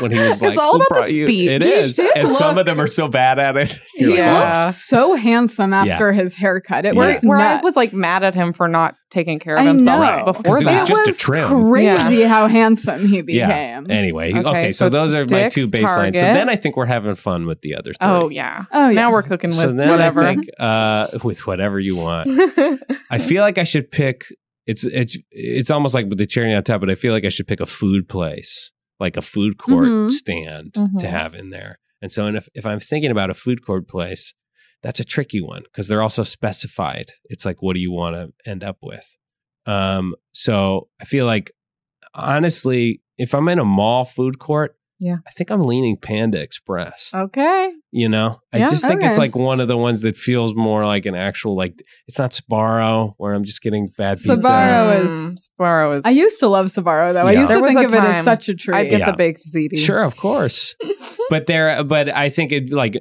Speaker 3: When he was
Speaker 2: It's
Speaker 3: like,
Speaker 2: all
Speaker 3: "Who
Speaker 2: about the
Speaker 3: brought you-"
Speaker 2: speech.
Speaker 3: It
Speaker 2: [laughs]
Speaker 3: is,
Speaker 1: He
Speaker 3: and
Speaker 1: did
Speaker 3: some
Speaker 1: look-
Speaker 3: of them are so bad at it. [laughs] You're like,
Speaker 2: Yeah.
Speaker 3: "Oh,
Speaker 1: Looked so handsome after his haircut. It
Speaker 2: Where,
Speaker 1: was
Speaker 2: where I
Speaker 1: nuts.
Speaker 2: was like mad at him for not taking care of
Speaker 1: I
Speaker 2: himself
Speaker 1: know.
Speaker 2: before
Speaker 3: 'Cause it was
Speaker 2: that.
Speaker 3: just a trim.
Speaker 1: Crazy how handsome he
Speaker 3: Yeah.
Speaker 1: became.
Speaker 3: Anyway, okay.
Speaker 2: Okay,
Speaker 3: so,
Speaker 2: so
Speaker 3: those are
Speaker 2: Dick's,
Speaker 3: my two baselines. So
Speaker 2: Target.
Speaker 3: then I think we're having fun with the other three.
Speaker 2: oh yeah.
Speaker 1: Oh yeah.
Speaker 2: Now we're cooking with
Speaker 3: so then
Speaker 2: whatever. [laughs]
Speaker 3: I think uh, with whatever you want. I feel like I should pick. It's it's it's almost like with the cherry on top, but I feel like I should pick a food place, like a food court
Speaker 1: Mhm.
Speaker 3: stand
Speaker 2: Mhm.
Speaker 3: to have in there. And so, and if if I'm thinking about a food court place, that's a tricky one because they're also specified. It's like, what do you want to end up with? Um, so I feel like honestly, if I'm in a mall food court,
Speaker 2: Yeah.
Speaker 3: I think I'm leaning Panda Express
Speaker 2: okay.
Speaker 3: you know i
Speaker 2: Yeah,
Speaker 3: just think it's
Speaker 1: okay.
Speaker 3: like one of the ones that feels more like an actual like it's not sbarro where i'm just getting bad pizza
Speaker 1: Sbarro. Sbarro is-
Speaker 2: Mm, Sbarro is.
Speaker 1: I used to love Sabaro though. I
Speaker 3: Yeah.
Speaker 1: used
Speaker 2: There
Speaker 1: to
Speaker 2: was
Speaker 1: think
Speaker 2: a
Speaker 1: of it
Speaker 2: time
Speaker 1: as such a treat.
Speaker 2: I get
Speaker 3: Yeah.
Speaker 2: the baked ziti.
Speaker 3: sure
Speaker 1: [laughs]
Speaker 3: of course but there but i think it like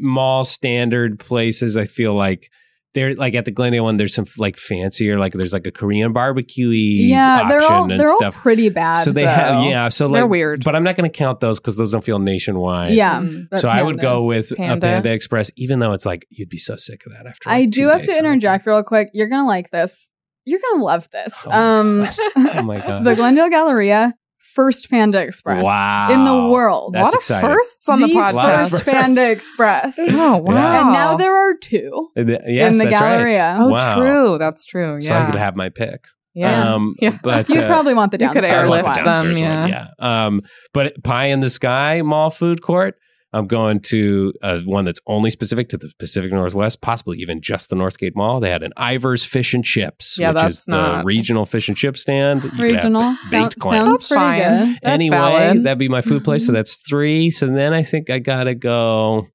Speaker 3: mall standard places i feel like they're like at the glendale one there's some like fancier like there's like a korean barbecue
Speaker 1: yeah,
Speaker 3: option
Speaker 1: they're all
Speaker 3: and
Speaker 1: they're
Speaker 3: stuff
Speaker 1: all pretty bad.
Speaker 3: so they
Speaker 1: though.
Speaker 3: have yeah so
Speaker 2: They're
Speaker 3: like
Speaker 2: weird.
Speaker 3: but i'm not going to count those because those don't feel nationwide
Speaker 1: Yeah.
Speaker 2: Mm.
Speaker 1: but
Speaker 3: so I would
Speaker 1: pandas.
Speaker 3: go with
Speaker 2: Panda.
Speaker 3: a Panda Express, even though it's like you'd be so sick of that after.
Speaker 1: I
Speaker 3: like,
Speaker 1: do
Speaker 3: two
Speaker 1: have
Speaker 3: days.
Speaker 1: to interject real quick. You're gonna like this. You're gonna love this.
Speaker 3: Oh my
Speaker 1: um,
Speaker 3: Oh my
Speaker 1: [laughs]
Speaker 3: god!
Speaker 1: the Glendale Galleria, first Panda Express
Speaker 3: Wow.
Speaker 1: in the world.
Speaker 2: a lot
Speaker 3: That's
Speaker 2: of
Speaker 3: exciting.
Speaker 2: firsts on the,
Speaker 1: the
Speaker 2: podcast.
Speaker 1: first
Speaker 3: Wow.
Speaker 1: Panda
Speaker 3: [laughs]
Speaker 1: Express.
Speaker 2: [laughs] Oh wow!
Speaker 1: And now there are two.
Speaker 3: And the- yes,
Speaker 1: in the
Speaker 3: that's right.
Speaker 1: Galleria.
Speaker 2: Oh,
Speaker 3: Wow.
Speaker 2: true. That's true. Yeah.
Speaker 3: So I could have my pick.
Speaker 2: yeah.
Speaker 3: Um,
Speaker 2: Yeah.
Speaker 3: But
Speaker 1: You'd
Speaker 3: uh,
Speaker 1: probably want the
Speaker 2: you could
Speaker 1: downstairs.
Speaker 3: I love
Speaker 2: airlift
Speaker 1: one.
Speaker 3: the
Speaker 2: them,
Speaker 3: downstairs one,
Speaker 2: yeah.
Speaker 3: yeah. Um, but Pie in the Sky Mall food court. I'm going to uh, one that's only specific to the Pacific Northwest, possibly even just the Northgate Mall. They had an Ivers Fish and Chips,
Speaker 2: Yeah,
Speaker 3: which
Speaker 2: that's
Speaker 3: is the
Speaker 2: not-
Speaker 3: regional fish and chip stand. You could have
Speaker 1: Regional
Speaker 3: baked
Speaker 1: Sound-
Speaker 3: clams.
Speaker 1: sounds
Speaker 2: That's
Speaker 1: pretty
Speaker 2: fine.
Speaker 1: good.
Speaker 2: That's
Speaker 3: anyway,
Speaker 2: valid.
Speaker 3: that'd be my food place. So that's three. So then I think I gotta go.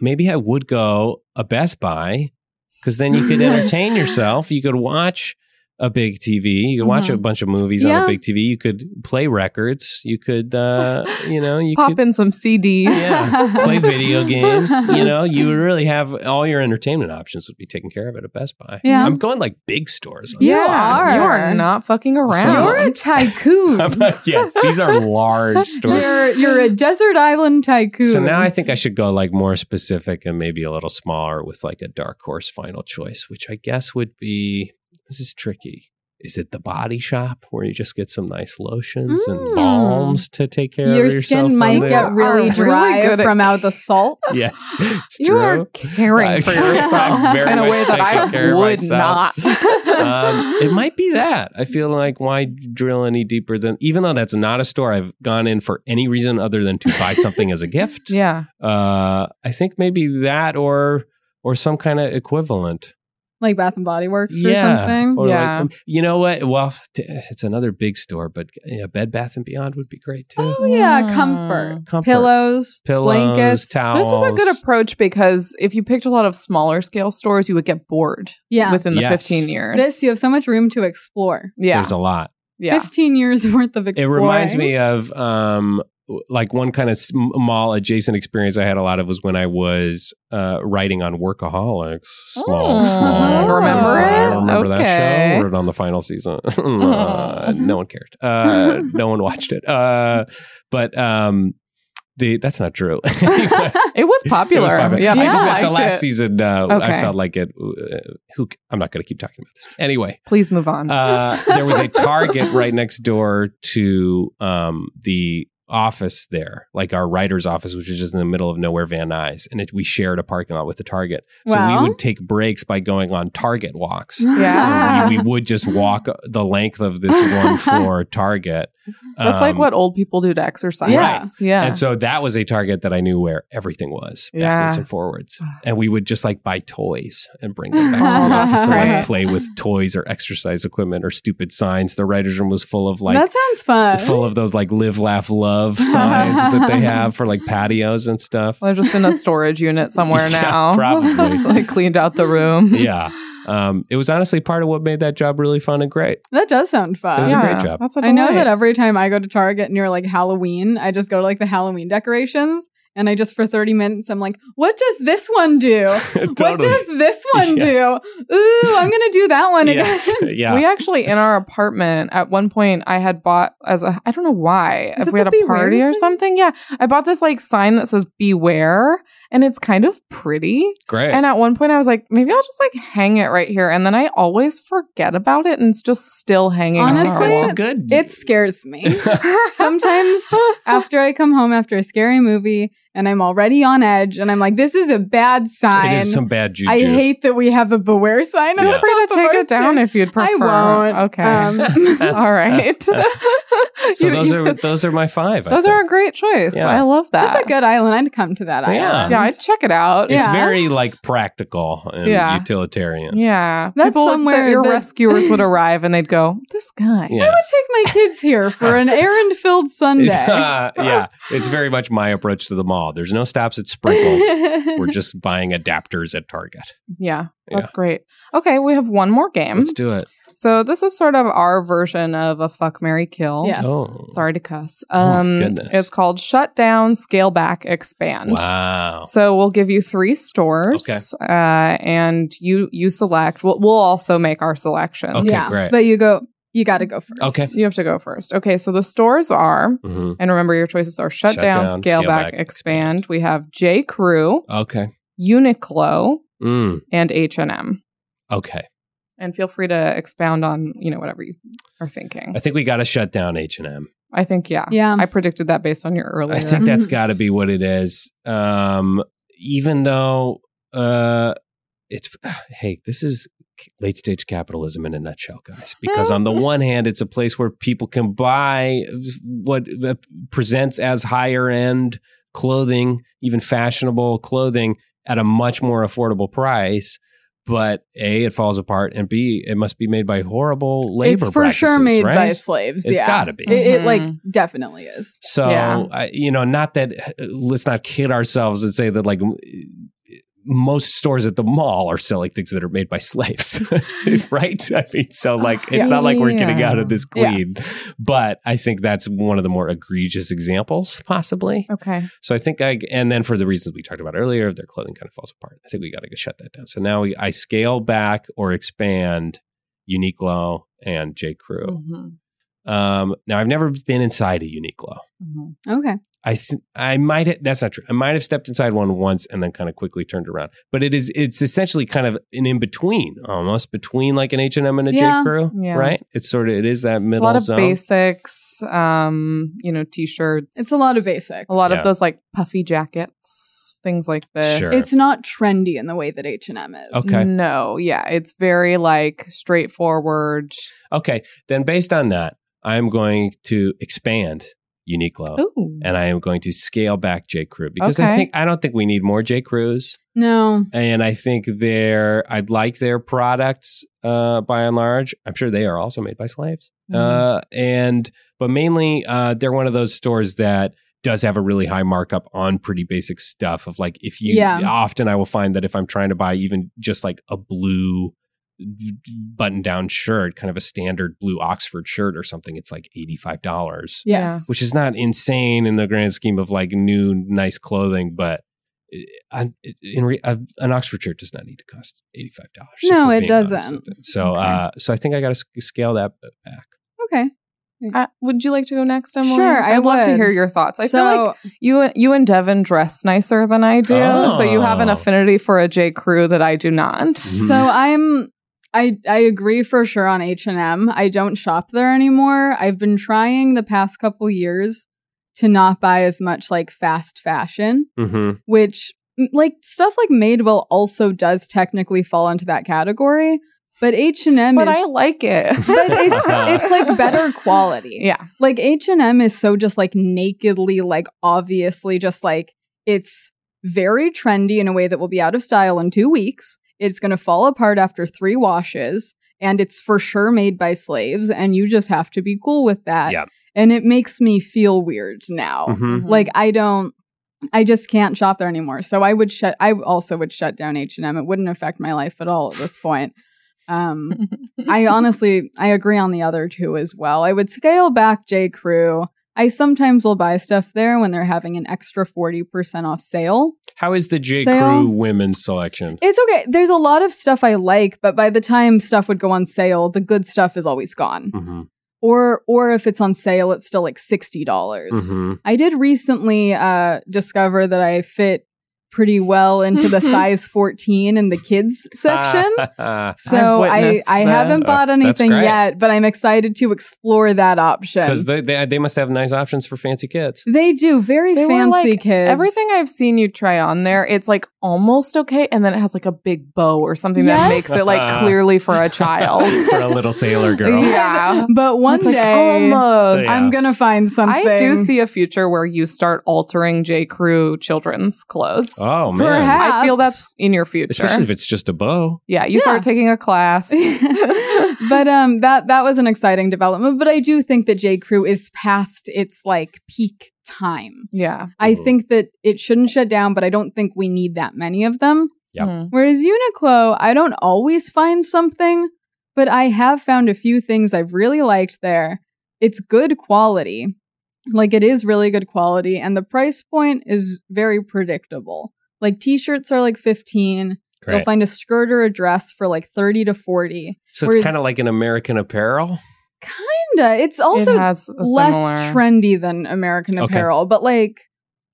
Speaker 3: Maybe I would go a Best Buy because
Speaker 1: [laughs]
Speaker 3: then you could entertain yourself. You could watch a big TV. You could watch a bunch of movies on a
Speaker 1: Uh-huh. Yeah.
Speaker 3: big TV. You could play records. You
Speaker 1: [laughs]
Speaker 3: could, uh, you know, you
Speaker 2: Pop
Speaker 3: could
Speaker 2: in some CDs. [laughs]
Speaker 3: [laughs] Yeah.
Speaker 1: [laughs]
Speaker 3: play [laughs] video games. You know, you would really have all your entertainment options would be taken care of at a Best Buy.
Speaker 1: Yeah.
Speaker 3: I'm going like big stores. On
Speaker 1: You
Speaker 3: this
Speaker 1: Yeah.
Speaker 3: one.
Speaker 1: are.
Speaker 2: You
Speaker 3: [laughs]
Speaker 2: are not fucking around.
Speaker 3: So-
Speaker 1: You're a tycoon.
Speaker 3: I'm like, [laughs] yes, these are
Speaker 1: [laughs]
Speaker 3: large stores.
Speaker 1: You're you're a desert island tycoon.
Speaker 3: So now I think I should go like more specific and maybe a little smaller with like a dark horse final choice, which I guess would be this is tricky. Is it the body shop where you just get some nice lotions
Speaker 1: Mm.
Speaker 3: and balms to take care
Speaker 1: Your
Speaker 3: of yourself?
Speaker 1: skin might
Speaker 3: from
Speaker 1: get
Speaker 3: [laughs] there?
Speaker 1: really
Speaker 2: Are really
Speaker 1: dry
Speaker 2: good at-
Speaker 1: from out the salt.
Speaker 3: yes, it's
Speaker 2: You
Speaker 3: [laughs] true.
Speaker 2: are caring [laughs] for
Speaker 3: I'm
Speaker 2: yourself
Speaker 1: very
Speaker 2: in a
Speaker 1: much
Speaker 2: way that
Speaker 3: taking care
Speaker 2: I
Speaker 3: of
Speaker 2: would
Speaker 3: myself.
Speaker 2: not. [laughs] Uh,
Speaker 3: um, it might be that. I feel like why drill any deeper than even though that's not a store I've gone in for any reason other than to buy
Speaker 1: [laughs]
Speaker 3: something as a gift.
Speaker 2: yeah.
Speaker 3: Uh, I think maybe that or or some kind of equivalent
Speaker 1: like Bath and Body Works or something.
Speaker 3: Or like,
Speaker 2: Yeah.
Speaker 3: um, you know what? Well, t- it's another big store, but yeah, Bed Bath and Beyond would be great too.
Speaker 1: Oh yeah,
Speaker 2: Mm.
Speaker 1: comfort.
Speaker 3: Comfort.
Speaker 1: pillows,
Speaker 3: Pillows,
Speaker 1: blankets,
Speaker 3: towels.
Speaker 2: This is a good approach because if you picked a lot of smaller scale stores, you would get bored
Speaker 1: Yeah,
Speaker 2: within the
Speaker 3: Yes.
Speaker 2: 15 years.
Speaker 1: this you have so much room to explore.
Speaker 2: yeah.
Speaker 3: There's a lot.
Speaker 2: Yeah.
Speaker 1: Fifteen years worth of
Speaker 3: It
Speaker 1: exploring.
Speaker 3: reminds me of um, w- like one kind of small adjacent experience I had a lot of was when I was uh, writing on Workaholics. Small,
Speaker 2: Oh.
Speaker 3: small.
Speaker 1: Remember
Speaker 3: I
Speaker 1: it?
Speaker 3: remember that
Speaker 2: Okay.
Speaker 3: show. Wrote it on the final season. [laughs] Uh, no one cared. Uh, no one watched it. Uh, but um, the that's not true. [laughs] Anyway.
Speaker 1: [laughs]
Speaker 2: It was [laughs]
Speaker 3: It
Speaker 2: popular.
Speaker 3: was popular.
Speaker 2: Yeah,
Speaker 3: I just
Speaker 1: I
Speaker 3: meant the
Speaker 2: liked
Speaker 3: last
Speaker 2: it.
Speaker 3: season. Uh,
Speaker 2: Okay.
Speaker 3: I felt like it. Uh, who? c- I'm not going to keep talking about this. Anyway,
Speaker 2: Please move on.
Speaker 3: uh, there was a Target right next door to um, the office there, like our writer's office, which is just in the middle of nowhere, Van Nuys, and it, we shared a parking lot with the Target. So
Speaker 1: Wow.
Speaker 3: we would take breaks by going on Target
Speaker 2: [laughs]
Speaker 3: walks.
Speaker 2: Yeah.
Speaker 1: [laughs]
Speaker 3: And we, we would just walk the length of this
Speaker 2: [laughs]
Speaker 3: one floor Target.
Speaker 2: That's like
Speaker 3: Um,
Speaker 2: what old people do to exercise.
Speaker 1: Yeah.
Speaker 2: Yeah.
Speaker 3: And so that was a target that I knew where everything was backwards
Speaker 2: Yeah.
Speaker 3: and forwards. And we would just like buy toys and bring
Speaker 2: [laughs]
Speaker 3: them back to the office and
Speaker 2: Right.
Speaker 3: like play with toys or exercise equipment or stupid signs. The writer's room was full of like,
Speaker 1: that sounds fun.
Speaker 3: full of those like live, laugh, love signs
Speaker 2: [laughs]
Speaker 3: that they have for like patios and stuff.
Speaker 2: They're just in a storage unit [laughs] somewhere
Speaker 3: [laughs] Yeah,
Speaker 2: now.
Speaker 3: probably. [laughs]
Speaker 2: Just, like cleaned out the room.
Speaker 3: Yeah. Um, it was honestly part of what made that job really fun and great. [laughs]
Speaker 1: that does sound
Speaker 3: It
Speaker 1: fun.
Speaker 3: was a great job.
Speaker 2: That's a
Speaker 1: I know
Speaker 2: delight.
Speaker 1: that every time I go to Target near like Halloween, I just go to like the Halloween decorations. And I just for 30 minutes, I'm like, what does this one
Speaker 3: [laughs]
Speaker 1: do? What
Speaker 3: Totally.
Speaker 1: does this one
Speaker 3: [laughs] Yes.
Speaker 1: do? Ooh, I'm going to do that one
Speaker 2: [laughs]
Speaker 3: Yes.
Speaker 1: again.
Speaker 3: Yeah.
Speaker 2: We actually in our apartment at one point I had bought as a I don't know why
Speaker 1: Is
Speaker 2: if
Speaker 1: it
Speaker 2: we had
Speaker 1: the
Speaker 2: a
Speaker 1: beware
Speaker 2: party or
Speaker 1: thing?
Speaker 2: something yeah I bought this like sign that says beware and it's kind of pretty
Speaker 3: great.
Speaker 2: and at one point I was like maybe I'll just like hang it right here and then I always forget about it and it's just still hanging
Speaker 1: Honestly, [laughs]
Speaker 3: it's
Speaker 2: on [laughs]
Speaker 3: a good.
Speaker 1: [laughs] It scares
Speaker 3: [laughs]
Speaker 1: me.
Speaker 2: our wall.
Speaker 1: Sometimes after I come home after a scary movie and I'm already on edge and I'm like, this is a bad sign.
Speaker 3: it is some bad juju.
Speaker 1: I hate that we have a beware sign. on
Speaker 3: Yeah.
Speaker 1: the
Speaker 2: Feel free to
Speaker 1: top of
Speaker 2: take
Speaker 1: our
Speaker 2: it down
Speaker 1: stair.
Speaker 2: if you'd
Speaker 1: I
Speaker 2: prefer.
Speaker 1: won't.
Speaker 2: Okay.
Speaker 3: [laughs]
Speaker 1: Um,
Speaker 2: [laughs] All right.
Speaker 3: uh, so
Speaker 2: You-
Speaker 3: those
Speaker 2: you-
Speaker 3: are those are my five. I
Speaker 2: those
Speaker 3: think.
Speaker 2: are a great choice.
Speaker 3: Yeah.
Speaker 2: I love that.
Speaker 1: that's a good island. I'd come to that
Speaker 3: Yeah.
Speaker 1: island.
Speaker 2: Yeah, I'd check it out.
Speaker 1: Yeah.
Speaker 3: It's very like practical and
Speaker 2: Yeah.
Speaker 3: utilitarian.
Speaker 2: Yeah.
Speaker 1: That's
Speaker 2: People, would-
Speaker 1: somewhere
Speaker 2: your
Speaker 1: that-
Speaker 2: rescuers
Speaker 3: [laughs]
Speaker 2: would arrive and they'd go, This guy.
Speaker 3: Yeah.
Speaker 1: I would take my kids here for an errand
Speaker 3: [laughs]
Speaker 1: filled Sunday.
Speaker 3: It's, [laughs] uh, yeah, it's very much my approach to the mall. There's no stops at Sprinkles.
Speaker 1: [laughs]
Speaker 3: We're just buying adapters at Target.
Speaker 2: Yeah, That's great. Okay, we have one more game.
Speaker 3: Let's do it.
Speaker 2: so this is sort of our version of a fuck Mary Kill.
Speaker 1: Yes.
Speaker 3: Oh,
Speaker 2: Sorry to cuss.
Speaker 3: Oh, my
Speaker 2: Um
Speaker 3: goodness.
Speaker 2: it's called Shut Down, Scale Back, Expand.
Speaker 3: Wow.
Speaker 2: So we'll give you three stores,
Speaker 3: Okay.
Speaker 2: uh, and you you select. We'll, we'll also make our selection.
Speaker 3: Okay,
Speaker 1: yeah,
Speaker 3: great.
Speaker 1: but you go. You got to go first.
Speaker 3: Okay.
Speaker 2: You have to go first. Okay, so the stores are,
Speaker 3: Mhm.
Speaker 2: and remember your choices are shut,
Speaker 3: Shut
Speaker 2: down,
Speaker 3: down,
Speaker 2: scale,
Speaker 3: scale
Speaker 2: back,
Speaker 3: back,
Speaker 2: expand. We have J. Crew,
Speaker 3: Okay.
Speaker 2: Uniqlo,
Speaker 3: Mm.
Speaker 2: and H and M.
Speaker 3: Okay.
Speaker 2: And feel free to expound on you know whatever you are thinking.
Speaker 3: I think we got to shut down H and M.
Speaker 2: I think yeah,
Speaker 1: Yeah.
Speaker 2: I predicted that based on your earlier.
Speaker 3: I think that's
Speaker 1: Mhm.
Speaker 3: got to be what it is. Um, even though uh, it's [sighs] hey, this is late stage capitalism in a nutshell, guys. Because
Speaker 1: [laughs]
Speaker 3: on the one hand, it's a place where people can buy what uh, presents as higher end clothing, even fashionable clothing, at a much more affordable price. But a, it falls apart, and b, it must be made by horrible labor.
Speaker 1: it's for sure
Speaker 3: practices,
Speaker 1: made
Speaker 3: right?
Speaker 1: by slaves.
Speaker 3: It's
Speaker 1: yeah.
Speaker 3: gotta be.
Speaker 1: It, it, like
Speaker 2: Mhm.
Speaker 1: definitely is.
Speaker 3: So,
Speaker 2: Yeah.
Speaker 3: I, you know, not that let's not kid ourselves and say that like m- most stores at the mall are selling things that are made by slaves, [laughs] right? I mean, so like it's not like we're getting out of this clean, but I think that's one of the more egregious examples, possibly.
Speaker 2: Okay.
Speaker 3: So I think I, and then for the reasons we talked about earlier, their clothing kind of falls apart. I think we got to shut that down. So now we, I scale back or expand Uniqlo and J. Crew.
Speaker 2: Mhm.
Speaker 3: Um, now I've never been inside a Uniqlo.
Speaker 2: Mm-hmm.
Speaker 1: Okay.
Speaker 3: I s- I might ha- that's not true. I might have stepped inside one once and then kind of quickly turned around. But it is it's essentially kind of an in between, almost between like an H and M and a J
Speaker 1: Yeah.
Speaker 3: Crew,
Speaker 2: Yeah.
Speaker 3: right? It's sort of it is that
Speaker 2: A
Speaker 3: middle
Speaker 2: lot of
Speaker 3: zone.
Speaker 2: basics, um, you know, t-shirts.
Speaker 1: It's a lot of basics.
Speaker 2: A lot
Speaker 3: Yeah.
Speaker 2: of those like puffy jackets, things like this.
Speaker 3: Sure.
Speaker 1: It's not trendy in the way that H and M is.
Speaker 3: Okay.
Speaker 2: No, yeah, it's very like straightforward.
Speaker 3: Okay, then based on that, I'm going to expand Uniqlo.
Speaker 2: Ooh.
Speaker 3: And I am going to scale back J Crew because I
Speaker 2: Okay.
Speaker 3: think I don't think we need more J Crews.
Speaker 1: No.
Speaker 3: and I think their I like their products uh, by and large. I'm sure they are also made by slaves, uh, and but mainly uh, they're one of those stores that does have a really high markup on pretty basic stuff. Of like if you
Speaker 1: Yeah.
Speaker 3: often I will find that if I'm trying to buy even just like a blue button down shirt, kind of a standard blue Oxford shirt or something, it's like eighty five dollars
Speaker 1: Yes.
Speaker 3: which is not insane in the grand scheme of like new nice clothing, but it, I, it- in re, a, an Oxford shirt does not need to cost eighty five dollars.
Speaker 1: No, it doesn't.
Speaker 3: So,
Speaker 2: Okay.
Speaker 3: uh, so I think I got to scale that back.
Speaker 1: Okay.
Speaker 2: Uh, would you like to go next, Emily?
Speaker 1: Sure, I
Speaker 2: I'd love to
Speaker 1: would.
Speaker 2: hear your thoughts. I
Speaker 1: so
Speaker 2: feel like you you and Devin dress nicer than I do, so you have an
Speaker 3: Oh.
Speaker 2: affinity for a J Crew that I do not.
Speaker 3: Mm-hmm.
Speaker 1: so I'm I I agree for sure on H and M. I don't shop there anymore. I've been trying the past couple years to not buy as much like fast fashion,
Speaker 3: Mm-hmm.
Speaker 1: which m- like stuff like Madewell also does technically fall into that category, but H and M is
Speaker 2: But [laughs] I like it.
Speaker 1: [laughs] but
Speaker 3: [laughs]
Speaker 1: it's it's
Speaker 2: [laughs]
Speaker 1: like better quality.
Speaker 2: Yeah.
Speaker 1: like h&m is so just like nakedly like obviously just like it's very trendy in a way that will be out of style in two weeks it's going to fall apart after three washes and it's for sure made by slaves and you just have to be cool with that
Speaker 3: Yeah.
Speaker 1: and it makes me feel weird now
Speaker 3: hmm
Speaker 2: Mm-hmm.
Speaker 1: like i don't i just can't shop there anymore so i would shut i also would shut down h&m it wouldn't affect my life at all at this point um I honestly, I agree on the other two as well. I would scale back J. Crew. I sometimes will buy stuff there when they're having an extra 40% off sale.
Speaker 3: How is the J
Speaker 1: Sale?
Speaker 3: Crew women's selection?
Speaker 1: It's okay. There's a lot of stuff I like, but by the time stuff would go on sale, the good stuff is always gone.
Speaker 3: Mm-hmm.
Speaker 1: Or or if it's on sale, it's still like $60. dollars
Speaker 3: hmm
Speaker 1: I did recently uh, discover that I fit pretty well into the size 14 in the kids section.
Speaker 3: [laughs]
Speaker 1: So
Speaker 2: I've
Speaker 1: I,
Speaker 2: witnessed
Speaker 1: I
Speaker 2: that.
Speaker 1: haven't bought
Speaker 3: Uh, that's
Speaker 1: anything
Speaker 3: great.
Speaker 1: yet, but I'm excited to explore that option.
Speaker 3: Because they, they they must have nice options for fancy kids.
Speaker 1: they do very
Speaker 2: They were,
Speaker 1: fancy
Speaker 2: like,
Speaker 1: kids.
Speaker 2: Everything I've seen you try on there, it's like almost okay, and then it has like a big bow or something
Speaker 1: Yes.
Speaker 2: that makes it
Speaker 3: [laughs]
Speaker 2: like clearly for a child.
Speaker 3: for a
Speaker 1: [laughs]
Speaker 3: little sailor girl.
Speaker 2: yeah,
Speaker 1: but one
Speaker 2: It's like,
Speaker 1: day
Speaker 2: almost.
Speaker 3: Yeah.
Speaker 1: I'm gonna find something.
Speaker 2: I do see a future where you start altering J. Crew children's clothes.
Speaker 3: Oh man,
Speaker 1: Perhaps.
Speaker 2: I feel that's in your future.
Speaker 3: especially if it's just a bow.
Speaker 2: yeah, you
Speaker 1: Yeah.
Speaker 2: start taking a class.
Speaker 1: [laughs] but um, that that was an exciting development. But I do think that J Crew is past its like peak time.
Speaker 2: yeah.
Speaker 1: I
Speaker 3: Mhm.
Speaker 1: think that it shouldn't shut down, but I don't think we need that many of them.
Speaker 3: Yep.
Speaker 2: Mhm.
Speaker 1: Whereas Uniqlo, I don't always find something, but I have found a few things I've really liked there. It's good quality. Like it is really good quality and the price point is very predictable. Like t-shirts are like 15. You'll
Speaker 3: Great.
Speaker 1: find a skirt or a dress for like 30 to 40.
Speaker 3: So it's
Speaker 1: Whereas-
Speaker 3: kind of like an American Apparel.
Speaker 1: Kinda. It's also
Speaker 2: it has a
Speaker 1: less
Speaker 2: similar-
Speaker 1: trendy than American
Speaker 3: Okay.
Speaker 1: Apparel, but like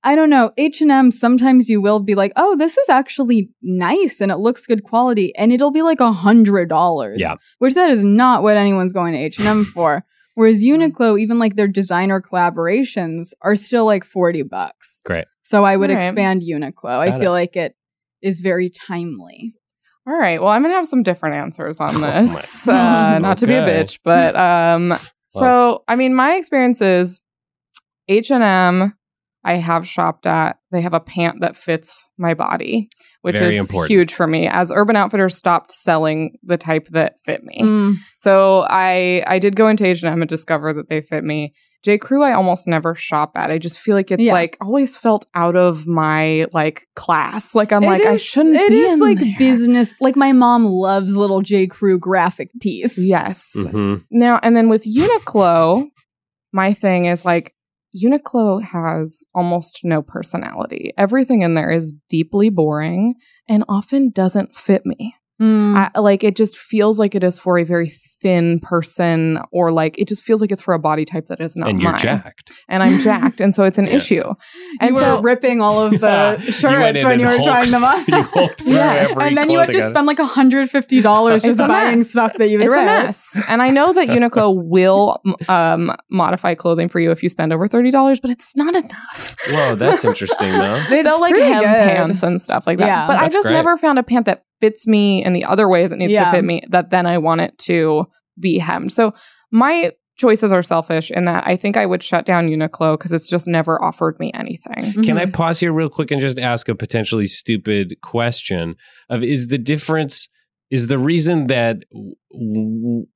Speaker 1: I don't know, H&M sometimes you will be like, "Oh, this is actually nice and it looks good quality." And it'll be like a $100.
Speaker 3: Yeah.
Speaker 1: Which that is not what anyone's going to
Speaker 2: [laughs]
Speaker 1: H&M for. Whereas
Speaker 2: Mm-hmm.
Speaker 1: Uniqlo, even like their designer collaborations are still like 40 bucks.
Speaker 3: Great.
Speaker 1: So I would
Speaker 2: All right.
Speaker 1: expand Uniqlo. I
Speaker 3: Got
Speaker 1: feel like it is very timely.
Speaker 2: All right. Well, I'm gonna have some different answers on
Speaker 3: [laughs] Oh my Oh,
Speaker 1: [laughs]
Speaker 2: this.
Speaker 1: God.
Speaker 2: uh, not to be a
Speaker 3: Okay.
Speaker 2: bitch, but
Speaker 3: [laughs]
Speaker 2: um, so I mean, my experience is H and M. I have shopped at. They have a pant that fits my body, which
Speaker 3: Very
Speaker 2: is
Speaker 3: important.
Speaker 2: huge for me. As Urban Outfitters stopped selling the type that fit me,
Speaker 1: Mm,
Speaker 2: so I I did go into H and M and discover that they fit me. J Crew I almost never shop at. I just feel like it's
Speaker 1: Yeah.
Speaker 2: like always felt out of my like class. Like I'm
Speaker 1: It
Speaker 2: like I
Speaker 1: is-
Speaker 2: shouldn't.
Speaker 1: It is
Speaker 2: be in
Speaker 1: like
Speaker 2: there.
Speaker 1: business. Like my mom loves little J Crew graphic tees.
Speaker 2: Yes.
Speaker 3: Mhm.
Speaker 2: Now and then with Uniqlo, my thing is like Uniqlo has almost no personality. Everything in there is deeply boring and often doesn't fit me.
Speaker 1: Mm.
Speaker 2: I, like it just feels like it is for a very thin person, or like it just feels like it's for a body type that is not
Speaker 3: and you're
Speaker 2: mine.
Speaker 3: jacked.
Speaker 2: And I'm jacked, and so it's an
Speaker 3: [laughs] Yeah.
Speaker 2: issue.
Speaker 1: you
Speaker 2: And
Speaker 1: were
Speaker 2: so
Speaker 1: ripping all of
Speaker 3: [laughs] Yeah.
Speaker 1: the shirts
Speaker 3: in
Speaker 1: when
Speaker 3: and
Speaker 1: you were trying
Speaker 3: hulked-
Speaker 1: them on.
Speaker 3: [laughs] you hulked through
Speaker 2: Yes.
Speaker 3: every
Speaker 1: and then you had to
Speaker 3: clothing item.
Speaker 1: spend like $150
Speaker 2: It's
Speaker 1: just
Speaker 2: a
Speaker 1: buying
Speaker 2: mess.
Speaker 1: stuff that you would
Speaker 2: it's a
Speaker 1: read.
Speaker 2: mess, and I know
Speaker 3: [laughs]
Speaker 2: that Uniqlo will um, modify clothing for you if you spend over thirty dollars, but it's not enough.
Speaker 3: Whoa, that's interesting though.
Speaker 1: It's
Speaker 2: They'll like
Speaker 1: pretty
Speaker 2: hem
Speaker 1: good.
Speaker 2: pants and stuff like that.
Speaker 1: Yeah.
Speaker 2: But I
Speaker 3: That's
Speaker 2: just
Speaker 3: great.
Speaker 2: never found a pant that fits me in the other ways it needs
Speaker 1: Yeah.
Speaker 2: to fit me that then I want it to be hemmed. So my choices are selfish in that I think I would shut down Uniqlo because it's just never offered me anything.
Speaker 1: Mhm.
Speaker 3: [laughs] Can I pause here real quick and just ask a potentially stupid question of is the difference is the reason that w- w-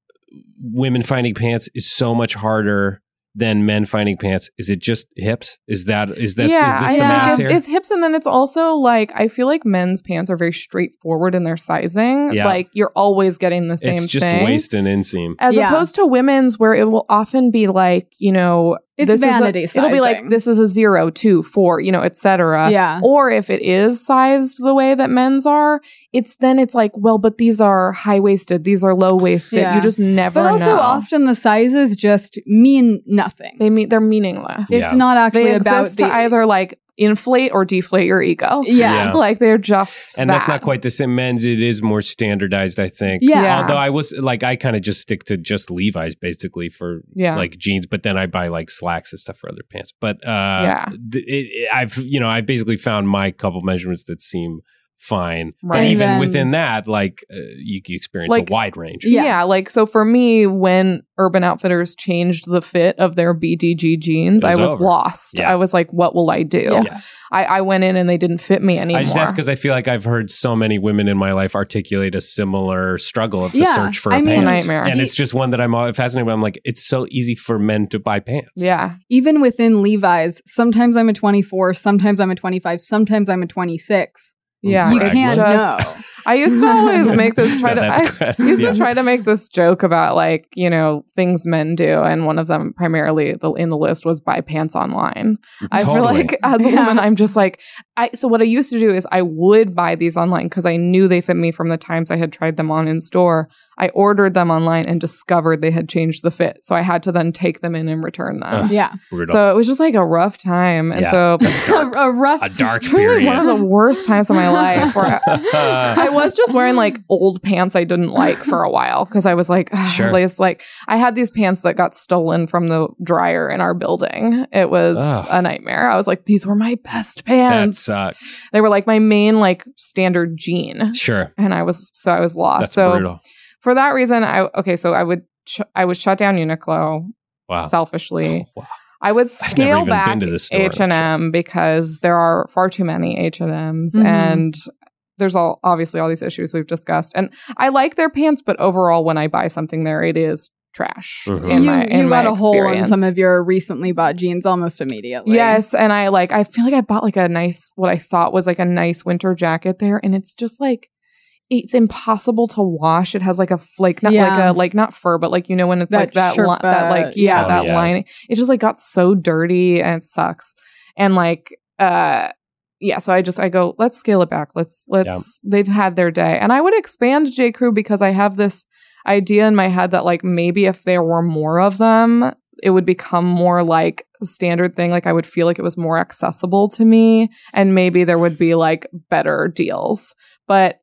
Speaker 3: women finding pants is so much harder than men finding pants is it just hips is that is that is this
Speaker 2: I
Speaker 3: the
Speaker 2: think it's,
Speaker 3: math here
Speaker 2: it's hips, and then it's also like I feel like men's pants are very straightforward in their sizing.
Speaker 3: Yeah.
Speaker 2: Like you're always getting the same
Speaker 3: It's just
Speaker 2: thing.
Speaker 3: waist and inseam
Speaker 2: As
Speaker 1: Yeah.
Speaker 2: opposed to women's, where it will often be like, you know,
Speaker 1: It's
Speaker 2: this
Speaker 1: vanity
Speaker 2: is a, It'll be like
Speaker 1: sizing.
Speaker 2: this is a zero, two, four, you know, et cetera.
Speaker 1: Yeah.
Speaker 2: Or if it is sized the way that men's are, it's then it's like, well, but these are high waisted, these are low waisted.
Speaker 1: Yeah.
Speaker 2: You just never
Speaker 1: But also,
Speaker 2: know.
Speaker 1: often the sizes just mean nothing.
Speaker 2: they mean they're meaningless.
Speaker 1: it's
Speaker 3: Yeah.
Speaker 1: not actually
Speaker 2: They
Speaker 1: about
Speaker 2: exist
Speaker 1: the,
Speaker 2: to either like inflate or deflate your ego.
Speaker 1: Yeah.
Speaker 3: Yeah.
Speaker 2: [laughs] Like they're just
Speaker 3: and
Speaker 2: that.
Speaker 3: that's not quite the same men's it is more standardized i think
Speaker 1: Yeah.
Speaker 2: Yeah.
Speaker 3: although i was like i kind of just stick to just levi's basically for
Speaker 2: yeah.
Speaker 3: like jeans, but then I buy like slacks and stuff for other pants. But uh,
Speaker 2: Yeah.
Speaker 3: d- it, it- I've you know I basically found my couple measurements that seem fine.
Speaker 2: Right.
Speaker 3: And even
Speaker 1: Even-
Speaker 3: within that, like uh, you, you experience
Speaker 2: Like-
Speaker 3: a wide range.
Speaker 1: Yeah.
Speaker 2: Yeah. like so for me, when Urban Outfitters changed the fit of their BDG jeans,
Speaker 3: It was
Speaker 2: I was
Speaker 3: over.
Speaker 2: lost.
Speaker 3: Yeah.
Speaker 2: I was like, what will I do?
Speaker 1: Yeah.
Speaker 3: Yes,
Speaker 2: I, I went in and they didn't fit me anymore.
Speaker 3: I just ask because I feel like I've heard so many women in my life articulate a similar struggle of the
Speaker 1: Yeah,
Speaker 3: search for
Speaker 1: I
Speaker 3: a
Speaker 1: mean- e-,
Speaker 2: it's
Speaker 1: It's
Speaker 2: a
Speaker 3: pant,
Speaker 2: nightmare.
Speaker 3: and it's just one that I'm all fascinated. With. I'm like, it's so easy for men to buy pants.
Speaker 2: yeah.
Speaker 1: even within Levi's, sometimes I'm a 24, sometimes I'm a 25, sometimes I'm a 26.
Speaker 2: Yeah.
Speaker 1: You
Speaker 3: Right.
Speaker 2: it's
Speaker 1: can't
Speaker 2: just- I used to
Speaker 3: [laughs]
Speaker 2: always [laughs] make this try to
Speaker 3: No, that's
Speaker 2: I [laughs]
Speaker 3: correct.
Speaker 2: used
Speaker 3: Yeah.
Speaker 2: to try to make this joke about like, you know, things men do and one of them primarily the, in the list was buy pants online. I feel
Speaker 3: Totally.
Speaker 2: like as a
Speaker 1: Yeah.
Speaker 2: woman, I'm just like, I. So what I used to do is I would buy these online because I knew they fit me from the times I had tried them on in store. I ordered them online and discovered they had changed the fit, so I had to then take them in and return
Speaker 1: know.
Speaker 2: them.
Speaker 1: Yeah.
Speaker 3: Brutal.
Speaker 2: So it was just like a rough time, and
Speaker 3: Yeah.
Speaker 2: so
Speaker 1: [laughs] a, a rough
Speaker 3: a dark
Speaker 2: truly one of
Speaker 3: period.
Speaker 2: the worst times of my life.
Speaker 3: [laughs]
Speaker 2: Where I,
Speaker 1: [laughs]
Speaker 2: I was just wearing like old pants I didn't like for a while because I was like,
Speaker 3: Sure.
Speaker 2: at least like I had these pants that got stolen from the dryer in our building. It was
Speaker 3: Ugh.
Speaker 2: a nightmare. I was like, these were my best
Speaker 3: that
Speaker 2: pants.
Speaker 3: sucks.
Speaker 2: They were like my main like standard jean,
Speaker 3: Sure.
Speaker 2: and I was so I was lost.
Speaker 3: That's
Speaker 2: so
Speaker 3: brutal.
Speaker 2: for that reason, I okay. So I would sh- I would shut down Uniqlo
Speaker 3: Wow.
Speaker 2: selfishly.
Speaker 3: [laughs] Wow.
Speaker 2: I would
Speaker 3: never
Speaker 2: scale
Speaker 3: even
Speaker 2: back
Speaker 3: been to this store,
Speaker 2: H and M because there are far too many H and M's,
Speaker 1: Mhm.
Speaker 2: and there's all obviously all these issues we've discussed. And I like their pants, but overall, when I buy something there, it is trash.
Speaker 3: Mhm.
Speaker 2: In
Speaker 1: Mm-hmm. you
Speaker 2: my in
Speaker 1: you
Speaker 2: my
Speaker 1: got a hole in
Speaker 2: experience.
Speaker 1: some of your recently bought jeans almost immediately.
Speaker 2: Yes, and I like I feel like I bought like a nice what I thought was like a nice winter jacket there and it's just like it's impossible to wash. It has like a f- like not like
Speaker 1: Yeah.
Speaker 2: a like not fur, but like you know when it's
Speaker 1: That
Speaker 2: like that li- that like
Speaker 1: sherpa,
Speaker 2: yeah,
Speaker 1: yeah.
Speaker 3: Oh,
Speaker 2: that
Speaker 3: yeah.
Speaker 2: lining. It just like got so dirty and it sucks. And like uh yeah, so I just I go, let's scale it back. Let's let's they've had their day. And I would expand J. Crew because I have this idea in my head that like maybe if there were more of them, it would become more like a standard thing. Like I would feel like it was more accessible to me and maybe there would be like better deals. But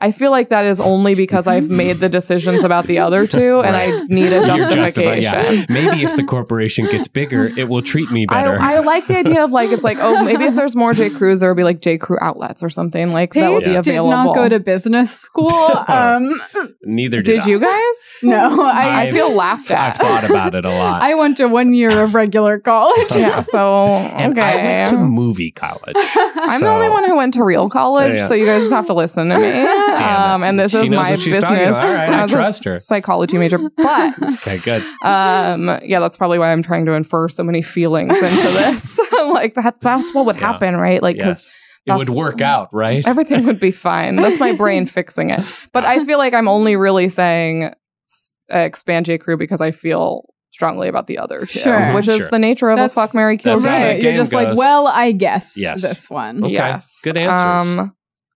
Speaker 2: I feel like that is only because
Speaker 3: [laughs]
Speaker 2: I've made the decisions about the other two and I
Speaker 1: Right.
Speaker 2: need a
Speaker 1: You're
Speaker 3: You're
Speaker 2: justification.
Speaker 3: justified, yeah. Maybe if the corporation gets bigger, it will treat me
Speaker 2: I,
Speaker 3: better.
Speaker 2: I like the idea of like it's like oh maybe if there's more J Crews there would be like J Crew outlets or something like that would
Speaker 1: Paige
Speaker 2: be
Speaker 1: did
Speaker 2: available.
Speaker 1: not go to business
Speaker 3: [laughs]
Speaker 1: school.
Speaker 3: Oh.
Speaker 1: Um,
Speaker 3: Neither did,
Speaker 2: Did you guys?
Speaker 1: no, I,
Speaker 2: I
Speaker 3: I've-
Speaker 2: feel laughed
Speaker 3: I. I've
Speaker 2: at.
Speaker 3: thought about it a lot.
Speaker 1: I went to one year of regular college.
Speaker 2: yeah, so okay.
Speaker 3: and I went to movie
Speaker 2: [laughs]
Speaker 3: college.
Speaker 2: I'm the only one who went to real college,
Speaker 3: Yeah, yeah.
Speaker 2: so you guys just have to listen
Speaker 3: [laughs]
Speaker 2: to me.
Speaker 3: it.
Speaker 2: Um, and this
Speaker 3: She
Speaker 2: is
Speaker 3: knows
Speaker 2: my
Speaker 3: what she's
Speaker 2: business
Speaker 3: talking about. All right, I
Speaker 2: as
Speaker 3: trust
Speaker 2: a
Speaker 3: her.
Speaker 2: psychology major.
Speaker 3: [laughs]
Speaker 2: But
Speaker 3: Okay, good.
Speaker 2: um, yeah, that's probably why I'm trying to infer so many feelings into this. [laughs] like that's that's what would
Speaker 3: Yeah.
Speaker 2: happen, right? Like because
Speaker 3: Yes. It would
Speaker 2: that's-
Speaker 3: work out, right?
Speaker 2: everything would be fine. That's my
Speaker 3: [laughs]
Speaker 2: brain fixing it. But I feel like I'm only really saying s- uh, expand J Crew because I feel strongly about the other two,
Speaker 1: Sure.
Speaker 2: which is
Speaker 3: Sure.
Speaker 2: the nature of
Speaker 1: That's-
Speaker 2: a fuck Mary Kill
Speaker 3: [laughs] That's how
Speaker 2: Right.
Speaker 3: that
Speaker 1: right. You're
Speaker 3: game
Speaker 1: just like,
Speaker 3: goes.
Speaker 1: [laughs] well, I guess
Speaker 3: Yes.
Speaker 1: this one.
Speaker 3: Okay. Good answers.
Speaker 2: Um,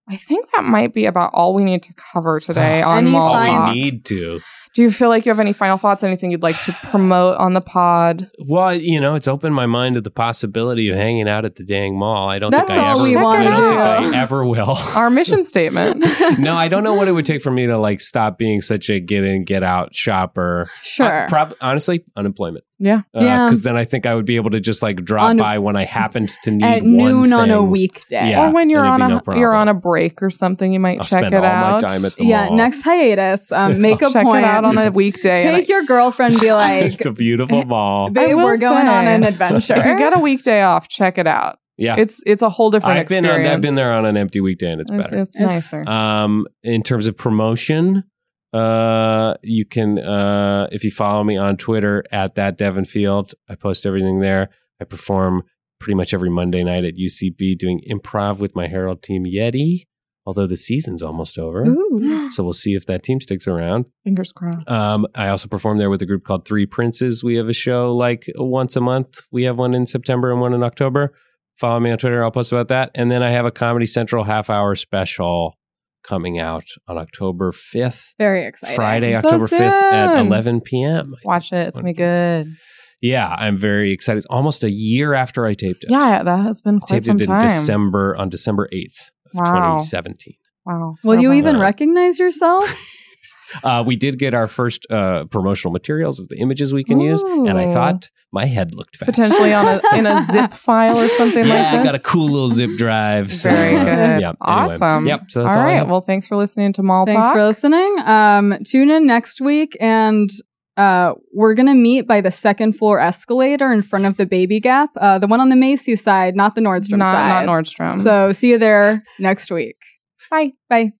Speaker 2: I think that might be about all we need to cover today on
Speaker 1: Any
Speaker 2: mall
Speaker 1: final-
Speaker 3: All
Speaker 2: talk.
Speaker 3: we need to.
Speaker 2: Do you feel like you have any final thoughts? Anything you'd like to promote on the pod?
Speaker 3: Well, you know, it's opened my mind to the possibility of hanging out at the dang mall. I don't
Speaker 1: That's
Speaker 3: think I
Speaker 1: all
Speaker 3: ever
Speaker 1: we
Speaker 3: will. I
Speaker 1: wanna
Speaker 3: don't think
Speaker 2: do.
Speaker 3: I ever will.
Speaker 1: [laughs]
Speaker 2: Our mission statement.
Speaker 3: [laughs] no, I don't know what it would take for me to like stop being such a get in, get out shopper.
Speaker 1: Sure.
Speaker 3: Uh, prob- honestly, unemployment.
Speaker 2: Yeah.
Speaker 1: Yeah.
Speaker 3: Because Uh, then I think I would be able to just like drop
Speaker 1: On-
Speaker 3: by when I happened to need
Speaker 1: At
Speaker 3: one
Speaker 1: noon on a
Speaker 3: thing.
Speaker 1: weekday.
Speaker 3: Yeah,
Speaker 2: or when you're
Speaker 3: and
Speaker 2: on
Speaker 3: it'd be
Speaker 2: a
Speaker 3: no problem.
Speaker 2: you're on a break or something, you might
Speaker 3: I'll
Speaker 2: check
Speaker 3: spend
Speaker 2: it
Speaker 3: all
Speaker 2: out.
Speaker 3: my time at the
Speaker 1: Yeah,
Speaker 3: mall.
Speaker 1: next
Speaker 3: [laughs]
Speaker 1: hiatus. Um, make a
Speaker 2: check
Speaker 1: point.
Speaker 2: it out on a weekday. and
Speaker 1: Take your girlfriend.
Speaker 3: [laughs]
Speaker 1: Be like,
Speaker 3: the beautiful mall.
Speaker 1: babe,
Speaker 2: will
Speaker 1: we're going on
Speaker 2: say-
Speaker 1: an adventure.
Speaker 2: if you get a weekday off, check it out.
Speaker 3: Yeah,
Speaker 2: It's it's a whole different
Speaker 3: I've been
Speaker 2: experience.
Speaker 3: on, I've been there on an empty weekday, and it's
Speaker 2: It's,
Speaker 3: better.
Speaker 2: it's nicer.
Speaker 3: Um, in terms of promotion, uh, you can uh, if you follow me on Twitter at that Devin Field, I post everything there. I perform pretty much every Monday night at UCB doing improv with my Herald team Yeti. Although the season's almost over,
Speaker 1: Ooh.
Speaker 3: so we'll see if that team sticks around.
Speaker 2: [gasps] Fingers crossed.
Speaker 3: Um, I also perform there with a group called Three Princes. We have a show like once a month. We have one in September and one in October. Follow me on Twitter. I'll post about that. And then I have a Comedy Central half hour special coming out on October 5th,
Speaker 1: Very exciting.
Speaker 3: Friday,
Speaker 2: So
Speaker 3: October 5th at
Speaker 2: soon.
Speaker 3: 11 p.m. I
Speaker 2: Watch
Speaker 3: think
Speaker 2: it.
Speaker 3: is
Speaker 2: It's
Speaker 3: when
Speaker 2: gonna be
Speaker 3: is.
Speaker 2: good.
Speaker 3: Yeah, I'm very excited. It's Almost a year after I taped it.
Speaker 2: Yeah, that has been
Speaker 3: I
Speaker 2: quite
Speaker 3: taped
Speaker 2: some
Speaker 3: it in
Speaker 2: time.
Speaker 3: December on December 8th of
Speaker 2: Wow.
Speaker 3: 2017.
Speaker 2: Wow.
Speaker 1: Will you
Speaker 2: Forever.
Speaker 1: even
Speaker 3: Uh,
Speaker 1: recognize [laughs] yourself?
Speaker 3: Uh, we did get our first uh, promotional materials of the images we can use, and I
Speaker 2: Ooh.
Speaker 3: thought my head looked
Speaker 2: [laughs]
Speaker 3: fast.
Speaker 2: potentially on a, in a
Speaker 1: [laughs]
Speaker 2: zip file or something
Speaker 3: yeah,
Speaker 2: like this?
Speaker 3: I got a cool little zip drive. So, [laughs]
Speaker 2: Very
Speaker 3: uh,
Speaker 2: good.
Speaker 3: Yeah, anyway.
Speaker 2: Awesome.
Speaker 3: Yep. So that's
Speaker 2: all
Speaker 3: all. I
Speaker 2: right.
Speaker 3: have.
Speaker 2: Well, thanks for listening to Mall
Speaker 1: Thanks
Speaker 2: Talk.
Speaker 1: for listening. Um, tune in next week, and uh, we're gonna meet by the second floor escalator in front of the Baby Gap, uh, the one on the Macy's side, not the Nordstrom
Speaker 2: not,
Speaker 1: side.
Speaker 2: not Nordstrom.
Speaker 1: So see you there next week.
Speaker 2: Bye.
Speaker 1: Bye.